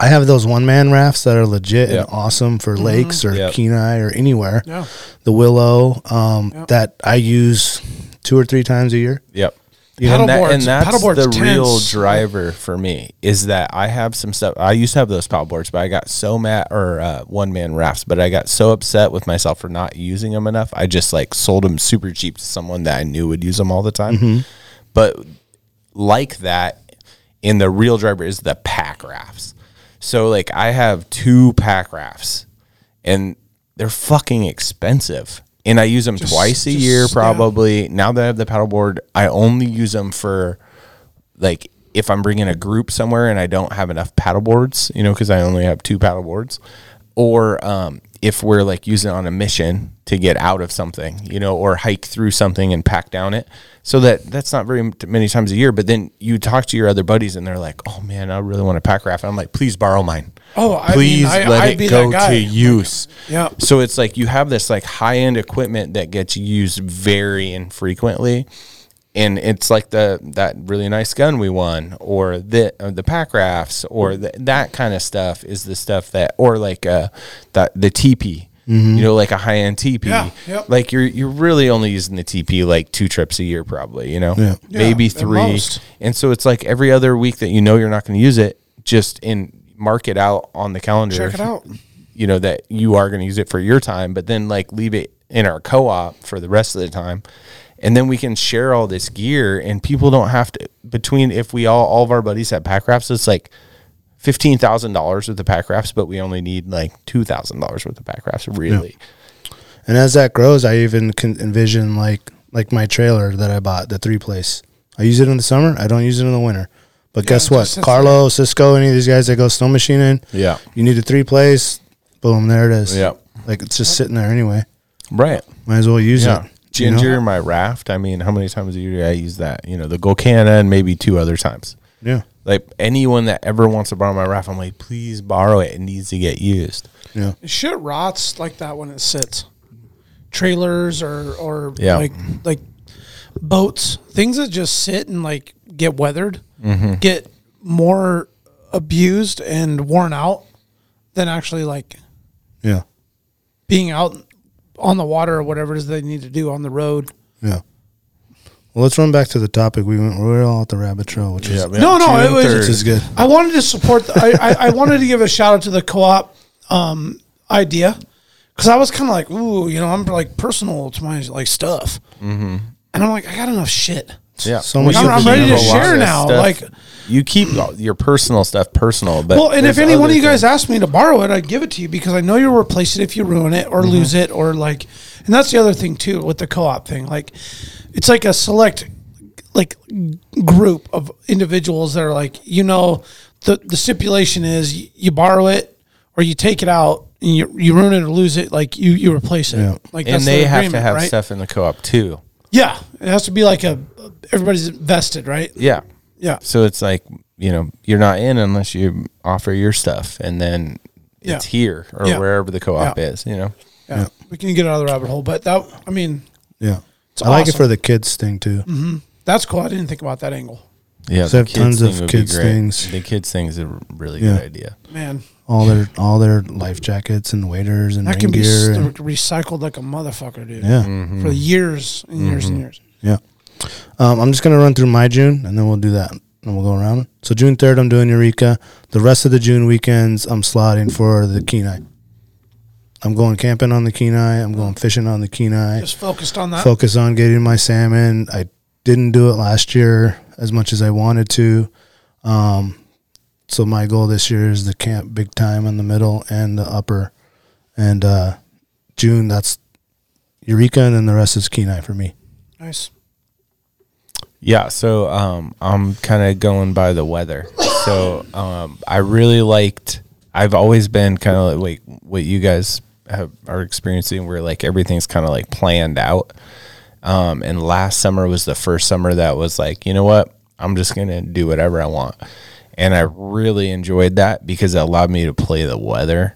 I have those one man rafts that are legit Yeah. and awesome for lakes or Yeah. Kenai or anywhere. Mm-hmm. Yeah. The Willow um, that I use two or three times a year. Yep. You know, and, that, paddleboards- and that's paddleboards the tense. real driver for me is that I have some stuff. I used to have those paddleboards, but I got so mad or uh, one man rafts, but I got so upset with myself for not using them enough. I just like sold them super cheap to someone that I knew would use them all the time. Mm-hmm. But like that, in the real driver is the pack rafts. So like I have two pack rafts, and they're fucking expensive. And I use them twice a just- year, yeah. probably probably now that I have the paddleboard, I only use them for like if I'm bringing a group somewhere and I don't have enough paddleboards, you know, because I only have two paddleboards, or um, if we're like using it on a mission to get out of something, you know, or hike through something and pack down it. So that that's not very m- many times a year. But then you talk to your other buddies and they're like, "Oh man, I really want a pack raft." And I'm like, "Please borrow mine." Oh, I mean, please I- let I'd it be that go guy. to use. Yeah. So it's like you have this like high end equipment that gets used very infrequently, and it's like the that really nice gun we won, or the or the pack rafts, or the, that kind of stuff is the stuff that, or like uh, that the TP. You know, like a high end TP. Yeah, yep. Like you're you're really only using the TP like two trips a year, probably. You know, Yeah. maybe at three. most. And so it's like every other week that you know you're not going to use it, just in mark it out on the calendar. Check it out. You know that you are going to use it for your time, but then like leave it in our co-op for the rest of the time. And then we can share all this gear and people don't have to between if we all all of our buddies have pack rafts, it's like fifteen thousand dollars with the pack rafts, but we only need like two thousand dollars worth of pack rafts, really. And as that grows, I even can envision like like my trailer that I bought, the three place. I use it in the summer. I don't use it in the winter. But guess what? Carlo, Cisco, any of these guys that go snow machining, Yeah. you need a three place. Boom, there it is. Yeah. like it's just sitting there anyway. Right. Might as well use Yeah. it. you know? Ginger, my raft. I mean, how many times a year do I use that? You know, the Golcana and maybe two other times. Yeah. Like anyone that ever wants to borrow my raft, I'm like, please borrow it. It needs to get used. Yeah. Shit rots like that when it sits. Trailers or or Yeah. like like boats, things that just sit and like get weathered, get more abused and worn out than actually like Yeah. being out on the water or whatever it is they need to do on the road. Yeah. Well, let's run back to the topic. We went. We were all at the rabbit trail, which is No, no, it was- which is good. I wanted to support. The, I, I I wanted to give a shout out to the co-op um, idea because I was kind of like, ooh, you know, I'm like personal to my like stuff, Mm-hmm. and I'm like, I got enough shit. Yeah. So much I'm- of I'm the ready to universe. share now, like- you keep all your personal stuff personal, but Well, and if there's any one other of you guys things. asked me to borrow it, I'd give it to you because I know you'll replace it if you ruin it or Mm-hmm. lose it or like, and that's the other thing too with the co-op thing. Like, it's like a select like group of individuals that are like, you know, the the stipulation is y- you borrow it or you take it out and you you ruin it or lose it, like you you replace it. Like and they the have to agreement, have right? stuff in the co-op too. Yeah, it has to be like a everybody's vested, right? Yeah. Yeah. So it's like you know you're not in unless you offer your stuff, and then Yeah. it's here or Yeah. wherever the co-op Yeah. is. You know. yeah. We can get out of the rabbit hole, but that I mean. Yeah. It's I like it awesome. Mm-hmm. for the kids thing too. That's cool. I didn't think about that angle. Yeah, So I have tons of would be kids great. things. The kids things are a really Yeah. good idea. Man, All their all their life jackets and waders and that rain can be s- gear. and- recycled like a motherfucker, dude. yeah, For years and years and years. yeah. Um, I'm just gonna run through my June and then we'll do that and we'll go around. So June 3rd, I'm doing Eureka. The rest of the June weekends, I'm slotting for the Kenai. I'm going camping on the Kenai. I'm going fishing on the Kenai. Just focused on that. focus on getting my salmon. I didn't do it last year as much as I wanted to. Um, so my goal this year is the camp big time in the middle and the upper. And uh, June, that's Eureka, and then the rest is Kenai for me. nice. Yeah, so um, I'm kind of going by the weather. So um, I really liked. I've always been kind of like wait, what you guys have, are experiencing, where like everything's kind of like planned out. Um, and last summer was the first summer that was like, you know what, I'm just gonna do whatever I want, and I really enjoyed that because it allowed me to play the weather.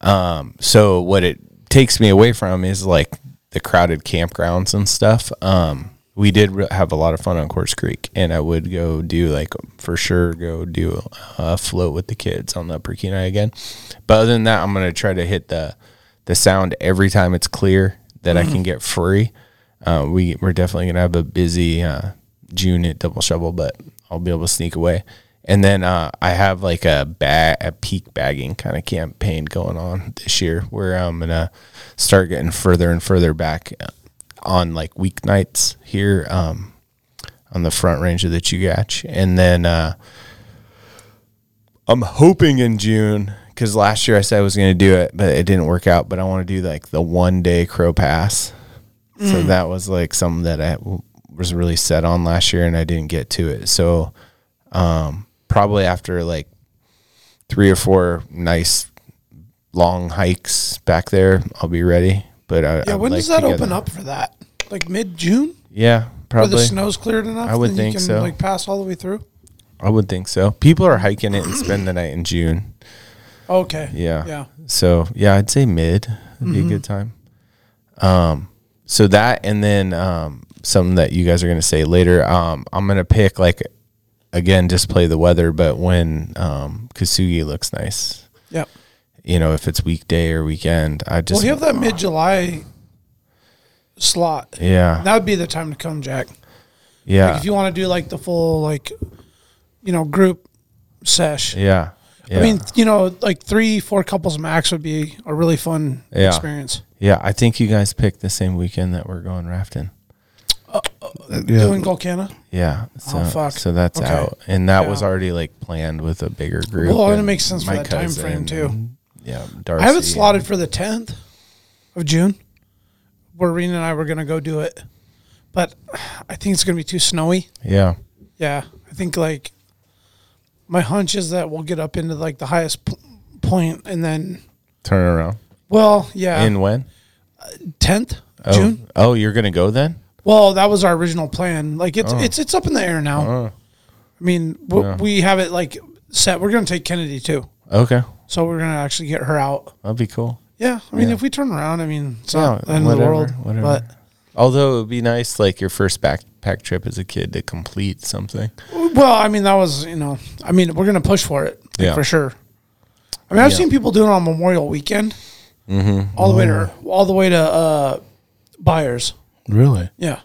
Um, so what it takes me away from is like the crowded campgrounds and stuff. Um, we did re- have a lot of fun on Course Creek, and I would go do like for sure go do a float with the kids on the Upper Kenai again. But other than that, I'm gonna try to hit the the sound every time it's clear that I can get free. Uh, we we're definitely gonna have a busy uh, June at Double Shovel, but I'll be able to sneak away. And then uh, I have like a bag, a peak bagging kind of campaign going on this year, where I'm gonna start getting further and further back uh, on like weeknights here um, on the front range of the Chugach, and then uh, I'm hoping in June because last year I said I was gonna do it, but it didn't work out. But I want to do like the one day Crow Pass. Mm. So that was like something that I w- was really set on last year and I didn't get to it. So um, probably after like three or four nice long hikes back there, I'll be ready. But I, Yeah, I'd when like does that to get open a- up for that? Like mid June? Yeah, Where the probably. snow's cleared enough? I would that think you can, so. Like pass all the way through? I would think so. People are hiking it and spend the night in June. Okay. Yeah. Yeah. Mm-hmm. So yeah, I'd say mid would be a good time. Um, so that and then um, something that you guys are gonna say later. Um, I'm gonna pick like again, just play the weather, but when um, Kasugi looks nice, Yep. you know, if it's weekday or weekend, I Well, just uh, you have that mid July slot. yeah That would be the time to come, Jack. yeah Like if you want to do like the full like, you know, group sesh. yeah. Yeah. I mean, you know, like three, four couples max would be a really fun Yeah. experience. yeah, I think you guys picked the same weekend that we're going rafting. Yeah. Doing Golcana. Yeah. So, Oh, fuck. so that's Okay. out. And that was Yeah. already like planned with a bigger group. Well, and it and makes sense for my that time cousin frame too. and- Yeah. Darcy I have it and- slotted for the tenth of June. Where Rena and I were gonna go do it. But I think it's gonna be too snowy. Yeah. Yeah, I think like my hunch is that we'll get up into like the highest p- point and then Turn around. well, yeah, In when? 10th Oh, June. Oh, you're gonna go then? Well, that was our original plan. Like Oh. it's it's it's up in the air now. Uh-huh. I mean, w- we have it like set. We're going to take Kennedy too. Okay, So we're going to actually get her out. that'd be cool. Yeah, I mean, if we turn around, I mean, it's not the Yeah, end of the whatever, world. whatever. But Although it would be nice, like your first backpack trip as a kid, to complete something. Well, I mean, that was you know, I mean, we're gonna push for it like, Yeah. for sure. I mean, I've seen people do it on Memorial Weekend, all the way to all the way to uh, buyers. Really? Yeah,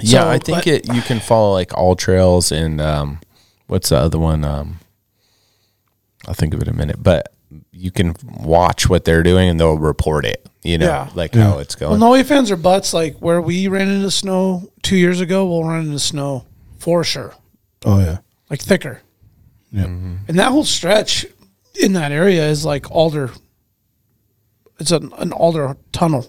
yeah, I So, think but- it. You can follow like all trails and um, what's the other one? Um, I'll think of it in a minute, but you can watch what they're doing and they'll report it. You know, Yeah. like how it's well, going. no offense or butts. Like where we ran into snow two years ago, we'll run into snow for sure, Oh yeah. like thicker. Yeah. Mm-hmm. And that whole stretch in that area is like alder. It's an, an alder tunnel,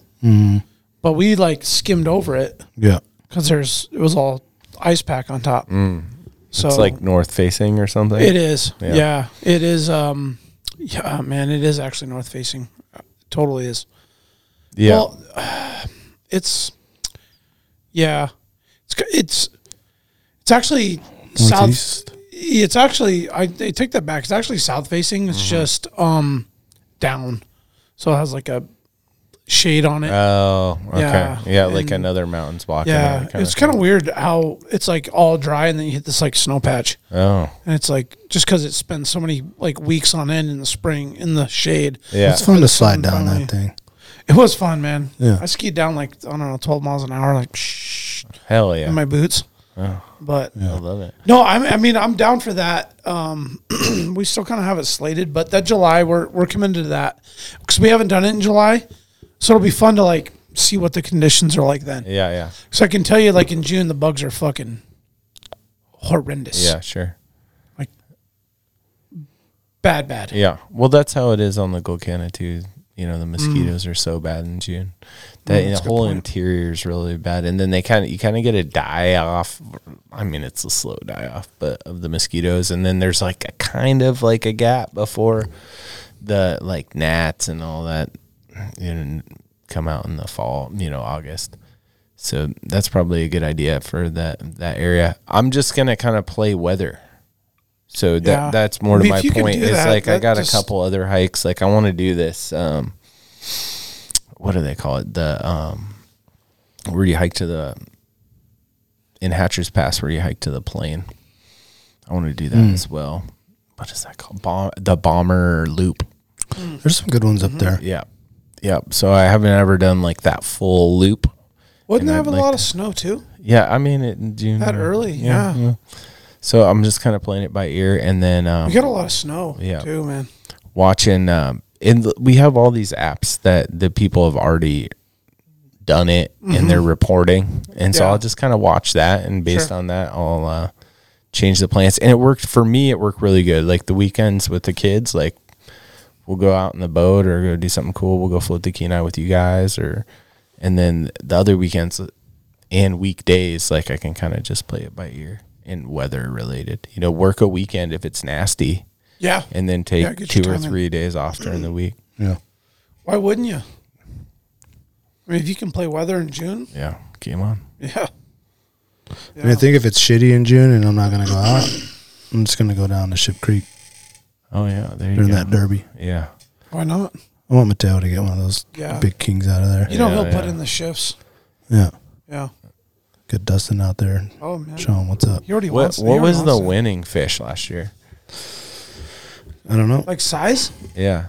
but we like skimmed over it Yeah. because there's it was all ice pack on top. So Mm. it's like north facing or something. it is. Yeah. Yeah. it is. Um, yeah, man, it is actually north facing. Totally is. Yeah, Well, it's yeah, it's c- it's it's actually south. Northeast? It's actually I, I take that back. It's Mm-hmm. actually south facing. It's just um down, so it has like a shade on it. Oh, okay. Yeah, Yeah, like and- another mountain's blocking. yeah, it it's kind of weird how it's like all dry and then you hit this like snow patch, Oh, and it's like just because it spends so many like weeks on end in the spring in the shade. yeah. It's fun to slide down finally- that thing. It was fun, man. Yeah. I skied down like I don't know, twelve miles an hour, like shh, Hell yeah. in my boots. But I love it. no, I, I mean I'm down for that. Um, we still kind of have it slated, but that July we're we're committed to that because we haven't done it in July, so it'll be fun to like see what the conditions are like then. Yeah, yeah, So I can tell you, like in June, the bugs are fucking horrendous. yeah. Sure. bad, bad. Yeah. Well, that's how it is on the Golcana too. You know, the mosquitoes are so bad in June. That the whole interior is really bad, and then they kind of you kind of get a die off. I mean, it's a slow die off, but of the mosquitoes, and then there's like a kind of like a gap before the like gnats and all that you know, come out in the fall. You know, August. So that's probably a good idea for that that area. I'm just gonna kind of play weather. So that Yeah. that's more I mean, to if my you could point. do Is that, like I that got just- a couple other hikes. Like I want to do this. Um, what do they call it? The um, where you hike to the in Hatcher's Pass, where you hike to the plane. I want to do that Hmm. as well. What is that called? Bom- the bomber loop. There's some good Mm-hmm. ones up there. Yeah, yeah. So I haven't ever done like that full loop. Wouldn't And they have I'd a like lot to- of snow too? Yeah, I mean it in June That or- early, yeah. So I'm just kind of playing it by ear, and then um, We got a lot of snow Yeah. too, man. watching. Um, and th- we have all these apps that the people have already done it, and they're reporting. And so Mm-hmm. Yeah. I'll just kind of watch that, and based Sure. on that, I'll uh, change the plans. And it worked for me. It worked really good. Like the weekends with the kids, like we'll go out in the boat or go do something cool. We'll go float the Kenai with you guys, or and then the other weekends and weekdays, like I can kind of just play it by ear and weather related. You know, work a weekend if it's nasty, Yeah. and then take Yeah, get your two or time in. three days off during the week. Yeah. Why wouldn't you? I mean, if you can play weather in June, Yeah, game on. yeah. And I think if it's shitty in June and I'm not going to go out, I'm just going to go down to Ship Creek Oh yeah, there you during go. that derby. Yeah, Why not? I want Mateo to get one of those Yeah. big kings out of there. You know Yeah, he'll put yeah. in the shifts. Yeah. Yeah. Get Dustin out there. Oh man. Show him what's up. He already what wants. he what already was the wants it. winning fish last year? I don't know. Like size? Yeah,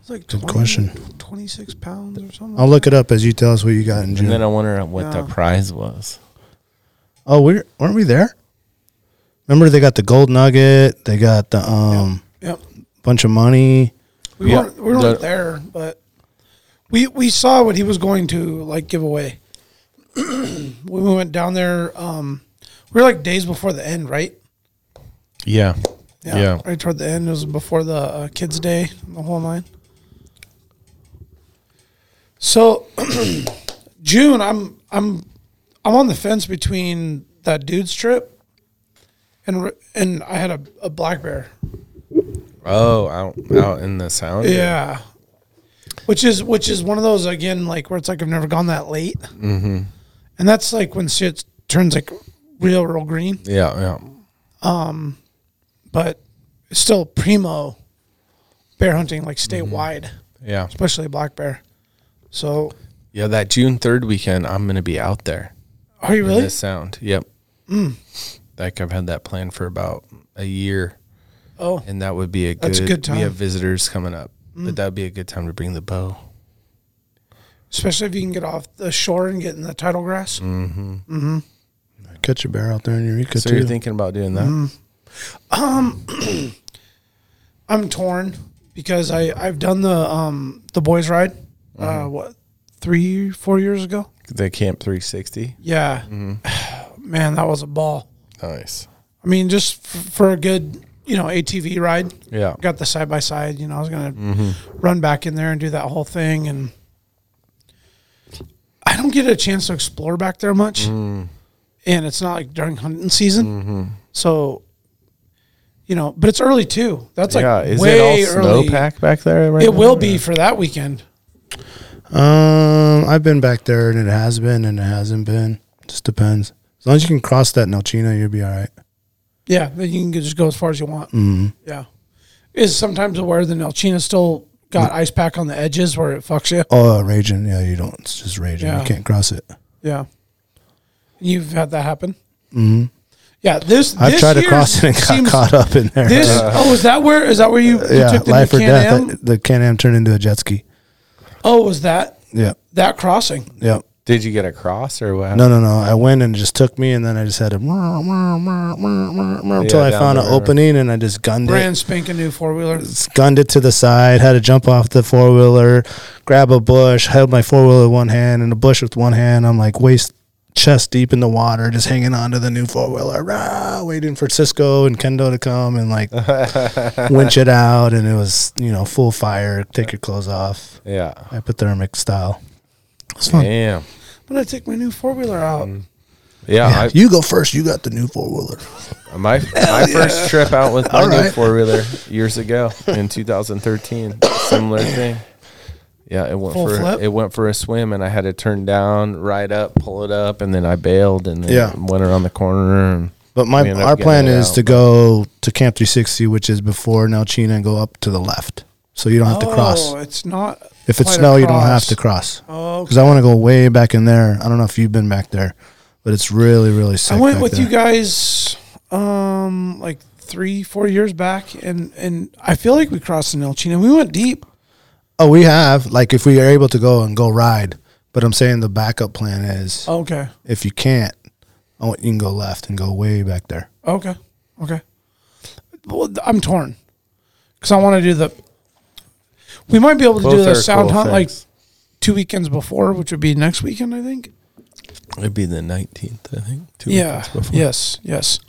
It's like Good question. Twenty six pounds or something. I'll look it up as you tell us what you got in and then June. I wonder what the Yeah. prize was. Oh, we weren't we there? Remember they got the gold nugget. They got the um Yep. bunch of money. We Yeah. weren't we weren't The- there, but we we saw what he was going to like give away. when we went down there, um, we were like days before the end, right? Yeah, Right toward the end, it was before the uh, kids' day, the whole nine. So, June, I'm I'm I'm on the fence between that dude's trip, and re- and I had a, a black bear. Oh, out out in the sound. Yeah. Which is which is one of those again, like where it's like I've never gone that late, mm-hmm. and that's like when shit turns like real, real green. yeah, yeah. But it's still primo bear hunting, like statewide, Yeah. especially black bear. So, Yeah, that June 3rd weekend, I'm going to be out there are you in really? Hmm. the sound. Yep. Like I've had that plan for about a year, Oh, and that would be a good, That's a good We time. Hmm. have visitors coming up, but that would be a good time to bring the bow. especially if you can get off the shore and get in the tidal grass. Catch a bear out there in Eureka so too. you're thinking about doing that? I'm torn because I I've done the um the boys ride, uh, what three four years ago. The Camp 360? Yeah, man, that was a ball. Nice. I mean, just f- for a good, you know, ATV ride. Yeah. Mm-hmm. Got the side by side. You know, I was gonna run back in there and do that whole thing, and I don't get a chance to explore back there much, Mm. and it's not like during hunting season, Mm-hmm. so you know. But it's early too. That's like yeah. Is way it all early. snowpack back there? Right It now? will be for that weekend. Um, I've been back there and it has been and it hasn't been. Just depends. As long as you can cross that Nelchina, you'll be all right. Mm-hmm. Yeah, then you can just go as far as you want. Yeah, is sometimes aware the Nelchina still Mm. Got ice pack on the edges where it fucks you. Oh, raging. Yeah, you don't. It's just raging. Yeah. You can't cross it. Yeah. You've had that happen? Mm-hmm. Yeah, this I've this tried to year's cross it and got seems- caught up in there. This oh, is that where is that where you, you yeah, took the life or Can-Am? death. The Can Am turned into a jet ski. Oh, was that Yeah, that crossing? yeah. Did you get across or what? No, no, no. I went and it just took me, and then I just had to wah, wah, wah, wah, wah, wah, until Yeah, I down found the an river. opening, and I just gunned Brand spanking new four wheeler. it, gunned it to the side. Had to jump off the four wheeler, grab a bush, held my four wheeler with one hand and a bush with one hand. I'm like waist chest deep in the water, just hanging on to the new four wheeler, rah, waiting for Cisco and Kendo to come and like winch it out. And it was you know full fire. Take your clothes off, Yeah. hypothermic style. It's fun. Damn. I'm gonna take my new four wheeler out. Mm. Yeah, you go first. You got the new four wheeler. I, my my first trip out with my All new right. four wheeler years ago in 2013, similar thing. Yeah, it went Full for flip? it went for a swim, and I had to turn down, ride up, pull it up, and then I bailed, and then Yeah. went around the corner. And But my We ended up our getting plan it is out, to go to Camp 360, which is before Nelchina, and go up to the left, so you don't have to cross. Oh, it's not. If it's quite a snow, you don't have cross. to cross. Oh, Because I want to go way back in there. I don't know if you've been back there, but it's really really sick. I went back with there. you guys, um, like three, four years back, and and I feel like we crossed an El Chino. We went deep. Oh, we have like if we are able to go and go ride. But I'm saying the backup plan is Okay, if you can't, I want you can go left and go way back there. okay, okay. Well, th- I'm torn because I want to do the. We might be able to do both the are sound cool hunt things. like two weekends before, which would be next weekend, I think. It'd be the 19th, I think. Two Yeah. weekends before. Yes. Yes.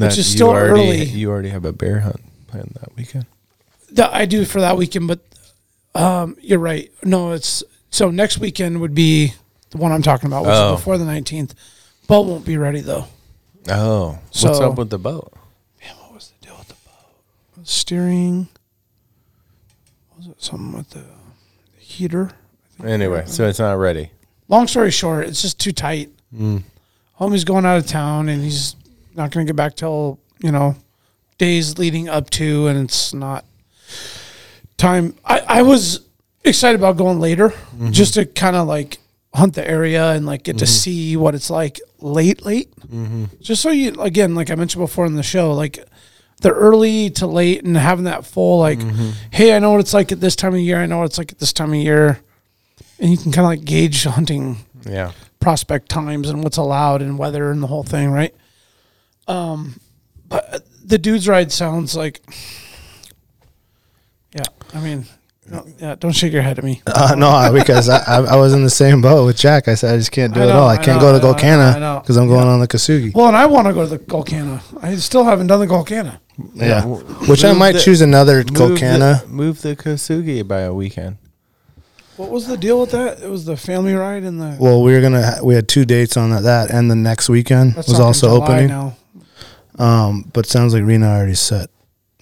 which that is you still already, early. You already have a bear hunt planned that weekend. that I do for that weekend, but um, you're right. No, it's so next weekend would be the one I'm talking about, which Oh. is before the 19th. Boat won't be ready though. Oh, what's So- up with the boat? What was the deal with the boat? Steering. Was it something with the heater? Anyway, so it's not ready. Long story short, it's just too tight. Homie's going out of town, and he's not going to get back till you know days leading up to, and it's not time. I, I was excited about going later just to kind of like hunt the area and like get to see what it's like late, late. Just so you, again, like I mentioned before in the show, like the early to late and having that full, like, hey, I know what it's like at this time of year. I know what it's like at this time of year. And you can kind of like gauge hunting Yeah. prospect times and what's allowed and weather and the whole thing, right? Um, but the dude's ride sounds like, yeah. I mean, no, yeah. Don't shake your head at me. Uh, no, I- because I, I, I was in the same boat with Jack. I said I just can't do I it know, all. I I can't know, I know, I go to know, I know. Golcana because I'm going on the Kasugi. Well, and I want to go to the Golcana. I still haven't done the Golcana. Yeah, w- which I move might the- choose another Move the- Golcana. Move the Kosugi by a weekend. What was the deal with that? It was the family ride and the. Well, we were gonna ha- we had two dates on that, that and the next weekend That's was not in also July opening. now. Um, but sounds like Rena already set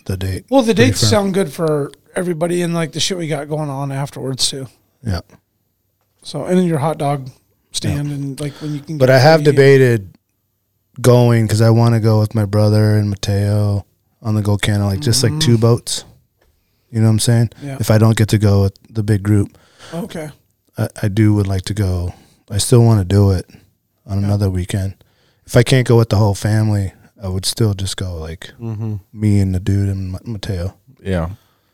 the date. Well, the Pretty dates firm. sound good for everybody and like the shit we got going on afterwards too. Yeah, So and in your hot dog stand and like when you can. but get I have the- debated going because I want to go with my brother and Mateo on the Golcana, like just like two boats. You know what I'm saying? Yeah. If I don't get to go with the big group, Okay. I, I do would like to go. I still want to do it on another weekend. If I can't go with the whole family, I would still just go like me and the dude and Ma- Mateo. Yeah.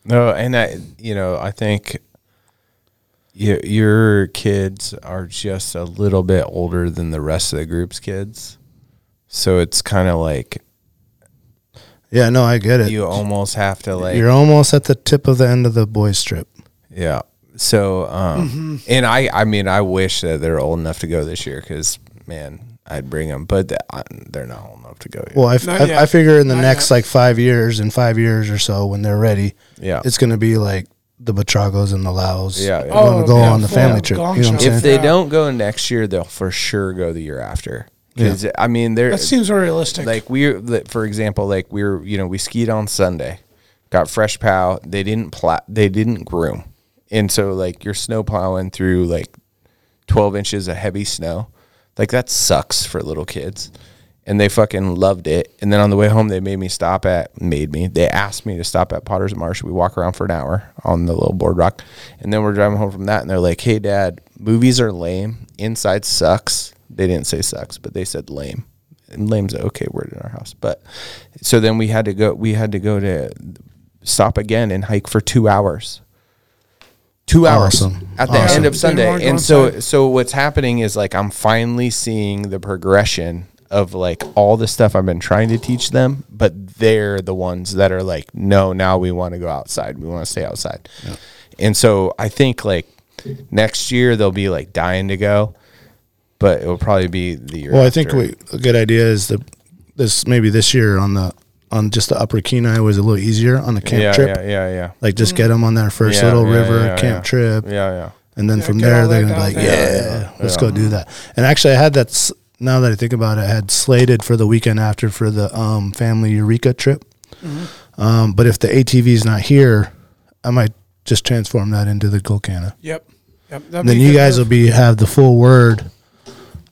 No, and I, you know, I think your, your kids are just a little bit older than the rest of the group's kids. So it's kind of like Yeah, no, I get it. you almost have to like You're almost at the tip of the end of the boys trip. Yeah. So, um, and I, I mean, I wish that they're old enough to go this year because, man, I'd bring them, but th- I- they're not old enough to go yet. Well, I, f- Not I, yet. I figure in the Not next yet. like five years, in five years or so, when they're ready, yeah. it's going to be like the Batragos and the Laos. Yeah, yeah. going Oh, to go yeah, on the full family trip. gong You know what I'm show. saying? if they Yeah. don't go next year, they'll for sure go the year after. 'Cause, I mean, they're That seems realistic. like we, like, for example, like we were, you know, we skied on Sunday, got fresh pow. They didn't plow, they didn't groom, and so like you're snow plowing through like 12 inches of heavy snow. Like that sucks for little kids. and they fucking loved it. And then on the way home, they made me stop at made me. They asked me to stop at Potter's Marsh. We walk around for an hour on the little boardwalk, and then we're driving home from that. And they're like, "Hey, Dad, movies are lame. Inside sucks." They didn't say sucks, but they said lame. And lame's an okay word in our house. But so then we had to go. We had to go to stop again and hike for two hours two hours Awesome. at the end of Awesome. They weren't Sunday. going And so Sunday. so what's happening is like I'm finally seeing the progression of like all the stuff I've been trying to teach them, but they're the ones that are like, no, now we want to go outside. We want to stay outside. And so I think like next year they'll be like dying to go, but it'll probably be the year. Well, I after. think we, a good idea is the this maybe this year on the on just the Upper Kenai was a little easier on the camp yeah, trip. yeah, yeah, yeah. Like Mm. just get them on their first Yeah, little yeah, river yeah, camp yeah. trip, Yeah, yeah. and then from get there all they're that gonna be like, down yeah, there. let's go do that. And actually, I had that. s- Now that I think about it, I had slated for the weekend after for the um, family Eureka trip. Mm-hmm. Um, but if the ATV's not here, I might just transform that into the Golcana. Yep. yep. And then you guys will be have the full word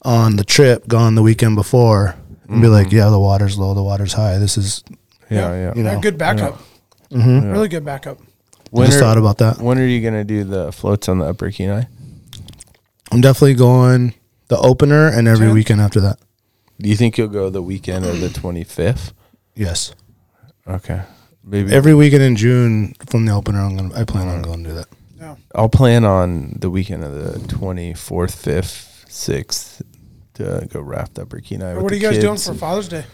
on the trip gone the weekend before and be like, yeah, the water's low, the water's high. This is, Yeah, yeah. you know, Mm-hmm. good backup. Really good backup. I When just are- thought about that. When are you gonna do the floats on the Upper Kenai? I'm definitely going the opener and every weekend after that. Do you think you'll go the weekend of the 25th? Yes. Okay. Maybe Every weekend in June from the opener, I'm gonna, I plan on going to do that. I'll plan on the weekend of the 24th, 5th, 6th to go raft Upper Kenai. with what are the you guys doing kids. for Father's Day?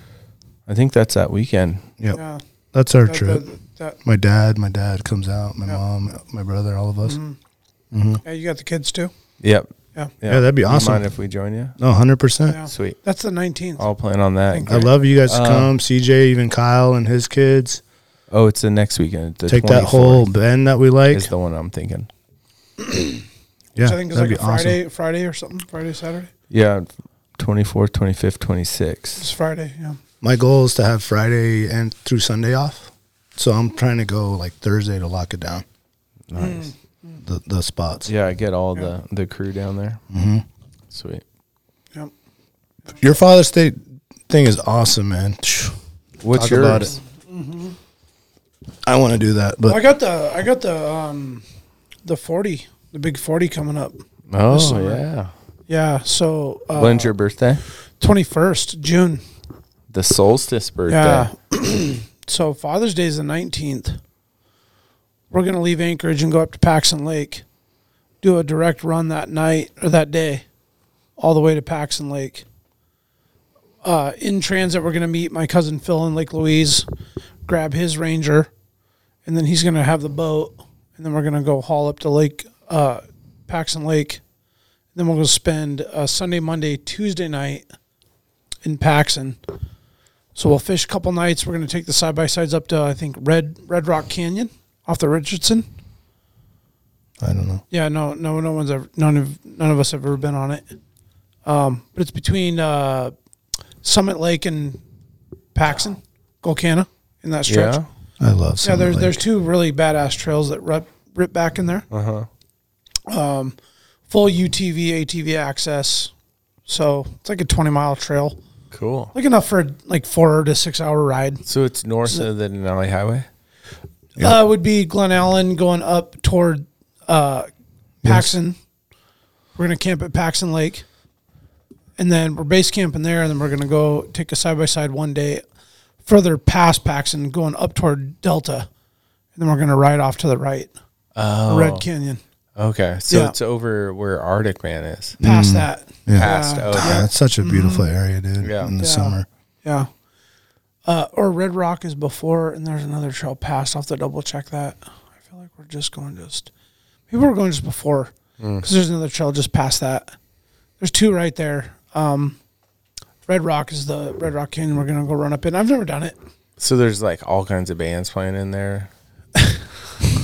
I think that's that weekend. Yep. Yeah. That's our That- trip. that- that- my dad, my dad comes out, my Yeah. Mm-hmm. mom, my brother, all of us. yeah, you got the kids too. Yep. Yeah. Yeah, that'd be You awesome. Mind if we join you? No, 100%. Yeah. Sweet. That's the 19th. Oh, I'll plan on that. Thank I love you guys to come. CJ, even Kyle and his kids. Oh, it's the next weekend. The Take that whole bend that we like. is the one I'm thinking. Yeah, Which I think is that'd like a be awesome. Friday, Friday or something. Friday, Saturday. Yeah, 24th, 25th, 26th. It's Friday. Yeah. My goal is to have Friday and through Sunday off, so I'm trying to go like Thursday to lock it down. Mm-hmm. Nice. The the spots. Yeah, I get all the the crew down there. Mm-hmm. Sweet. Yep. Your Father's Day thing is awesome, man. What's Talk yours? about it. Mm-hmm. I want to do that, but I got the I got the um the 40, the big 40 coming up. Oh summer. yeah. Yeah. So uh, When's your birthday? 21st June. The solstice birthday. Yeah. so Father's Day is the 19th. We're going to leave Anchorage and go up to Paxson Lake, do a direct run that night or that day, all the way to Paxson Lake. Uh, in transit, we're going to meet my cousin Phil in Lake Louise, grab his Ranger, and then he's going to have the boat, and then we're going to go haul up to Lake uh, Paxson Lake. Then we'll go spend uh, Sunday, Monday, Tuesday night in Paxson. So we'll fish a couple nights. We're going to take the side by sides up to I think Red Red Rock Canyon off the Richardson. I don't know. Yeah, no, no, no one's ever none of none of us have ever been on it. Um, but it's between uh, Summit Lake and Paxson, Golcana in that stretch. Yeah. I love. Yeah, Summit there's Lake. there's two really badass trails that rip, rip back in there. Uh huh. Um, Uh-huh. full UTV ATV access, so it's like a 20 mile trail, Cool. like enough for like four to six hour ride. So it's north of the Denali Highway. Uh, would be Glen Allen going up toward uh, Paxson. We're gonna camp at Paxson Lake, and then we're base camping there, and then we're gonna go take a side by side one day further past Paxson, going up toward Delta, and then we're gonna ride off to the right, oh. Red Canyon, Okay, so Yeah. it's over where Arctic Man is. past that. Past. Mm. Yeah. Mm-hmm. Oh, Yeah, it's such a beautiful area, dude. Yeah. In the Yeah. summer. Yeah. Uh, or Red Rock is before, and there's another trail past. I'll have to double check that. I feel like we're just going just. Maybe we're going just before, because there's another trail just past that. There's two right there. Um, Red Rock is the Red Rock Canyon we're gonna go run up in. I've never done it. So there's like all kinds of bands playing in there.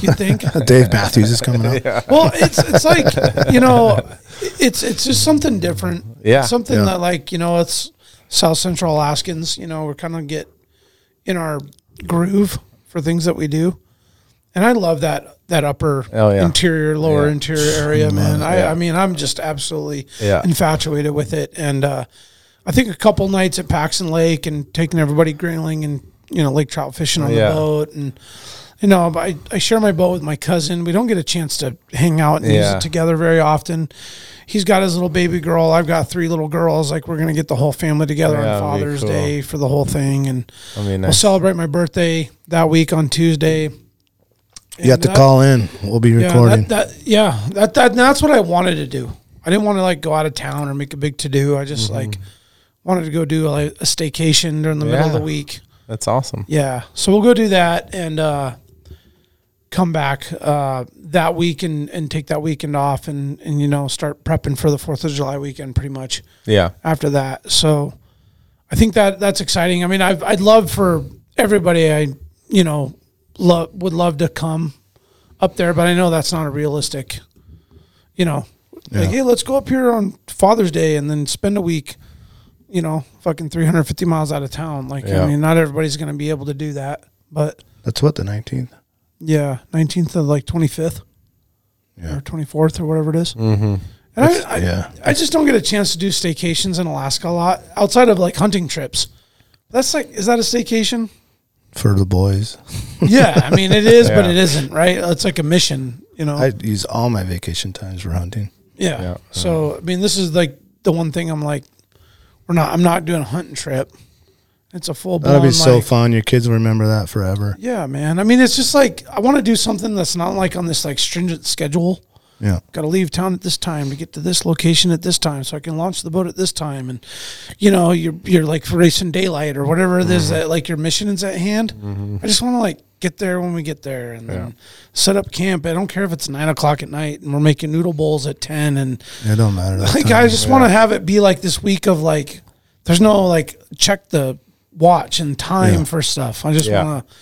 You think? Dave Matthews is coming up. well, it's it's like you know, it's it's just something different. Yeah. something Yeah. that like you know, it's South Central Alaskans. You know, we're kind of get in our groove for things that we do, and I love that that upper Oh, yeah. interior, lower interior area, man. I, Yeah. I mean, I'm just absolutely Yeah. infatuated with it, and uh, I think a couple nights at Paxton Lake and taking everybody grayling and you know lake trout fishing on Yeah. the boat and you know but I, I share my boat with my cousin. We don't get a chance to hang out and use Yeah. it together very often. He's got his little baby girl. I've got three little girls. Like we're gonna get the whole family together Yeah, on that'd be Father's cool. Oh, Day for the whole thing, and I mean, we'll celebrate my birthday that week on Tuesday. You have to that- call in. We'll be recording. Yeah, that, that, yeah, that, that that's what I wanted to do. I didn't want to like go out of town or make a big to do. I just like wanted to go do like a staycation during the middle of the Yeah. week. that's awesome. Yeah, so we'll go do that and uh, come back uh, that week and, and take that weekend off and and you know start prepping for the Fourth of July weekend pretty much Yeah. after that. So I think that that's exciting. I mean, I've, I'd love for everybody I, you know, love, would love to come up there, but I know that's not a realistic, you know, like, hey, let's go up here on Father's Day and then spend a week, you know, fucking 350 miles out of town. Like, I Yeah. mean, not everybody's going to be able to do that, but That's what the 19th. yeah, 19th to like 25th Yeah. or 24th or whatever it is. Mm-hmm. And I, I, yeah. I just don't get a chance to do staycations in Alaska a lot outside of like hunting trips. That's like, is that a staycation? for the boys. Yeah. I mean, it is, but it isn't, right? It's like a mission, you know? I use all my vacation times for hunting. yeah. So, I mean, this is like the one thing I'm like, we're not, I'm not doing a hunting trip. It's a full blown. That'll be so like, fun. Your kids will remember that forever. Yeah, man. I mean, it's just like, I want to do something that's not like on this like stringent schedule. Yeah. got to leave town at this time to get to this location at this time so I can launch the boat at this time and you know you're you're like racing daylight or whatever it is that like your mission is at hand I just want to like get there when we get there and then set up camp I don't care if it's nine o'clock at night and we're making noodle bowls at 10 and It don't matter. that like time. I just want to have it be like this week of like there's no like check the watch and time for stuff I just Yeah. want to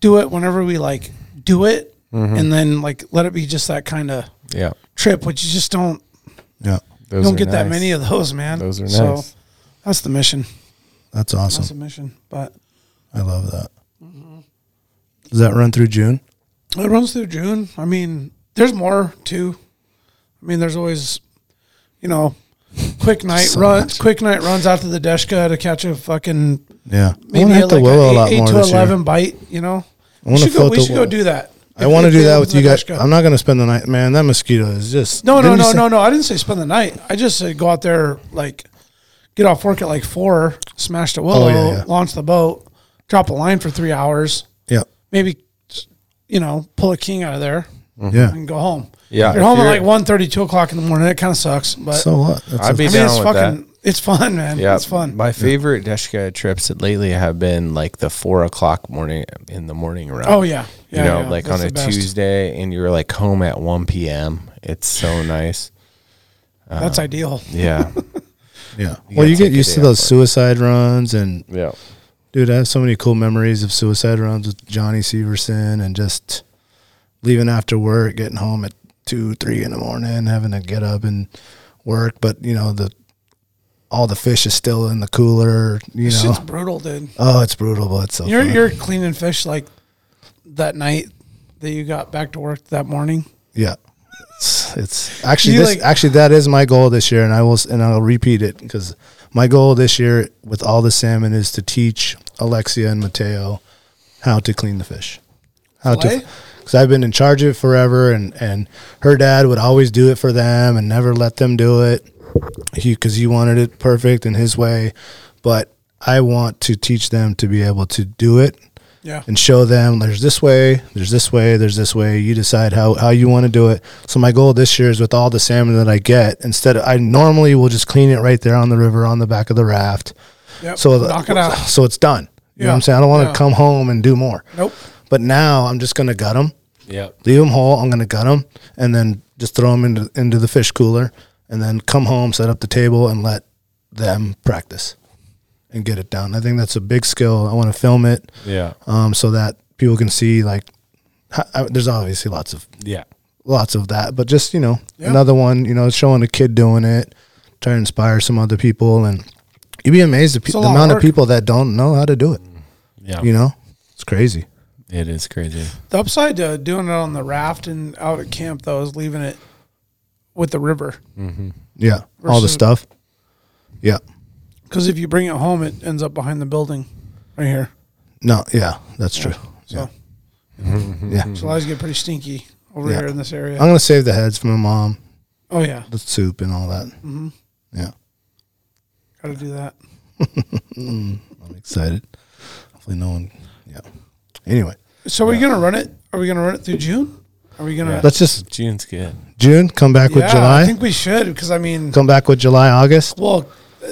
do it whenever we like do it and then like let it be just that kind of Yeah. trip, which you just don't yeah. Those don't are get that nice. many of those, man. Those are So nice. that's the mission. That's That's the awesome. mission. But I love that. Mm-hmm. Does that run through June? it runs through June. I mean, there's more too. I mean, there's always, you know, quick night So runs. much. Quick night runs out to the Deshka to catch a fucking Yeah. I maybe want to have like to willow a lot eight, more to this eleven year. bite. You know, we wanna should go. float We the should go willow. do that. I If- want to if do they that open with the you guys. Deshka. I'm not going to spend the night, man. That mosquito is just. No, no, Didn't you no, say- no, no. I didn't say spend the night. I just said go out there, like, get off work at like four, smash the willow, Oh, yeah, yeah. launch the boat, drop a line for three hours, Yeah. maybe, you know, pull a king out of there Mm-hmm. Yeah. and go home. Yeah, If you're if home you're- at like 1.30, 2 o'clock in the morning. It kind of sucks, but So what? That's I'd a- be I mean, down it's with fucking, that. it's fun, man. It's fun. My favorite Deshka trips that lately have been like the four o'clock morning in the morning around. oh, yeah. yeah you know, yeah. like That's on a the best. Tuesday, and you're like home at one p.m. It's so nice. That's uh, ideal. Yeah, yeah. You well, gotta you get take a used day to off those work. suicide runs and yeah, Dude, I have so many cool memories of suicide runs with Johnny Severson and just leaving after work, getting home at two, three in the morning, having to get up and work. But you know, the all the fish is still in the cooler. You It's know, shit's brutal, dude. oh, it's brutal, but it's so You're, fun. you're cleaning fish like that night that you got back to work that morning. yeah. It's, it's actually You this. like- actually, that is my goal this year, and I will s- and I'll repeat it because my goal this year with all the salmon is to teach Alexia and Mateo how to clean the fish. how Filet? to because I've been in charge of it forever and and her dad would always do it for them and never let them do it he because he wanted it perfect in his way but I want to teach them to be able to do it Yeah. and show them there's this way there's this way there's this way you decide how how you want to do it so my goal this year is with all the salmon that I get instead of, I normally will just clean it right there on the river on the back of the raft Yep. so the- knock it out. so it's done you know what Yeah. I'm saying I don't want to Yeah. come home and do more Nope. but now I'm just gonna gut them, yeah. leave them whole. I'm gonna gut them and then just throw them into into the fish cooler, and then come home, set up the table, and let them practice and get it down. I think that's a big skill. I want to film it, Yeah. um, so that people can see like. ho- I, there's obviously lots of Yeah. lots of that, but just you know Yeah. another one. You know, showing a kid doing it, trying to inspire some other people, and you'd be amazed at pe- It's a the lot of amount of work. people that don't know how to do it. Yeah. You know, it's crazy. It is crazy. The upside to doing it on the raft and out at camp though is leaving it with the river. Yeah, all the Versus- stuff. Yeah. Because if you bring it home, it ends up behind the building, right here. No, yeah, Mm-hmm. that's true. So Yeah. July's get pretty stinky over Yeah. here in this area. I'm gonna save the heads for my mom, oh yeah, the soup and all that. Mm-hmm. Yeah, got to do that. I'm excited. Hopefully, no one. Yeah. Anyway, So are we gonna run it? Are we gonna run it through June? Are we gonna? let's just June's good. June come back with Yeah, July. I think we should because I mean, come back with July, August. well,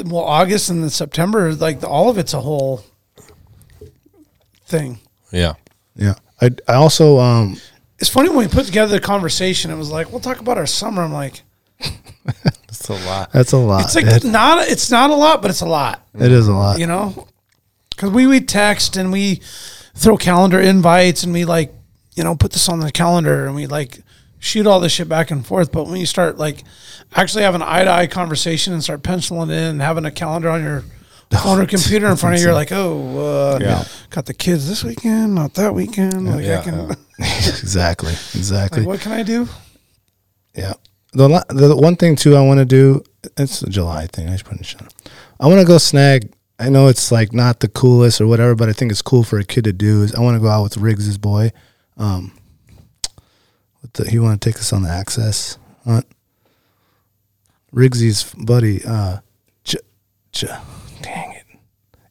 well, August and then September, like the, all of it's a whole thing. Yeah. Yeah. I I also um It's funny when we put together the conversation. It was like we'll talk about our summer. I'm like, That's a lot. that's a lot. it's like It- not. It's not a lot, but it's a lot. it is a lot. you know because we we text and we throw calendar invites and we like you know put this on the calendar and we like shoot all this shit back and forth but when you start like actually having eye to eye conversation and start penciling in and having a calendar on your Oh, phone or computer in front of you you're like oh uh, Yeah. got the kids this weekend not that weekend like Yeah, i can yeah. exactly. Exactly. like, what can i do Yeah. The la- the one thing too I want to do it's a July thing. I should put in shut I want to go snag. I know it's like not the coolest or whatever, but I think it's cool for a kid to do. Is I want to go out with Riggs's boy. Um, what the, he want to take us on the access hunt. Riggsy's buddy. Uh, j- j- dang it.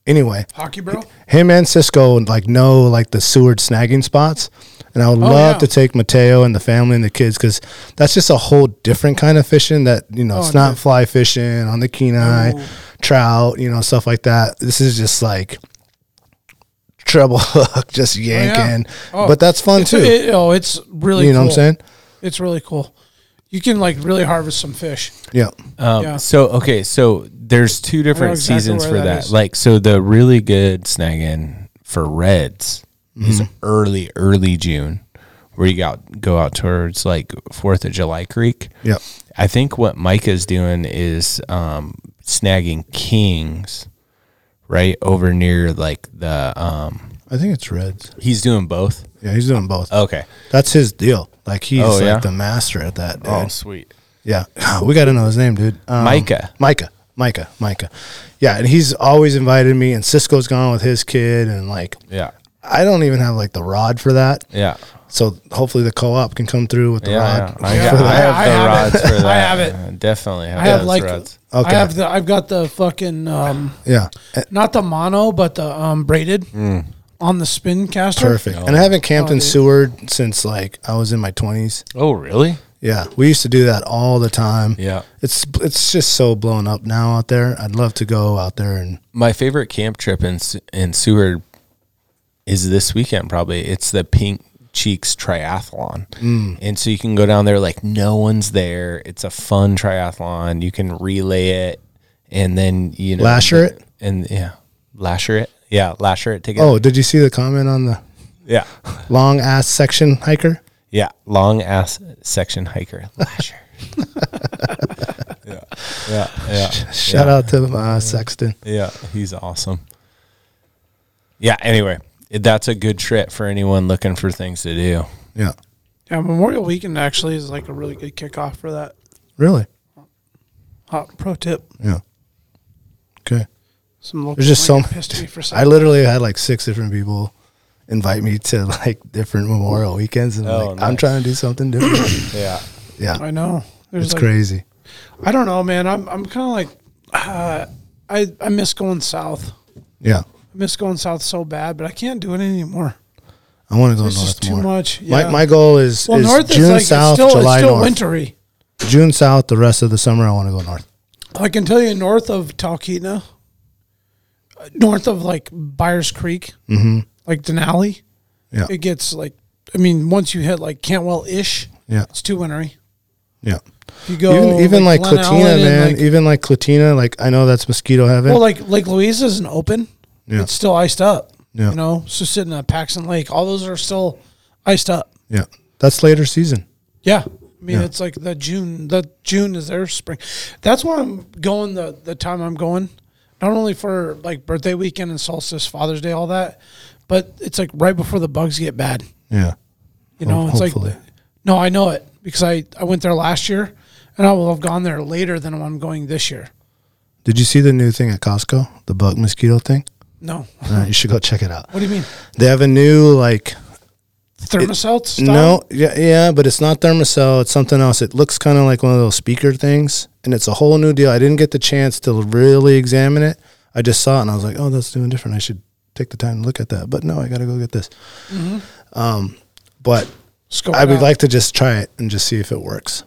Anyway, hockey bro him and Cisco like know like the Seward snagging spots, and I would love Oh, yeah. to take Mateo and the family and the kids because that's just a whole different kind of fishing that you know Oh, it's not fly fishing on the Kenai, trout, you know stuff like that. This is just like treble hook, just yanking, Oh. but that's fun It's- too. it- oh it's really you know cool. what I'm saying? it's really cool you can like really harvest some fish Yeah, Um, Yeah. So okay, so there's two different exactly seasons where for that that. is. Like so, the really good snagging for reds is early, early June, where you out go out towards like Fourth of July Creek. yeah, I think what Micah's doing is um, snagging kings, right over near like the. Um, I think it's Reds. he's doing both. Yeah, he's doing both. Okay. that's his deal. Like he's uh, Oh, like yeah? Oh, the master at that. Dude. sweet. Yeah, Ah, we got to know his name, dude. Um, Micah. Micah. Micah. Micah. Yeah, and he's always invited me, and Cisco's gone with his kid, and like Yeah. I don't even have like the rod for that. Yeah. So hopefully the co-op can come through with the Yeah, rod. yeah. I, Yeah. got- I have I the have rods it. for that. I have it. I definitely have I have those like rods. Okay. I have the I've got the fucking um Yeah, Eh, not the mono but the um braided on the spin caster. Mm. perfect. And I haven't camped in Seward since like I was in my twenties. Oh, really? Yeah, we used to do that all the time. Yeah. it's it's just so blown up now out there. I'd love to go out there and My favorite camp trip in S- in Seward is this weekend. Probably it's the Pink Cheeks Triathlon, Mm. and so you can go down there like no one's there. It's a fun triathlon. You can relay it, and then you know Lasher it? and yeah, lasher it. Yeah, lasher it together. oh, did you see the comment on the yeah, long ass section hiker? yeah. Long ass section hiker lasher. yeah, yeah, yeah. Shout out to uh, Sexton. Yeah, he's awesome. Yeah, anyway, it- that's a good trip for anyone looking for things to do. Yeah, Yeah, Memorial Weekend actually is like a really good kickoff for that. really. Hot pro tip. Yeah. Okay. Some local There's just might so get pissed at me for I saying. literally had like six different people invite me to like different Memorial weekends, and I'm Oh, like, I'm nice. trying to do something different. Yeah. yeah, I know. There's it's like- crazy. I don't know, man. I'm I'm kind of like uh, I I miss going south. Yeah, I miss going south so bad, but I can't do it anymore. I want to go It's north just too more. much. My Yeah. my goal is, Well, is north June is like south, it's still, July it's still north. wintry. June south. The rest of the summer, I want to go north. I can tell you north of Talkeetna, uh, north of like Byers Creek, like Denali, Mm-hmm. Yeah, it gets like, I mean, once you hit like Cantwell ish, yeah, it's too wintry. yeah. If you go even even like, Glen Allen Clatina, and, man. like- even like Clatina, like I know that's mosquito heaven. well, like Lake Louise isn't open, Yeah. it's still iced up. Yeah. You know, so sitting at Paxton Lake, all those are still iced up. yeah, that's later season. Yeah. I mean, Yeah. it's like the June. The June is their spring. That's why I'm going the the time I'm going. Not only for like birthday weekend and solstice, Father's Day, all that, but it's like right before the bugs get bad. Yeah, You know, Ho- it's Oh, hopefully. like no, I know it because I I went there last year, and I will have gone there later than I'm going this year. Did you see the new thing at Costco? The bug mosquito thing? No. Uh, you should go check it out. What do you mean? They have a new like Thermocell style? no, yeah, yeah, but it's not thermocell. It's something else. It looks kind of like one of those speaker things, and it's a whole new deal. I didn't get the chance to really examine it. I just saw it and I was like, oh, that's new and different. I should take the time to look at that. But no, I got to go get this. Um, but Scope I it would out. like to just try it and just see if it works.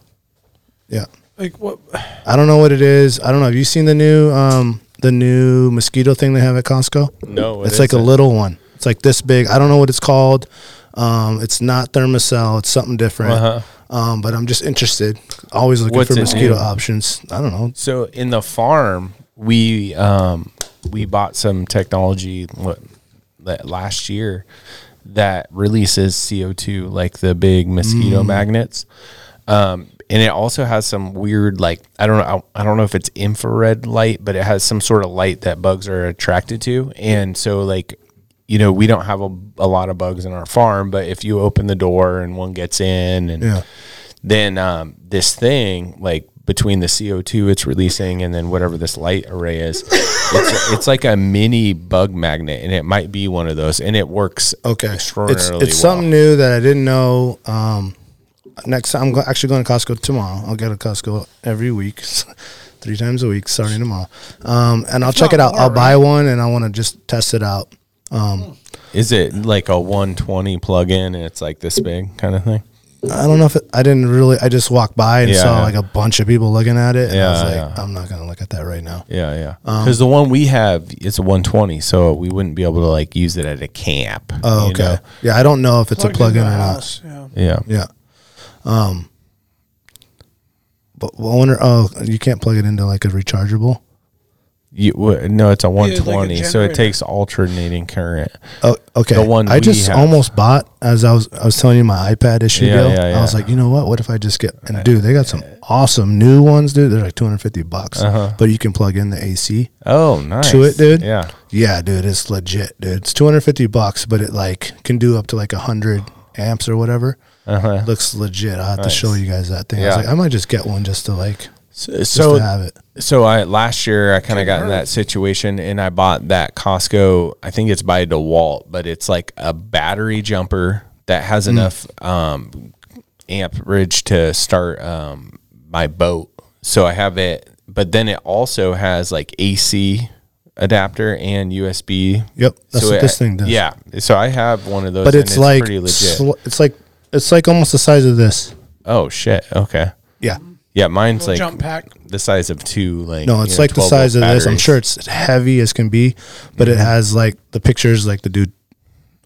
Yeah, Like what? I don't know what it is. I don't know. Have you seen the new um, the new mosquito thing they have at Costco? No, what it's like is a it? little one. It's like this big. I don't know what it's called. Um, it's not thermocell. It's something different. Um, but I'm just interested. Always looking Uh-huh. What's for it mosquito named? options. I don't know. So in the farm, we um, we bought some technology what, that last year that releases CO two, like the big mosquito magnets, um, and it also has some weird, like I don't know, I, I don't know if it's infrared light, but it has some sort of light that bugs are attracted to, and so like. You know, we don't have a, a lot of bugs in our farm, but if you open the door and one gets in and Yeah. then um, this thing like between the CO2 it's releasing and then whatever this light array is, it's, it's like a mini bug magnet, and it might be one of those, and it works Okay. It's, extraordinarily it's well. something new that I didn't know. Um, next, I'm go- actually going to Costco tomorrow. I'll go to Costco every week, three times a week, starting tomorrow. Um, and I'll check not it out. far, I'll buy one and I want to just test it out. Um, Is it like a 120 plug-in, and it's like this big kind of thing? I don't know if it, I didn't really. I just walked by and Yeah, saw yeah. like a bunch of people looking at it. And I was Yeah, like, yeah. I'm not going to look at that right now. Yeah, yeah. Um, Because the one we have, it's a 120, so we wouldn't be able to like use it at a camp. Oh, you okay. know? Yeah, I don't know if it's a plug in into or the not. house, Yeah. Yeah. Yeah. Um, but I wonder. Oh, you can't plug it into like a rechargeable. You, w- no, it's a 120, so generator. it takes alternating current. Oh, okay. The one I we just have. almost bought as I was. I was telling you my iPad issue Yeah, deal. yeah, I was yeah. like, you know what? What if I just get and dude, they got some awesome new ones, dude. They're like 250 bucks, Uh-huh. but you can plug in the AC. Oh, nice. to it, dude. Yeah. Yeah, dude, it's legit, dude. It's 250 bucks, but it like can do up to like 100 amps or whatever. Uh-huh. Looks legit. I will have to show you guys that thing. I was Yeah. like, I might just get one just to like So, just so to have it. so I last year I kind of got in that situation and I bought that Costco. I think it's by DeWalt, but it's like a battery jumper that has Hmm. enough um, amperage to start um, my boat. So I have it, but then it also has like AC adapter and USB. Yep, that's So what it- this thing does. Yeah, so I have one of those, but and it's, like pretty legit. sl- it's like it's like almost the size of this. oh shit! Okay, Yeah. yeah, mine's like Jump pack. the size of two. Like No, you it's know, like the 12 size of volt this. I'm batteries. Mm-hmm. sure it's heavy as can be, but it has like the pictures like the dude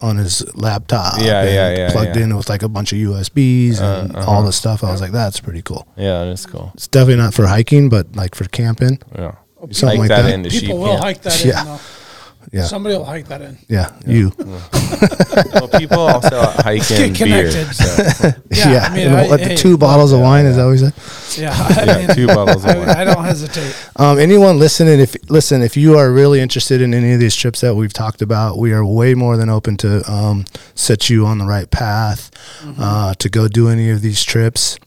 on his laptop. Yeah, and yeah, yeah, Plugged yeah. Uh, uh-huh. in with like a bunch of USBs and all the stuff. I was like, that's pretty cool. Yeah, that's cool. It's definitely not for hiking, but like for camping. Yeah. Something like that, that. into sheep. People will yeah. hike that Yeah. in. Though. Yeah. Somebody will hike that in. Yeah, you. Well, people also hike in Get connected. beer. So, Yeah, Yeah, I mean, you know, I- like the hey, two bottles of wine is that what you said? Yeah. I, yeah, mean, two bottles of wine. I, I don't hesitate. Um, anyone listening, if listen, if you are really interested in any of these trips that we've talked about, we are way more than open to um, set you on the right path Mm-hmm. uh, to go do any of these trips.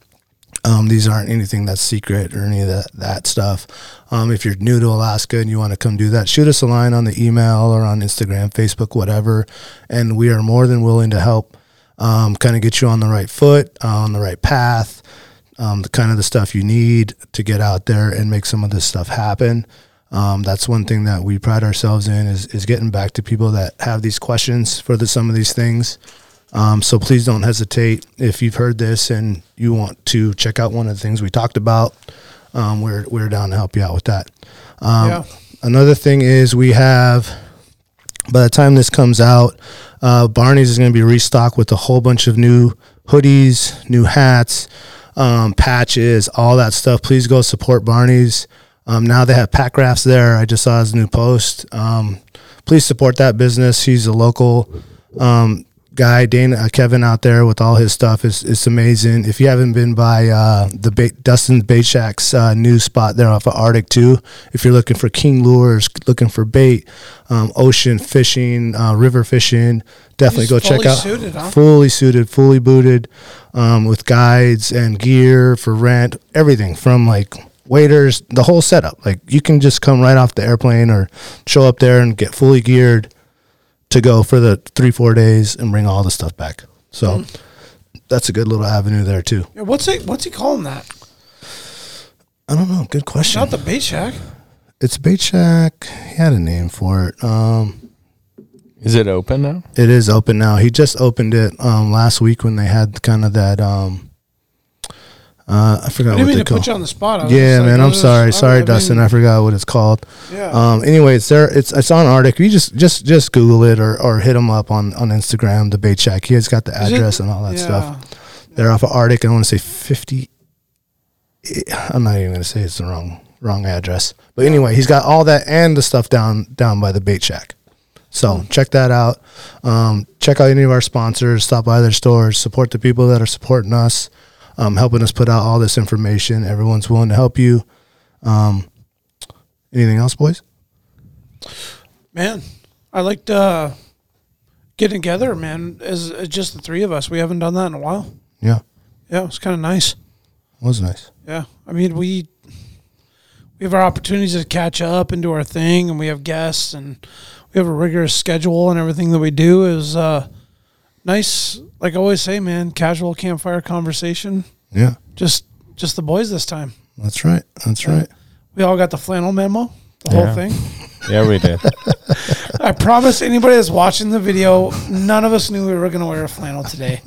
Um, these aren't anything that's secret or any of that, that stuff. Um, if you're new to Alaska and you want to come do that, shoot us a line on the email or on Instagram, Facebook, whatever, and we are more than willing to help. Um, kind of get you on the right foot, uh, on the right path, um, the kind of the stuff you need to get out there and make some of this stuff happen. Um, that's one thing that we pride ourselves in is, is getting back to people that have these questions for the, some of these things. Um, so please don't hesitate if you've heard this and you want to check out one of the things we talked about. Um, we're we're down to help you out with that. Um, Yeah. Another thing is we have by the time this comes out, uh, Barney's is going to be restocked with a whole bunch of new hoodies, new hats, um, patches, all that stuff. Please go support Barney's. Um, now they have pack rafts there. I just saw his new post. Um, please support that business. He's a local um, guy, Dana uh, Kevin out there with all his stuff. It's, it's amazing. If you haven't been by uh, the ba- Dustin Bait Shack's uh, new spot there off of Arctic Two, if you're looking for king lures, looking for bait, um, ocean fishing, uh, river fishing, definitely He's go check fully out. suited, huh? Fully suited, fully booted, um, with guides and gear for rent, everything from like waiters, the whole setup. Like you can just come right off the airplane or show up there and get fully geared to go for the three four days and bring all the stuff back. So Hmm. that's a good little avenue there too. Yeah, What's it? What's he calling that? I don't know. Good question. Not the bait shack. it's bait shack. He had a name for it. Um, Is it open now? it is open now. He just opened it um, last week when they had kind of that. Um, uh, I forgot I what didn't mean they to call. put you on the spot. I was Yeah, just like, man. I I'm was- sorry. I- sorry, I mean, Dustin. I forgot what it's called. Yeah. Um. Anyway, it's there. It's it's on Arctic. You just just just Google it or or hit him up on on Instagram. The bait shack. He has got the is it- address and all that stuff. yeah. They're off of Arctic. I want to say 50. I'm not even going to say it's the wrong wrong address. But anyway, he's got all that and the stuff down down by the bait shack. So Hmm. check that out. Um, check out any of our sponsors. Stop by their stores. Support the people that are supporting us, um, helping us put out all this information. Everyone's willing to help you. Um, anything else, boys? Man, I liked uh, getting together, man. As, as just the three of us, we haven't done that in a while. Yeah, Yeah, it's kind of nice. was nice. Yeah, I mean we we have our opportunities to catch up and do our thing, and we have guests, and we have a rigorous schedule, and everything that we do is uh, nice. Like I always say, man, casual campfire conversation. Yeah, Just just the boys this time. that's right. That's right. We all got the flannel memo, the Yeah. whole thing. Yeah, we did. I promise anybody that's watching the video, none of us knew we were going to wear a flannel today.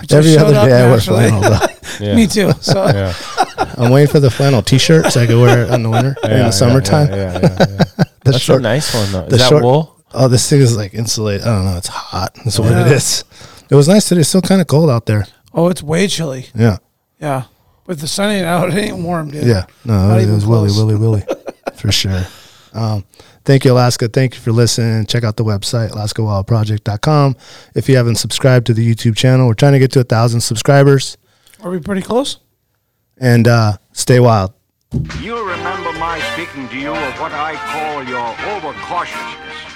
We just Every showed other up day I wear naturally. flannel. though. Yeah. Me too. So Yeah. I'm waiting for the flannel t-shirt so I can wear it in the winter in the summertime. Yeah, yeah, yeah, yeah. The That's short- a nice one though. Is the that short- wool? Oh, this thing is like insulated. I don't know. It's hot. That's what Yeah. it is. It was nice today. It's still kind of cold out there. oh, it's way chilly. Yeah. Yeah. With the sun ain't out, it ain't warm, dude. Yeah. No, Not it even was willy, close. willy, willy for sure. Um, thank you, Alaska. Thank you for listening. Check out the website, alaskawildproject.com. If you haven't subscribed to the YouTube channel, we're trying to get to a thousand subscribers Are we pretty close? and uh, stay wild. You'll remember my speaking to you of what I call your overcautiousness.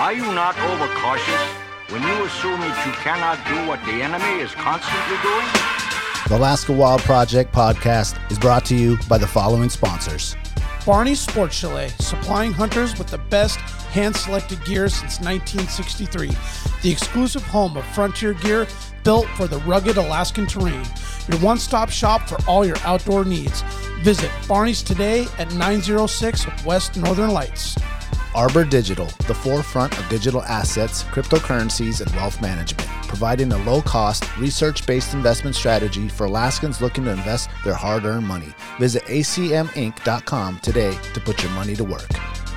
Are you not overcautious when you assume that you cannot do what the enemy is constantly doing? The Alaska Wild Project podcast is brought to you by the following sponsors. Barney Sports Chalet, supplying hunters with the best hand selected gear since 1963. The exclusive home of frontier gear built for the rugged Alaskan terrain. Your one stop shop for all your outdoor needs. Visit Barney's today at 906 West Northern Lights. Arbor Digital, the forefront of digital assets, cryptocurrencies, and wealth management, providing a low cost, research based investment strategy for Alaskans looking to invest their hard earned money. Visit acminc.com today to put your money to work.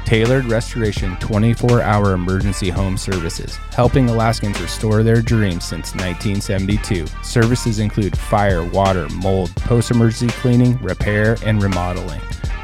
Tailored Restoration 24 hour emergency home services, helping Alaskans restore their dreams since 1972. Services include fire, water, mold, post emergency cleaning, repair, and remodeling.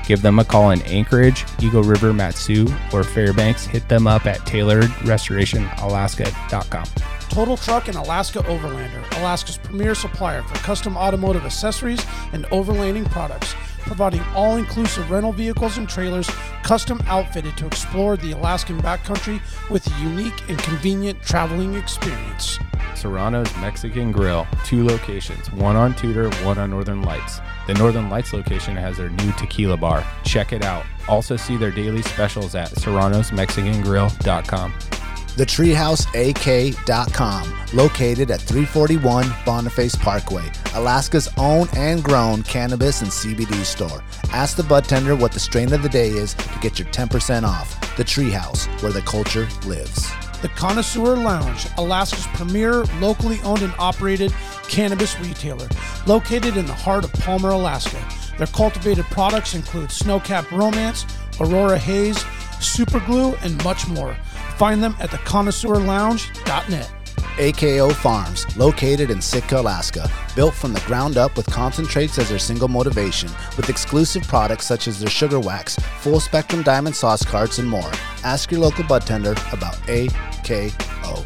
Give them a call in Anchorage, Eagle River, Matsu, or Fairbanks. Hit them up at tailoredrestorationalaska.com. Total Truck and Alaska Overlander, Alaska's premier supplier for custom automotive accessories and overlanding products, providing all inclusive rental vehicles and trailers custom outfitted to explore the Alaskan backcountry with a unique and convenient traveling experience. Serrano's Mexican Grill, two locations, one on Tudor, one on Northern Lights. The Northern Lights location has their new tequila bar. Check it out. Also see their daily specials at serranosmexicangrill.com. TheTreehouseAK.com, located at 341 Boniface Parkway, Alaska's own and grown cannabis and CBD store. Ask the bud tender what the strain of the day is to get your 10% off. The Treehouse, where the culture lives. The Connoisseur Lounge, Alaska's premier locally owned and operated cannabis retailer, located in the heart of Palmer, Alaska. Their cultivated products include Snowcap Romance, Aurora Haze, Superglue, and much more. Find them at theconnoisseurlounge.net. AKO Farms, located in Sitka, Alaska, built from the ground up with concentrates as their single motivation, with exclusive products such as their sugar wax, full spectrum diamond sauce carts, and more. Ask your local bud tender about AKO.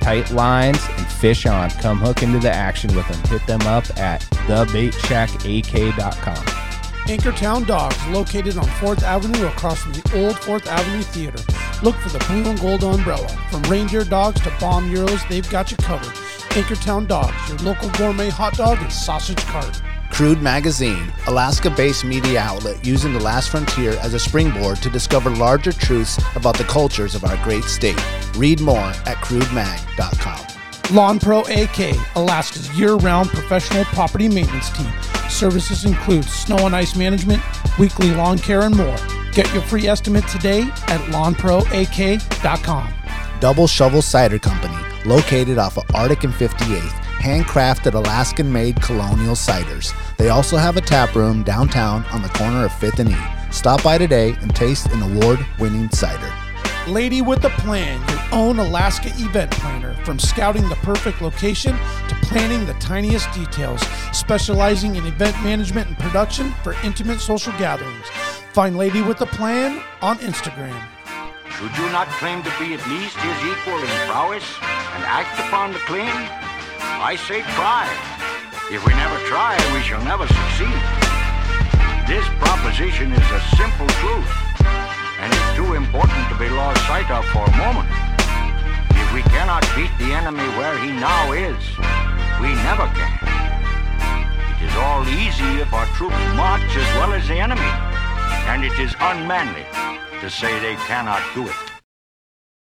Tight lines and fish on. Come hook into the action with them. Hit them up at thebaitshackak.com. Anchortown Dogs, located on 4th Avenue across from the old 4th Avenue Theater. Look for the blue and gold umbrella. From reindeer dogs to bomb euros, they've got you covered. Anchortown Dogs, your local gourmet hot dog and sausage cart. Crude Magazine, Alaska based media outlet using the last frontier as a springboard to discover larger truths about the cultures of our great state. Read more at crudemag.com. Lawn Pro AK, Alaska's year round professional property maintenance team. Services include snow and ice management, weekly lawn care, and more. Get your free estimate today at lawnproak.com. Double Shovel Cider Company, located off of Arctic and 58th, handcrafted Alaskan made colonial ciders. They also have a tap room downtown on the corner of 5th and E. Stop by today and taste an award winning cider. Lady with a Plan, your own Alaska event planner. From scouting the perfect location to planning the tiniest details, specializing in event management and production for intimate social gatherings. Find Lady with a Plan on Instagram. Should you not claim to be at least his equal in prowess and act upon the claim? I say try. If we never try, we shall never succeed. This proposition is a simple truth, and it's too important to be lost sight of for a moment. If we cannot beat the enemy where he now is, we never can. It is all easy if our troops march as well as the enemy, and it is unmanly to say they cannot do it.